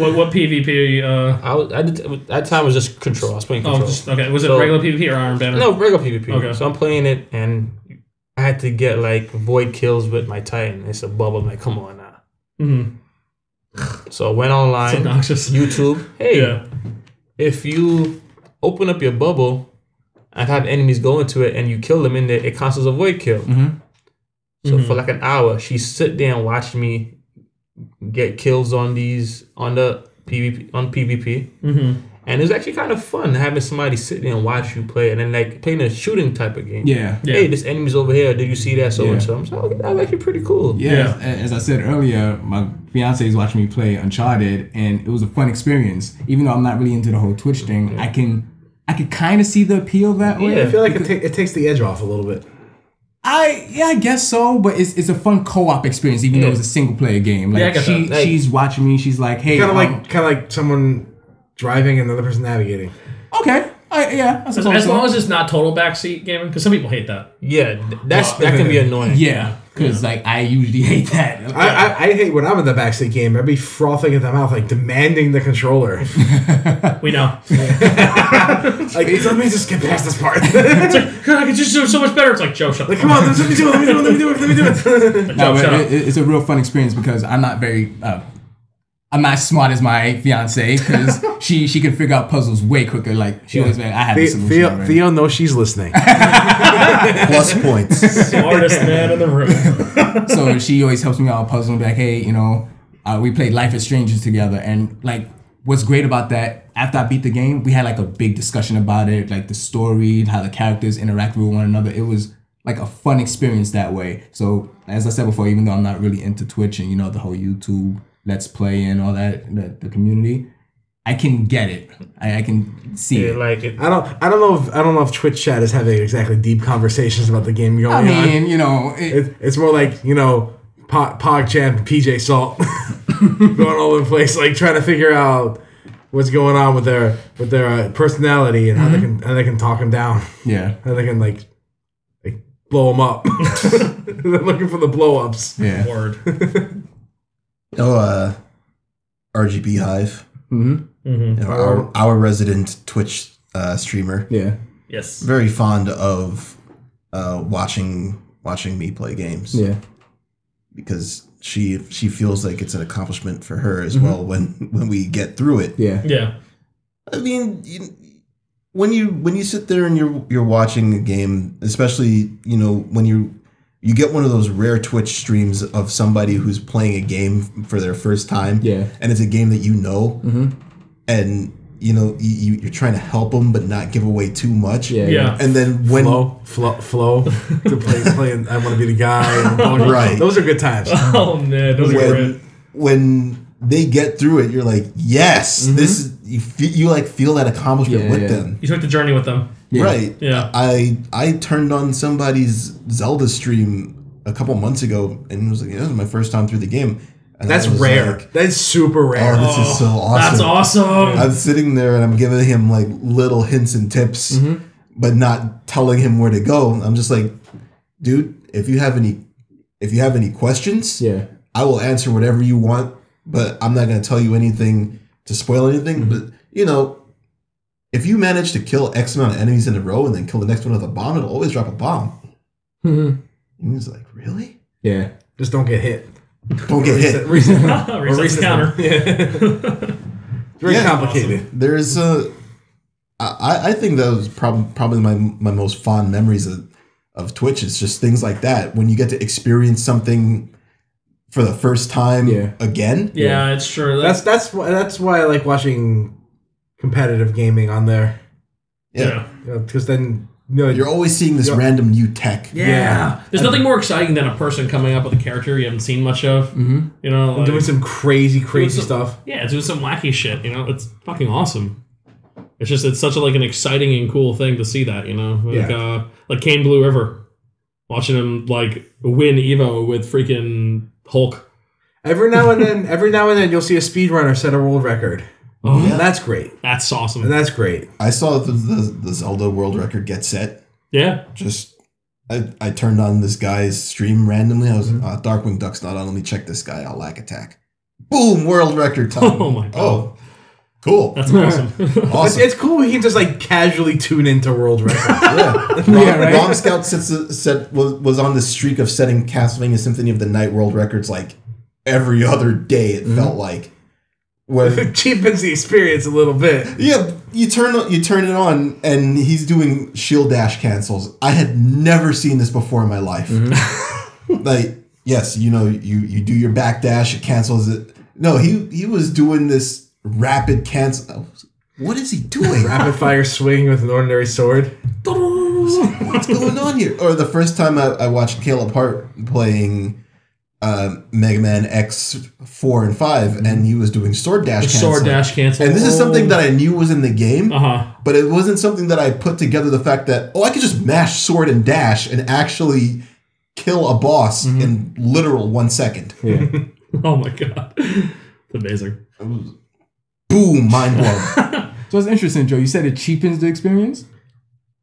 Speaker 3: what what PvP? Uh,
Speaker 5: I was I did, that time was just control I was playing
Speaker 3: oh,
Speaker 5: control
Speaker 3: just okay. Was it
Speaker 5: So-
Speaker 3: regular PvP or Iron Banner?
Speaker 5: no regular PvP
Speaker 3: Okay.
Speaker 5: so I'm playing it and I had to get like void kills with my Titan. It's a bubble. I'm like, come on now.
Speaker 3: Mm-hmm.
Speaker 5: So I went
Speaker 3: It's
Speaker 5: online,
Speaker 3: obnoxious.
Speaker 5: YouTube. Hey,
Speaker 3: yeah.
Speaker 5: if you open up your bubble and have enemies go into it and you kill them in there, it counts as a void kill.
Speaker 2: Mhm.
Speaker 5: So for like an hour, she sit there and watch me get kills on these on the PvP on PvP.
Speaker 3: Mm-hmm.
Speaker 5: And it was actually kind of fun having somebody sit there and watch you play, and then like playing a shooting type of game.
Speaker 2: Yeah.
Speaker 3: Yeah.
Speaker 5: Hey, this enemy's over here. Did you see that? So and so. I'm like, oh, that was actually pretty cool.
Speaker 2: Yeah,
Speaker 3: Yeah.
Speaker 2: As, as I said earlier, my fiance is watching me play Uncharted, and it was a fun experience. Even though I'm not really into the whole Twitch thing, I can, I can kind of see the appeal that way.
Speaker 5: Yeah,
Speaker 4: I feel like it, ta- it takes the edge off a little bit.
Speaker 2: I yeah, I guess so. But it's, it's a fun co-op experience, even though
Speaker 5: Yeah.
Speaker 2: it's a single player game.
Speaker 5: Yeah, I
Speaker 2: Like
Speaker 5: get
Speaker 2: she
Speaker 5: that. Like-
Speaker 2: she's watching me. She's like, hey,
Speaker 4: Kind
Speaker 2: um,
Speaker 4: of like kind of like someone driving and another person navigating.
Speaker 2: okay, I, yeah, I
Speaker 3: As,
Speaker 2: suppose
Speaker 3: as
Speaker 2: so.
Speaker 3: long as it's not total backseat gaming, because some people hate that.
Speaker 5: Yeah, th- that's that can be annoying.
Speaker 2: yeah, because like I usually hate that.
Speaker 4: I, I, I hate when I'm in the backseat game. I'd be frothing at the mouth, like demanding the controller.
Speaker 3: We know.
Speaker 4: like, let me just get past this part.
Speaker 3: it's like, God, I could just do it so much better. It's like, Joe, shut the
Speaker 4: like, come on, let me do it. Let me do it. Let me do it. Let me do it. Let me do it.
Speaker 2: No,
Speaker 3: Shut
Speaker 2: but
Speaker 3: up.
Speaker 2: it, it- it's a real fun experience because I'm not very. Uh, I'm not as smart as my fiance because she she can figure out puzzles way quicker. Like she always like I have the
Speaker 4: Theo,
Speaker 2: solution.
Speaker 4: Theo,
Speaker 2: already.
Speaker 4: Theo knows she's listening.
Speaker 1: Plus points.
Speaker 3: smartest man in the room.
Speaker 2: so she always helps me out with puzzles. Like hey, you know, uh, we played Life as Strangers together, and like what's great about that? After I beat the game, we had like a big discussion about it, like the story, how the characters interact with one another. It was like a fun experience that way. So as I said before, even though I'm not really into Twitch and you know the whole YouTube Let's Play and all that, the, the community. I can get it. I, I can see
Speaker 5: Yeah,
Speaker 2: it.
Speaker 5: like it,
Speaker 4: I don't. I don't know. If, I don't know if Twitch chat is having exactly deep conversations about the game going
Speaker 2: I
Speaker 4: on.
Speaker 2: mean, you know, it,
Speaker 4: It, it's more like you know, Pog, PogChamp, and PJ Salt going all over the place, like trying to figure out what's going on with their with their uh, personality and how they
Speaker 2: Mm-hmm.
Speaker 4: can how they can talk them down,
Speaker 2: yeah,
Speaker 4: how they can like like blow them up. They're looking for the blow ups.
Speaker 2: yeah.
Speaker 3: Word.
Speaker 1: oh, uh, RGB Hive,
Speaker 2: Mm-hmm.
Speaker 1: you know, our, our resident Twitch uh, streamer,
Speaker 2: Yeah.
Speaker 3: Yes.
Speaker 1: very fond of uh, watching watching me play games.
Speaker 2: Yeah.
Speaker 1: because she she feels like it's an accomplishment for her as well when when we get through it.
Speaker 2: Yeah.
Speaker 3: Yeah.
Speaker 1: I mean, you, when you when you sit there and you're you're watching a game, especially you know when you you get one of those rare Twitch streams of somebody who's playing a game for their first time,
Speaker 2: Yeah. Mm-hmm.
Speaker 1: and it's a game that you know, and you know you, you're trying to help them but not give away too much,
Speaker 2: Yeah.
Speaker 3: Yeah.
Speaker 1: And then when
Speaker 4: Flow, flow, flow. to play, playing. I want to be the guy.
Speaker 1: Right.
Speaker 4: Those are good times.
Speaker 3: Oh man, those are great.
Speaker 1: when when they get through it, you're like, yes, this is, you feel, you like feel that accomplishment
Speaker 2: Mm-hmm. Yeah,
Speaker 1: with
Speaker 2: yeah.
Speaker 1: them,
Speaker 3: You took the journey with them.
Speaker 1: right?
Speaker 3: Yeah.
Speaker 1: I I turned on somebody's Zelda stream a couple months ago, and it was like, this is my first time through the game. And I
Speaker 4: That's
Speaker 1: was
Speaker 4: rare.
Speaker 1: like,
Speaker 4: That's super rare.
Speaker 1: oh, this is so awesome.
Speaker 3: That's awesome.
Speaker 1: I'm sitting there and I'm giving him like little hints and tips, but not telling him where to go. I'm just like, dude, if you have any, if you have any questions,
Speaker 2: Yeah.
Speaker 1: I will answer whatever you want, but I'm not going to tell you anything to spoil anything. But you know, if you manage to kill X amount of enemies in a row and then kill the next one with a bomb, it'll always drop a bomb.
Speaker 2: Mhm.
Speaker 1: And he's like, really?
Speaker 2: Yeah.
Speaker 4: Just don't get hit.
Speaker 1: Don't get hit.
Speaker 4: Reset, reset.
Speaker 3: Resist
Speaker 4: Or resist
Speaker 3: counter.
Speaker 4: them. Yeah. Very
Speaker 1: Yeah.
Speaker 4: complicated.
Speaker 1: There's a. I, I think that was prob- probably my my most fond memories of, of Twitch is just things like that when you get to experience something for the first time
Speaker 2: Yeah.
Speaker 1: again.
Speaker 3: Yeah, it's true.
Speaker 4: That's that's why that's why I like watching competitive gaming on there
Speaker 1: Yeah.
Speaker 4: because then you know,
Speaker 1: You're always seeing this
Speaker 4: Yeah.
Speaker 1: random new tech.
Speaker 3: Yeah. There's nothing more exciting than a person coming up with a character you haven't seen much of. Mm-hmm. You know, like,
Speaker 4: doing some crazy crazy
Speaker 3: Doing some-
Speaker 4: stuff.
Speaker 3: yeah, doing some wacky shit. You know, it's fucking awesome. It's just it's such a, like an exciting and cool thing to see that. You know, like
Speaker 4: Yeah.
Speaker 3: uh, like Kane Blue River, watching him like win Evo with freaking Hulk.
Speaker 4: Every now and then, every now and then, you'll see a speedrunner set a world record.
Speaker 3: Oh,
Speaker 4: And that's great.
Speaker 3: that's awesome.
Speaker 4: And that's great.
Speaker 1: I saw the, the, the Zelda world record get set.
Speaker 3: yeah,
Speaker 1: Just I, I turned on this guy's stream randomly. I was
Speaker 3: Mm-hmm.
Speaker 1: uh, Darkwing Duck's not on. Let me check this guy out. Lack attack. Boom! World record time.
Speaker 3: Oh my God.
Speaker 1: Oh, Cool.
Speaker 3: That's awesome.
Speaker 4: It's,
Speaker 1: awesome.
Speaker 4: it's cool we can just like casually tune into world record.
Speaker 1: yeah. Rom,
Speaker 2: right?
Speaker 1: Rom Scout sets, set, was, was on the streak of setting Castlevania Symphony of the Night world records like every other day,
Speaker 3: Mm-hmm.
Speaker 1: it felt like. Where,
Speaker 4: it cheapens the experience a little bit.
Speaker 1: yeah, you turn you turn it on and he's doing shield dash cancels. I had never seen this before in my life.
Speaker 3: Mm-hmm.
Speaker 1: like, yes, you know, you you do your back dash, it cancels it. No, he he was doing this rapid cancel. What is he doing?
Speaker 4: Rapid fire swing with an ordinary sword.
Speaker 1: what's going on here? Or the first time I, I watched Caleb Hart playing um, Mega Man X four and five, and he was doing sword dash. Canceling.
Speaker 3: Sword dash cancel.
Speaker 1: And this is something that I knew was in the game,
Speaker 3: Uh huh.
Speaker 1: but it wasn't something that I put together. The fact that oh, I could just mash sword and dash and actually kill a boss in literal one second.
Speaker 3: Oh my god. It's amazing.
Speaker 1: Boom, mind blown.
Speaker 2: So it's interesting, Joe. You said it cheapens the experience.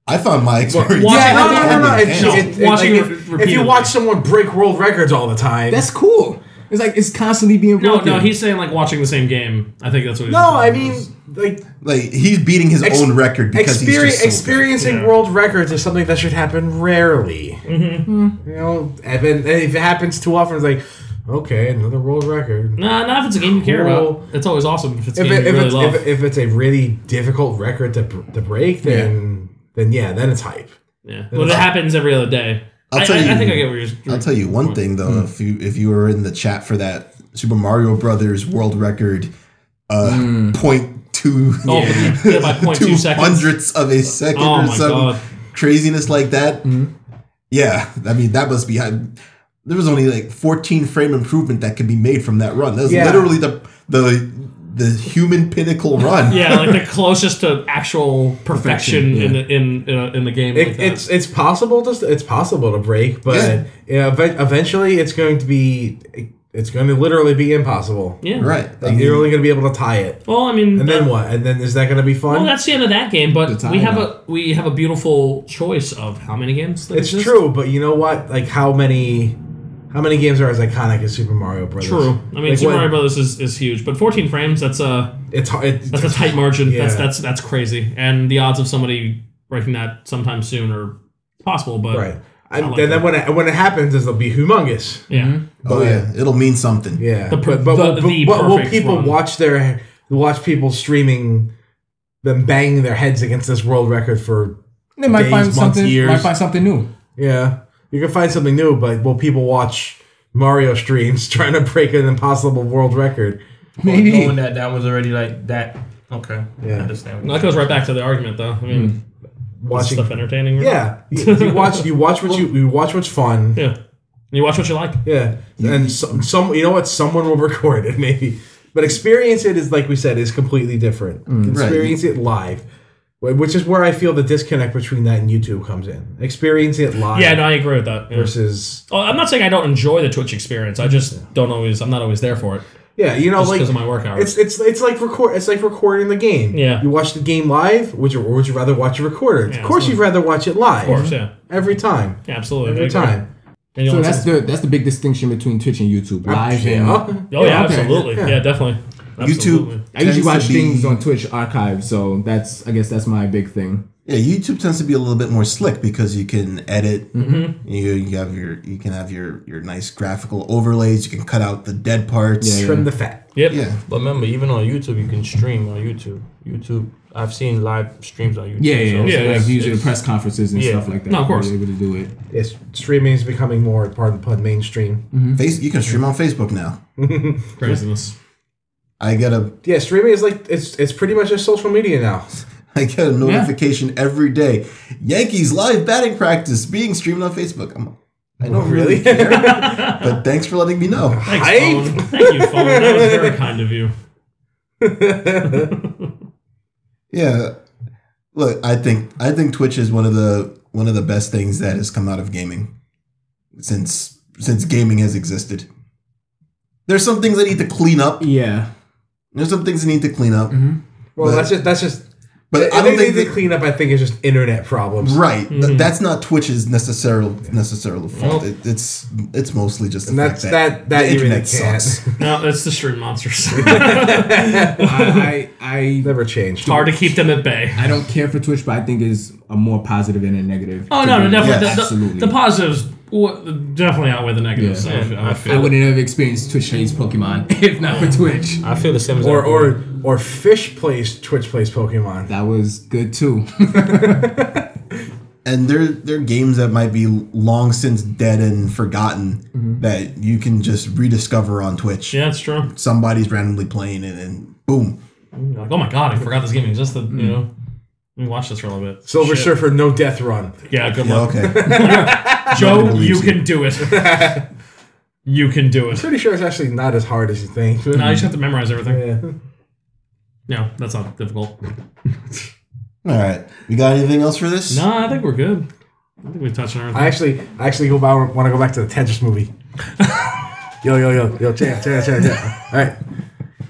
Speaker 1: I found my experience.
Speaker 3: why-
Speaker 4: Yeah, no,
Speaker 3: Yeah,
Speaker 4: no, no, no. It,
Speaker 1: No,
Speaker 4: it, it,
Speaker 3: watching
Speaker 4: like,
Speaker 3: it
Speaker 4: if,
Speaker 3: repeatedly.
Speaker 4: if you watch someone break world records all the time,
Speaker 2: That's cool. It's like it's constantly being
Speaker 3: No,
Speaker 2: broken.
Speaker 3: no, he's saying like watching the same game. I think that's what he's
Speaker 4: no. I mean, like
Speaker 1: Like he's beating his
Speaker 4: Ex-
Speaker 1: own record because
Speaker 4: experi-
Speaker 1: he's just so
Speaker 4: experiencing
Speaker 3: Yeah. Mm-hmm.
Speaker 4: world records is something that should happen rarely. You know, and then- and if it happens too often, it's like, okay, another world record.
Speaker 3: Nah, not if it's a game you care
Speaker 4: Cool.
Speaker 3: about. It's always awesome if it's a
Speaker 4: If,
Speaker 3: game
Speaker 4: it,
Speaker 3: you
Speaker 4: if,
Speaker 3: really
Speaker 4: it's,
Speaker 3: love.
Speaker 4: if, if it's a really difficult record to, br- to break, then then yeah, then it's hype.
Speaker 3: yeah. Well, it happens every other day.
Speaker 1: I'll
Speaker 3: I-
Speaker 1: tell
Speaker 3: I, I
Speaker 1: you-
Speaker 3: think I get where you're.
Speaker 1: I'll tell you one thing though, if you if you were in the chat for that Super Mario Brothers world record, uh, point two,
Speaker 3: Oh, but yeah, by point two
Speaker 1: two
Speaker 3: seconds.
Speaker 1: hundredths of a second
Speaker 3: Oh
Speaker 1: or
Speaker 3: my
Speaker 1: some
Speaker 3: God.
Speaker 1: craziness like that.
Speaker 2: Mm-hmm.
Speaker 1: Yeah, I mean that must be. I, there was only like fourteen frame improvement that could be made from that run. That was
Speaker 4: Yeah.
Speaker 1: literally the the the human pinnacle run.
Speaker 3: Yeah, like the closest to actual perfection
Speaker 2: Perfection,
Speaker 3: in the in uh, in, a, in the game. like
Speaker 4: It,
Speaker 3: that.
Speaker 4: it's it's possible to it's possible to break, but
Speaker 1: Yeah.
Speaker 4: you know, ev- eventually it's going to be it's going to literally be impossible.
Speaker 3: yeah,
Speaker 1: right. I
Speaker 4: Like,
Speaker 1: mean,
Speaker 4: you're only going to be able to tie it,
Speaker 3: Well, I mean,
Speaker 4: and
Speaker 3: that-
Speaker 4: then what? And then is that going to be fun?
Speaker 3: well, that's the end of that game. But
Speaker 2: The
Speaker 3: we have
Speaker 2: timeout.
Speaker 3: a we have a beautiful choice of how many games. That
Speaker 4: it's
Speaker 3: exist.
Speaker 4: true, but you know what? Like how many how many games are as iconic as Super Mario Brothers?
Speaker 3: True. I mean,
Speaker 4: Like,
Speaker 3: Super
Speaker 4: when-
Speaker 3: Mario Brothers is, is huge, but 14 frames. That's a
Speaker 4: It's hard. It,
Speaker 3: that's a tight margin. That's
Speaker 4: Yeah.
Speaker 3: that's that's crazy. And the odds of somebody breaking that sometime soon are possible. But
Speaker 4: right. I,
Speaker 3: like
Speaker 4: and
Speaker 3: that.
Speaker 4: then when it, when it happens, it'll be humongous.
Speaker 3: yeah.
Speaker 1: oh yeah, it'll mean something.
Speaker 4: Yeah,
Speaker 3: The per-
Speaker 4: but, but,
Speaker 3: the-
Speaker 4: will- but
Speaker 3: the
Speaker 4: what will
Speaker 3: perfect
Speaker 4: people
Speaker 3: one.
Speaker 4: watch their watch people streaming them banging their heads against this world record for?
Speaker 2: they might
Speaker 4: days,
Speaker 2: find
Speaker 4: months,
Speaker 2: something.
Speaker 4: years.
Speaker 2: Might find something new.
Speaker 4: Yeah, you can find something new, but will people watch Mario streams trying to break an impossible world record?
Speaker 2: Maybe.
Speaker 5: Knowing that that was already like that. Okay.
Speaker 4: Yeah.
Speaker 5: I understand.
Speaker 3: That goes right back to the argument, though. I mean, is
Speaker 4: Mm-hmm. Watching,
Speaker 3: stuff entertaining. or not?
Speaker 4: yeah, you, you watch you watch what you you watch what's fun.
Speaker 3: yeah. You watch what you like.
Speaker 4: Yeah, and some, some you know what? Someone will record it maybe, but experience it is like we said is completely different. experience it live, wh- which is where I feel the disconnect between that and YouTube comes in. Experience it live
Speaker 3: Yeah, no, I agree with that. Yeah.
Speaker 4: versus
Speaker 3: Oh, I'm not saying I don't enjoy the Twitch experience. I just don't always. I'm not always there for it
Speaker 4: yeah, you know like
Speaker 3: because of my work hours.
Speaker 4: it's it's it's like record it's like recording the game.
Speaker 3: Yeah.
Speaker 4: you watch the game live, which or would you rather watch it recorded?
Speaker 3: Yeah,
Speaker 4: of course,
Speaker 3: it's
Speaker 4: you'd rather watch it live.
Speaker 3: Of course, yeah.
Speaker 4: every time,
Speaker 3: Yeah, absolutely. I
Speaker 4: Mm-hmm. every
Speaker 3: agree.
Speaker 4: time.
Speaker 3: And you
Speaker 2: So
Speaker 3: don't
Speaker 2: that's
Speaker 3: see-
Speaker 2: the that's the big distinction between Twitch and YouTube. Live and
Speaker 4: Yeah.
Speaker 3: Oh yeah,
Speaker 2: okay.
Speaker 3: absolutely. Yeah, definitely. Absolutely.
Speaker 1: YouTube.
Speaker 2: I usually
Speaker 1: tends to
Speaker 2: watch
Speaker 1: be-
Speaker 2: things on Twitch archive, so that's I guess that's my big thing.
Speaker 1: Yeah, YouTube tends to be a little bit more slick because you can edit.
Speaker 2: Mm-hmm.
Speaker 1: You, you have your you can have your your nice graphical overlays. You can cut out the dead parts.
Speaker 4: Trim the fat.
Speaker 3: Yep.
Speaker 1: Yeah.
Speaker 5: But remember, even on YouTube, you can stream on YouTube. YouTube, I've seen live streams on YouTube.
Speaker 2: Yeah, yeah,
Speaker 5: so
Speaker 2: yeah. So
Speaker 3: it's-
Speaker 2: like usually the press conferences and
Speaker 5: yeah.
Speaker 2: stuff like that.
Speaker 3: No, of course.
Speaker 2: they're able to do it.
Speaker 4: Yes, streaming is becoming more part of the pod mainstream.
Speaker 2: Mm-hmm.
Speaker 1: Face you can stream on Facebook now.
Speaker 3: Craziness.
Speaker 1: I get a
Speaker 4: Yeah, streaming is like it's it's pretty much just social media now.
Speaker 1: I get a notification every day. Yankees live batting practice being streamed on Facebook. I'm, I don't really care, but thanks for letting me know.
Speaker 3: Thanks,
Speaker 4: Hype.
Speaker 3: phone. Thank you, phone. That was very kind of you.
Speaker 1: Yeah. Look, I think I think Twitch is one of the one of the best things that has come out of gaming since since gaming has existed. There's some things I need to clean up.
Speaker 2: Yeah,
Speaker 1: There's some things I need to clean up.
Speaker 4: Well,
Speaker 1: But-
Speaker 4: that's just that's just
Speaker 1: But
Speaker 4: I,
Speaker 1: I don't think
Speaker 4: Mm-hmm. they
Speaker 1: that-
Speaker 4: clean up. I think it's just internet problems.
Speaker 1: Right. Th-
Speaker 4: Mm-hmm.
Speaker 1: that's not Twitch's necessarily necessarily fault. It, it's it's mostly just the
Speaker 4: And
Speaker 1: fact
Speaker 4: that's that. That
Speaker 1: the
Speaker 4: internet
Speaker 1: internet
Speaker 4: can't.
Speaker 1: sucks.
Speaker 3: No, that's the stream monsters.
Speaker 2: I, I, I
Speaker 4: Never changed.
Speaker 3: Hard to keep them at bay.
Speaker 2: I don't care for Twitch, but I think is a more positive and a negative.
Speaker 3: Oh
Speaker 2: to
Speaker 3: no, no,
Speaker 2: be-
Speaker 3: definitely.
Speaker 1: Yes,
Speaker 3: the,
Speaker 2: absolutely.
Speaker 3: The, the positives wa- definitely outweigh the negatives.
Speaker 2: Yeah.
Speaker 3: I- I,
Speaker 2: I
Speaker 3: feel.
Speaker 2: would have experienced Twitch hates Pokemon if not for Twitch.
Speaker 5: I feel the same as
Speaker 4: Or
Speaker 5: that.
Speaker 4: or or fish plays Twitch plays Pokemon.
Speaker 2: That was good too.
Speaker 1: And there there are games that might be long since dead and forgotten
Speaker 4: Mm-hmm.
Speaker 1: that you can just rediscover on Twitch.
Speaker 3: Yeah, it's true.
Speaker 1: Somebody's randomly playing it and boom.
Speaker 3: You're like, oh my god, I forgot this game existed. You know, let me watch this for a little bit.
Speaker 4: Silver
Speaker 3: Shit.
Speaker 4: Surfer no death run.
Speaker 3: Yeah, good
Speaker 1: Yeah,
Speaker 3: luck,
Speaker 1: okay.
Speaker 3: Joe.
Speaker 1: believes
Speaker 3: You
Speaker 1: you.
Speaker 3: can do it. you can do it.
Speaker 4: Pretty sure it's actually not as hard as you think.
Speaker 3: Now you just have to memorize everything.
Speaker 4: Yeah.
Speaker 3: No, that's not difficult.
Speaker 1: All right. We got anything else for this?
Speaker 3: No, I think we're good. I think we touched on everything.
Speaker 4: I actually I actually go back want to go back to the Tetris movie. yo yo yo yo champ champ champ champ. All right.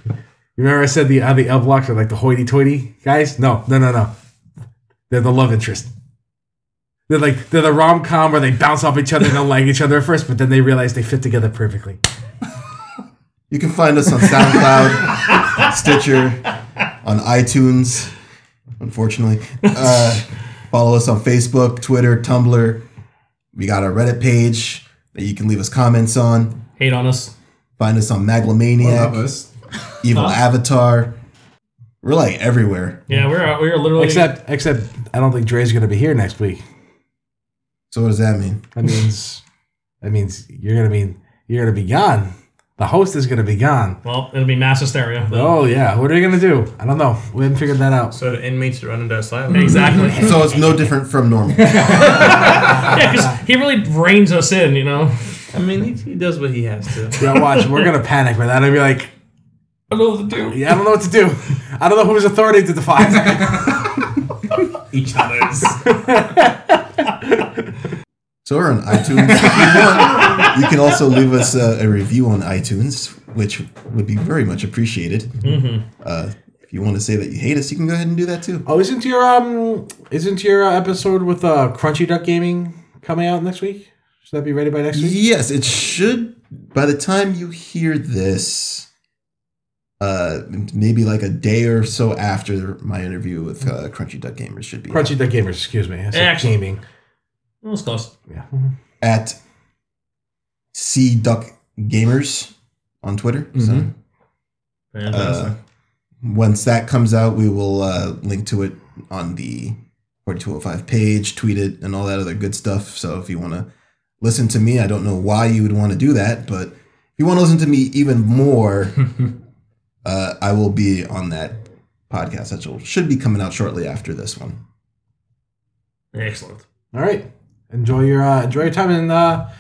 Speaker 4: You remember I said the how the L blocks are like the hoity-toity guys? No no no no. They're the love interest. They're like they're the rom com where they bounce off each other and don't like each other at first, but then they realize they fit together perfectly.
Speaker 1: You can find us on SoundCloud, Stitcher, on iTunes, unfortunately. Uh, follow us on Facebook, Twitter, Tumblr. We got our Reddit page that you can leave us comments on.
Speaker 3: Hate on us.
Speaker 1: Find us on Maglemaniac, Evil Avatar. We're like everywhere.
Speaker 3: Yeah, we're we're literally
Speaker 4: Except except I don't think Dre's gonna be here next week.
Speaker 1: So what does that mean?
Speaker 4: That means that means you're gonna be you're gonna be gone. The host is gonna be gone.
Speaker 3: well, it'll be mass hysteria.
Speaker 4: Oh yeah, what are you gonna do? I don't know. We haven't figured that out.
Speaker 5: So the inmates are under asylum.
Speaker 3: Exactly.
Speaker 1: So it's no different from normal.
Speaker 3: yeah, because he really reins us in. You know.
Speaker 5: I mean, he, he does what he has to.
Speaker 4: Yeah, watch. We're gonna panic by that. I'd be like,
Speaker 3: I know the dude.
Speaker 4: yeah, I don't know what to do. I don't know whose authority to defy.
Speaker 3: Each other's.
Speaker 1: So we're on iTunes. If you, want, you can also leave us a, a review on iTunes, which would be very much appreciated.
Speaker 3: Mm-hmm.
Speaker 1: Uh, if you want to say that you hate us, you can go ahead and do that too.
Speaker 4: oh, isn't your um, isn't your uh, episode with uh, Crunchy Duck Gaming coming out next week? Should that be ready by next week?
Speaker 1: Yes, it should. By the time you hear this, uh, maybe like a day or so after my interview with uh, Crunchy Duck Gamers should be
Speaker 4: Crunchy Duck Gamers, excuse me. I said
Speaker 3: Excellent.
Speaker 4: gaming.
Speaker 3: That was close.
Speaker 4: Yeah.
Speaker 1: at C Duck Gamers on Twitter. So
Speaker 3: Fantastic.
Speaker 1: Uh, once that comes out, we will uh, link to it on the 4205 page, tweet it, and all that other good stuff. So if you want to listen to me, I don't know why you would want to do that, but if you want to listen to me even more, uh, I will be on that podcast that will- should be coming out shortly after this one.
Speaker 3: Excellent.
Speaker 4: All right. Enjoy your uh, enjoy your time in uh,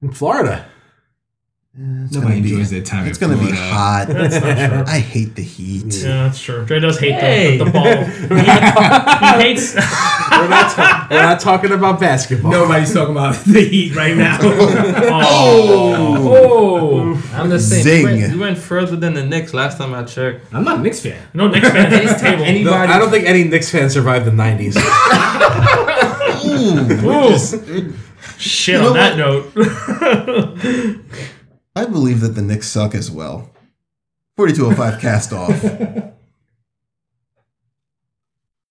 Speaker 4: in Florida.
Speaker 1: Eh, It's
Speaker 2: Nobody
Speaker 1: gonna be-
Speaker 2: enjoys their time.
Speaker 1: It's going to be hot.
Speaker 3: That's not true.
Speaker 1: I hate the heat.
Speaker 3: Yeah, that's true. Dre does hate
Speaker 5: Hey.
Speaker 3: the, the ball. He hates.
Speaker 4: We're not, ta- we're not talking about basketball.
Speaker 2: Nobody's talking about the heat right now.
Speaker 3: Oh. oh.
Speaker 5: I'm just saying.
Speaker 1: Zing.
Speaker 5: You went, you went further than the Knicks last time I checked.
Speaker 2: I'm not a Knicks fan.
Speaker 3: No, Nick's fan at his table.
Speaker 5: Anybody?
Speaker 4: No, I don't think any Knicks fan survived the '90s.
Speaker 3: Ooh. Shit,
Speaker 1: You know
Speaker 3: on that note.
Speaker 1: I believe that the Knicks suck as well. 4205 cast off.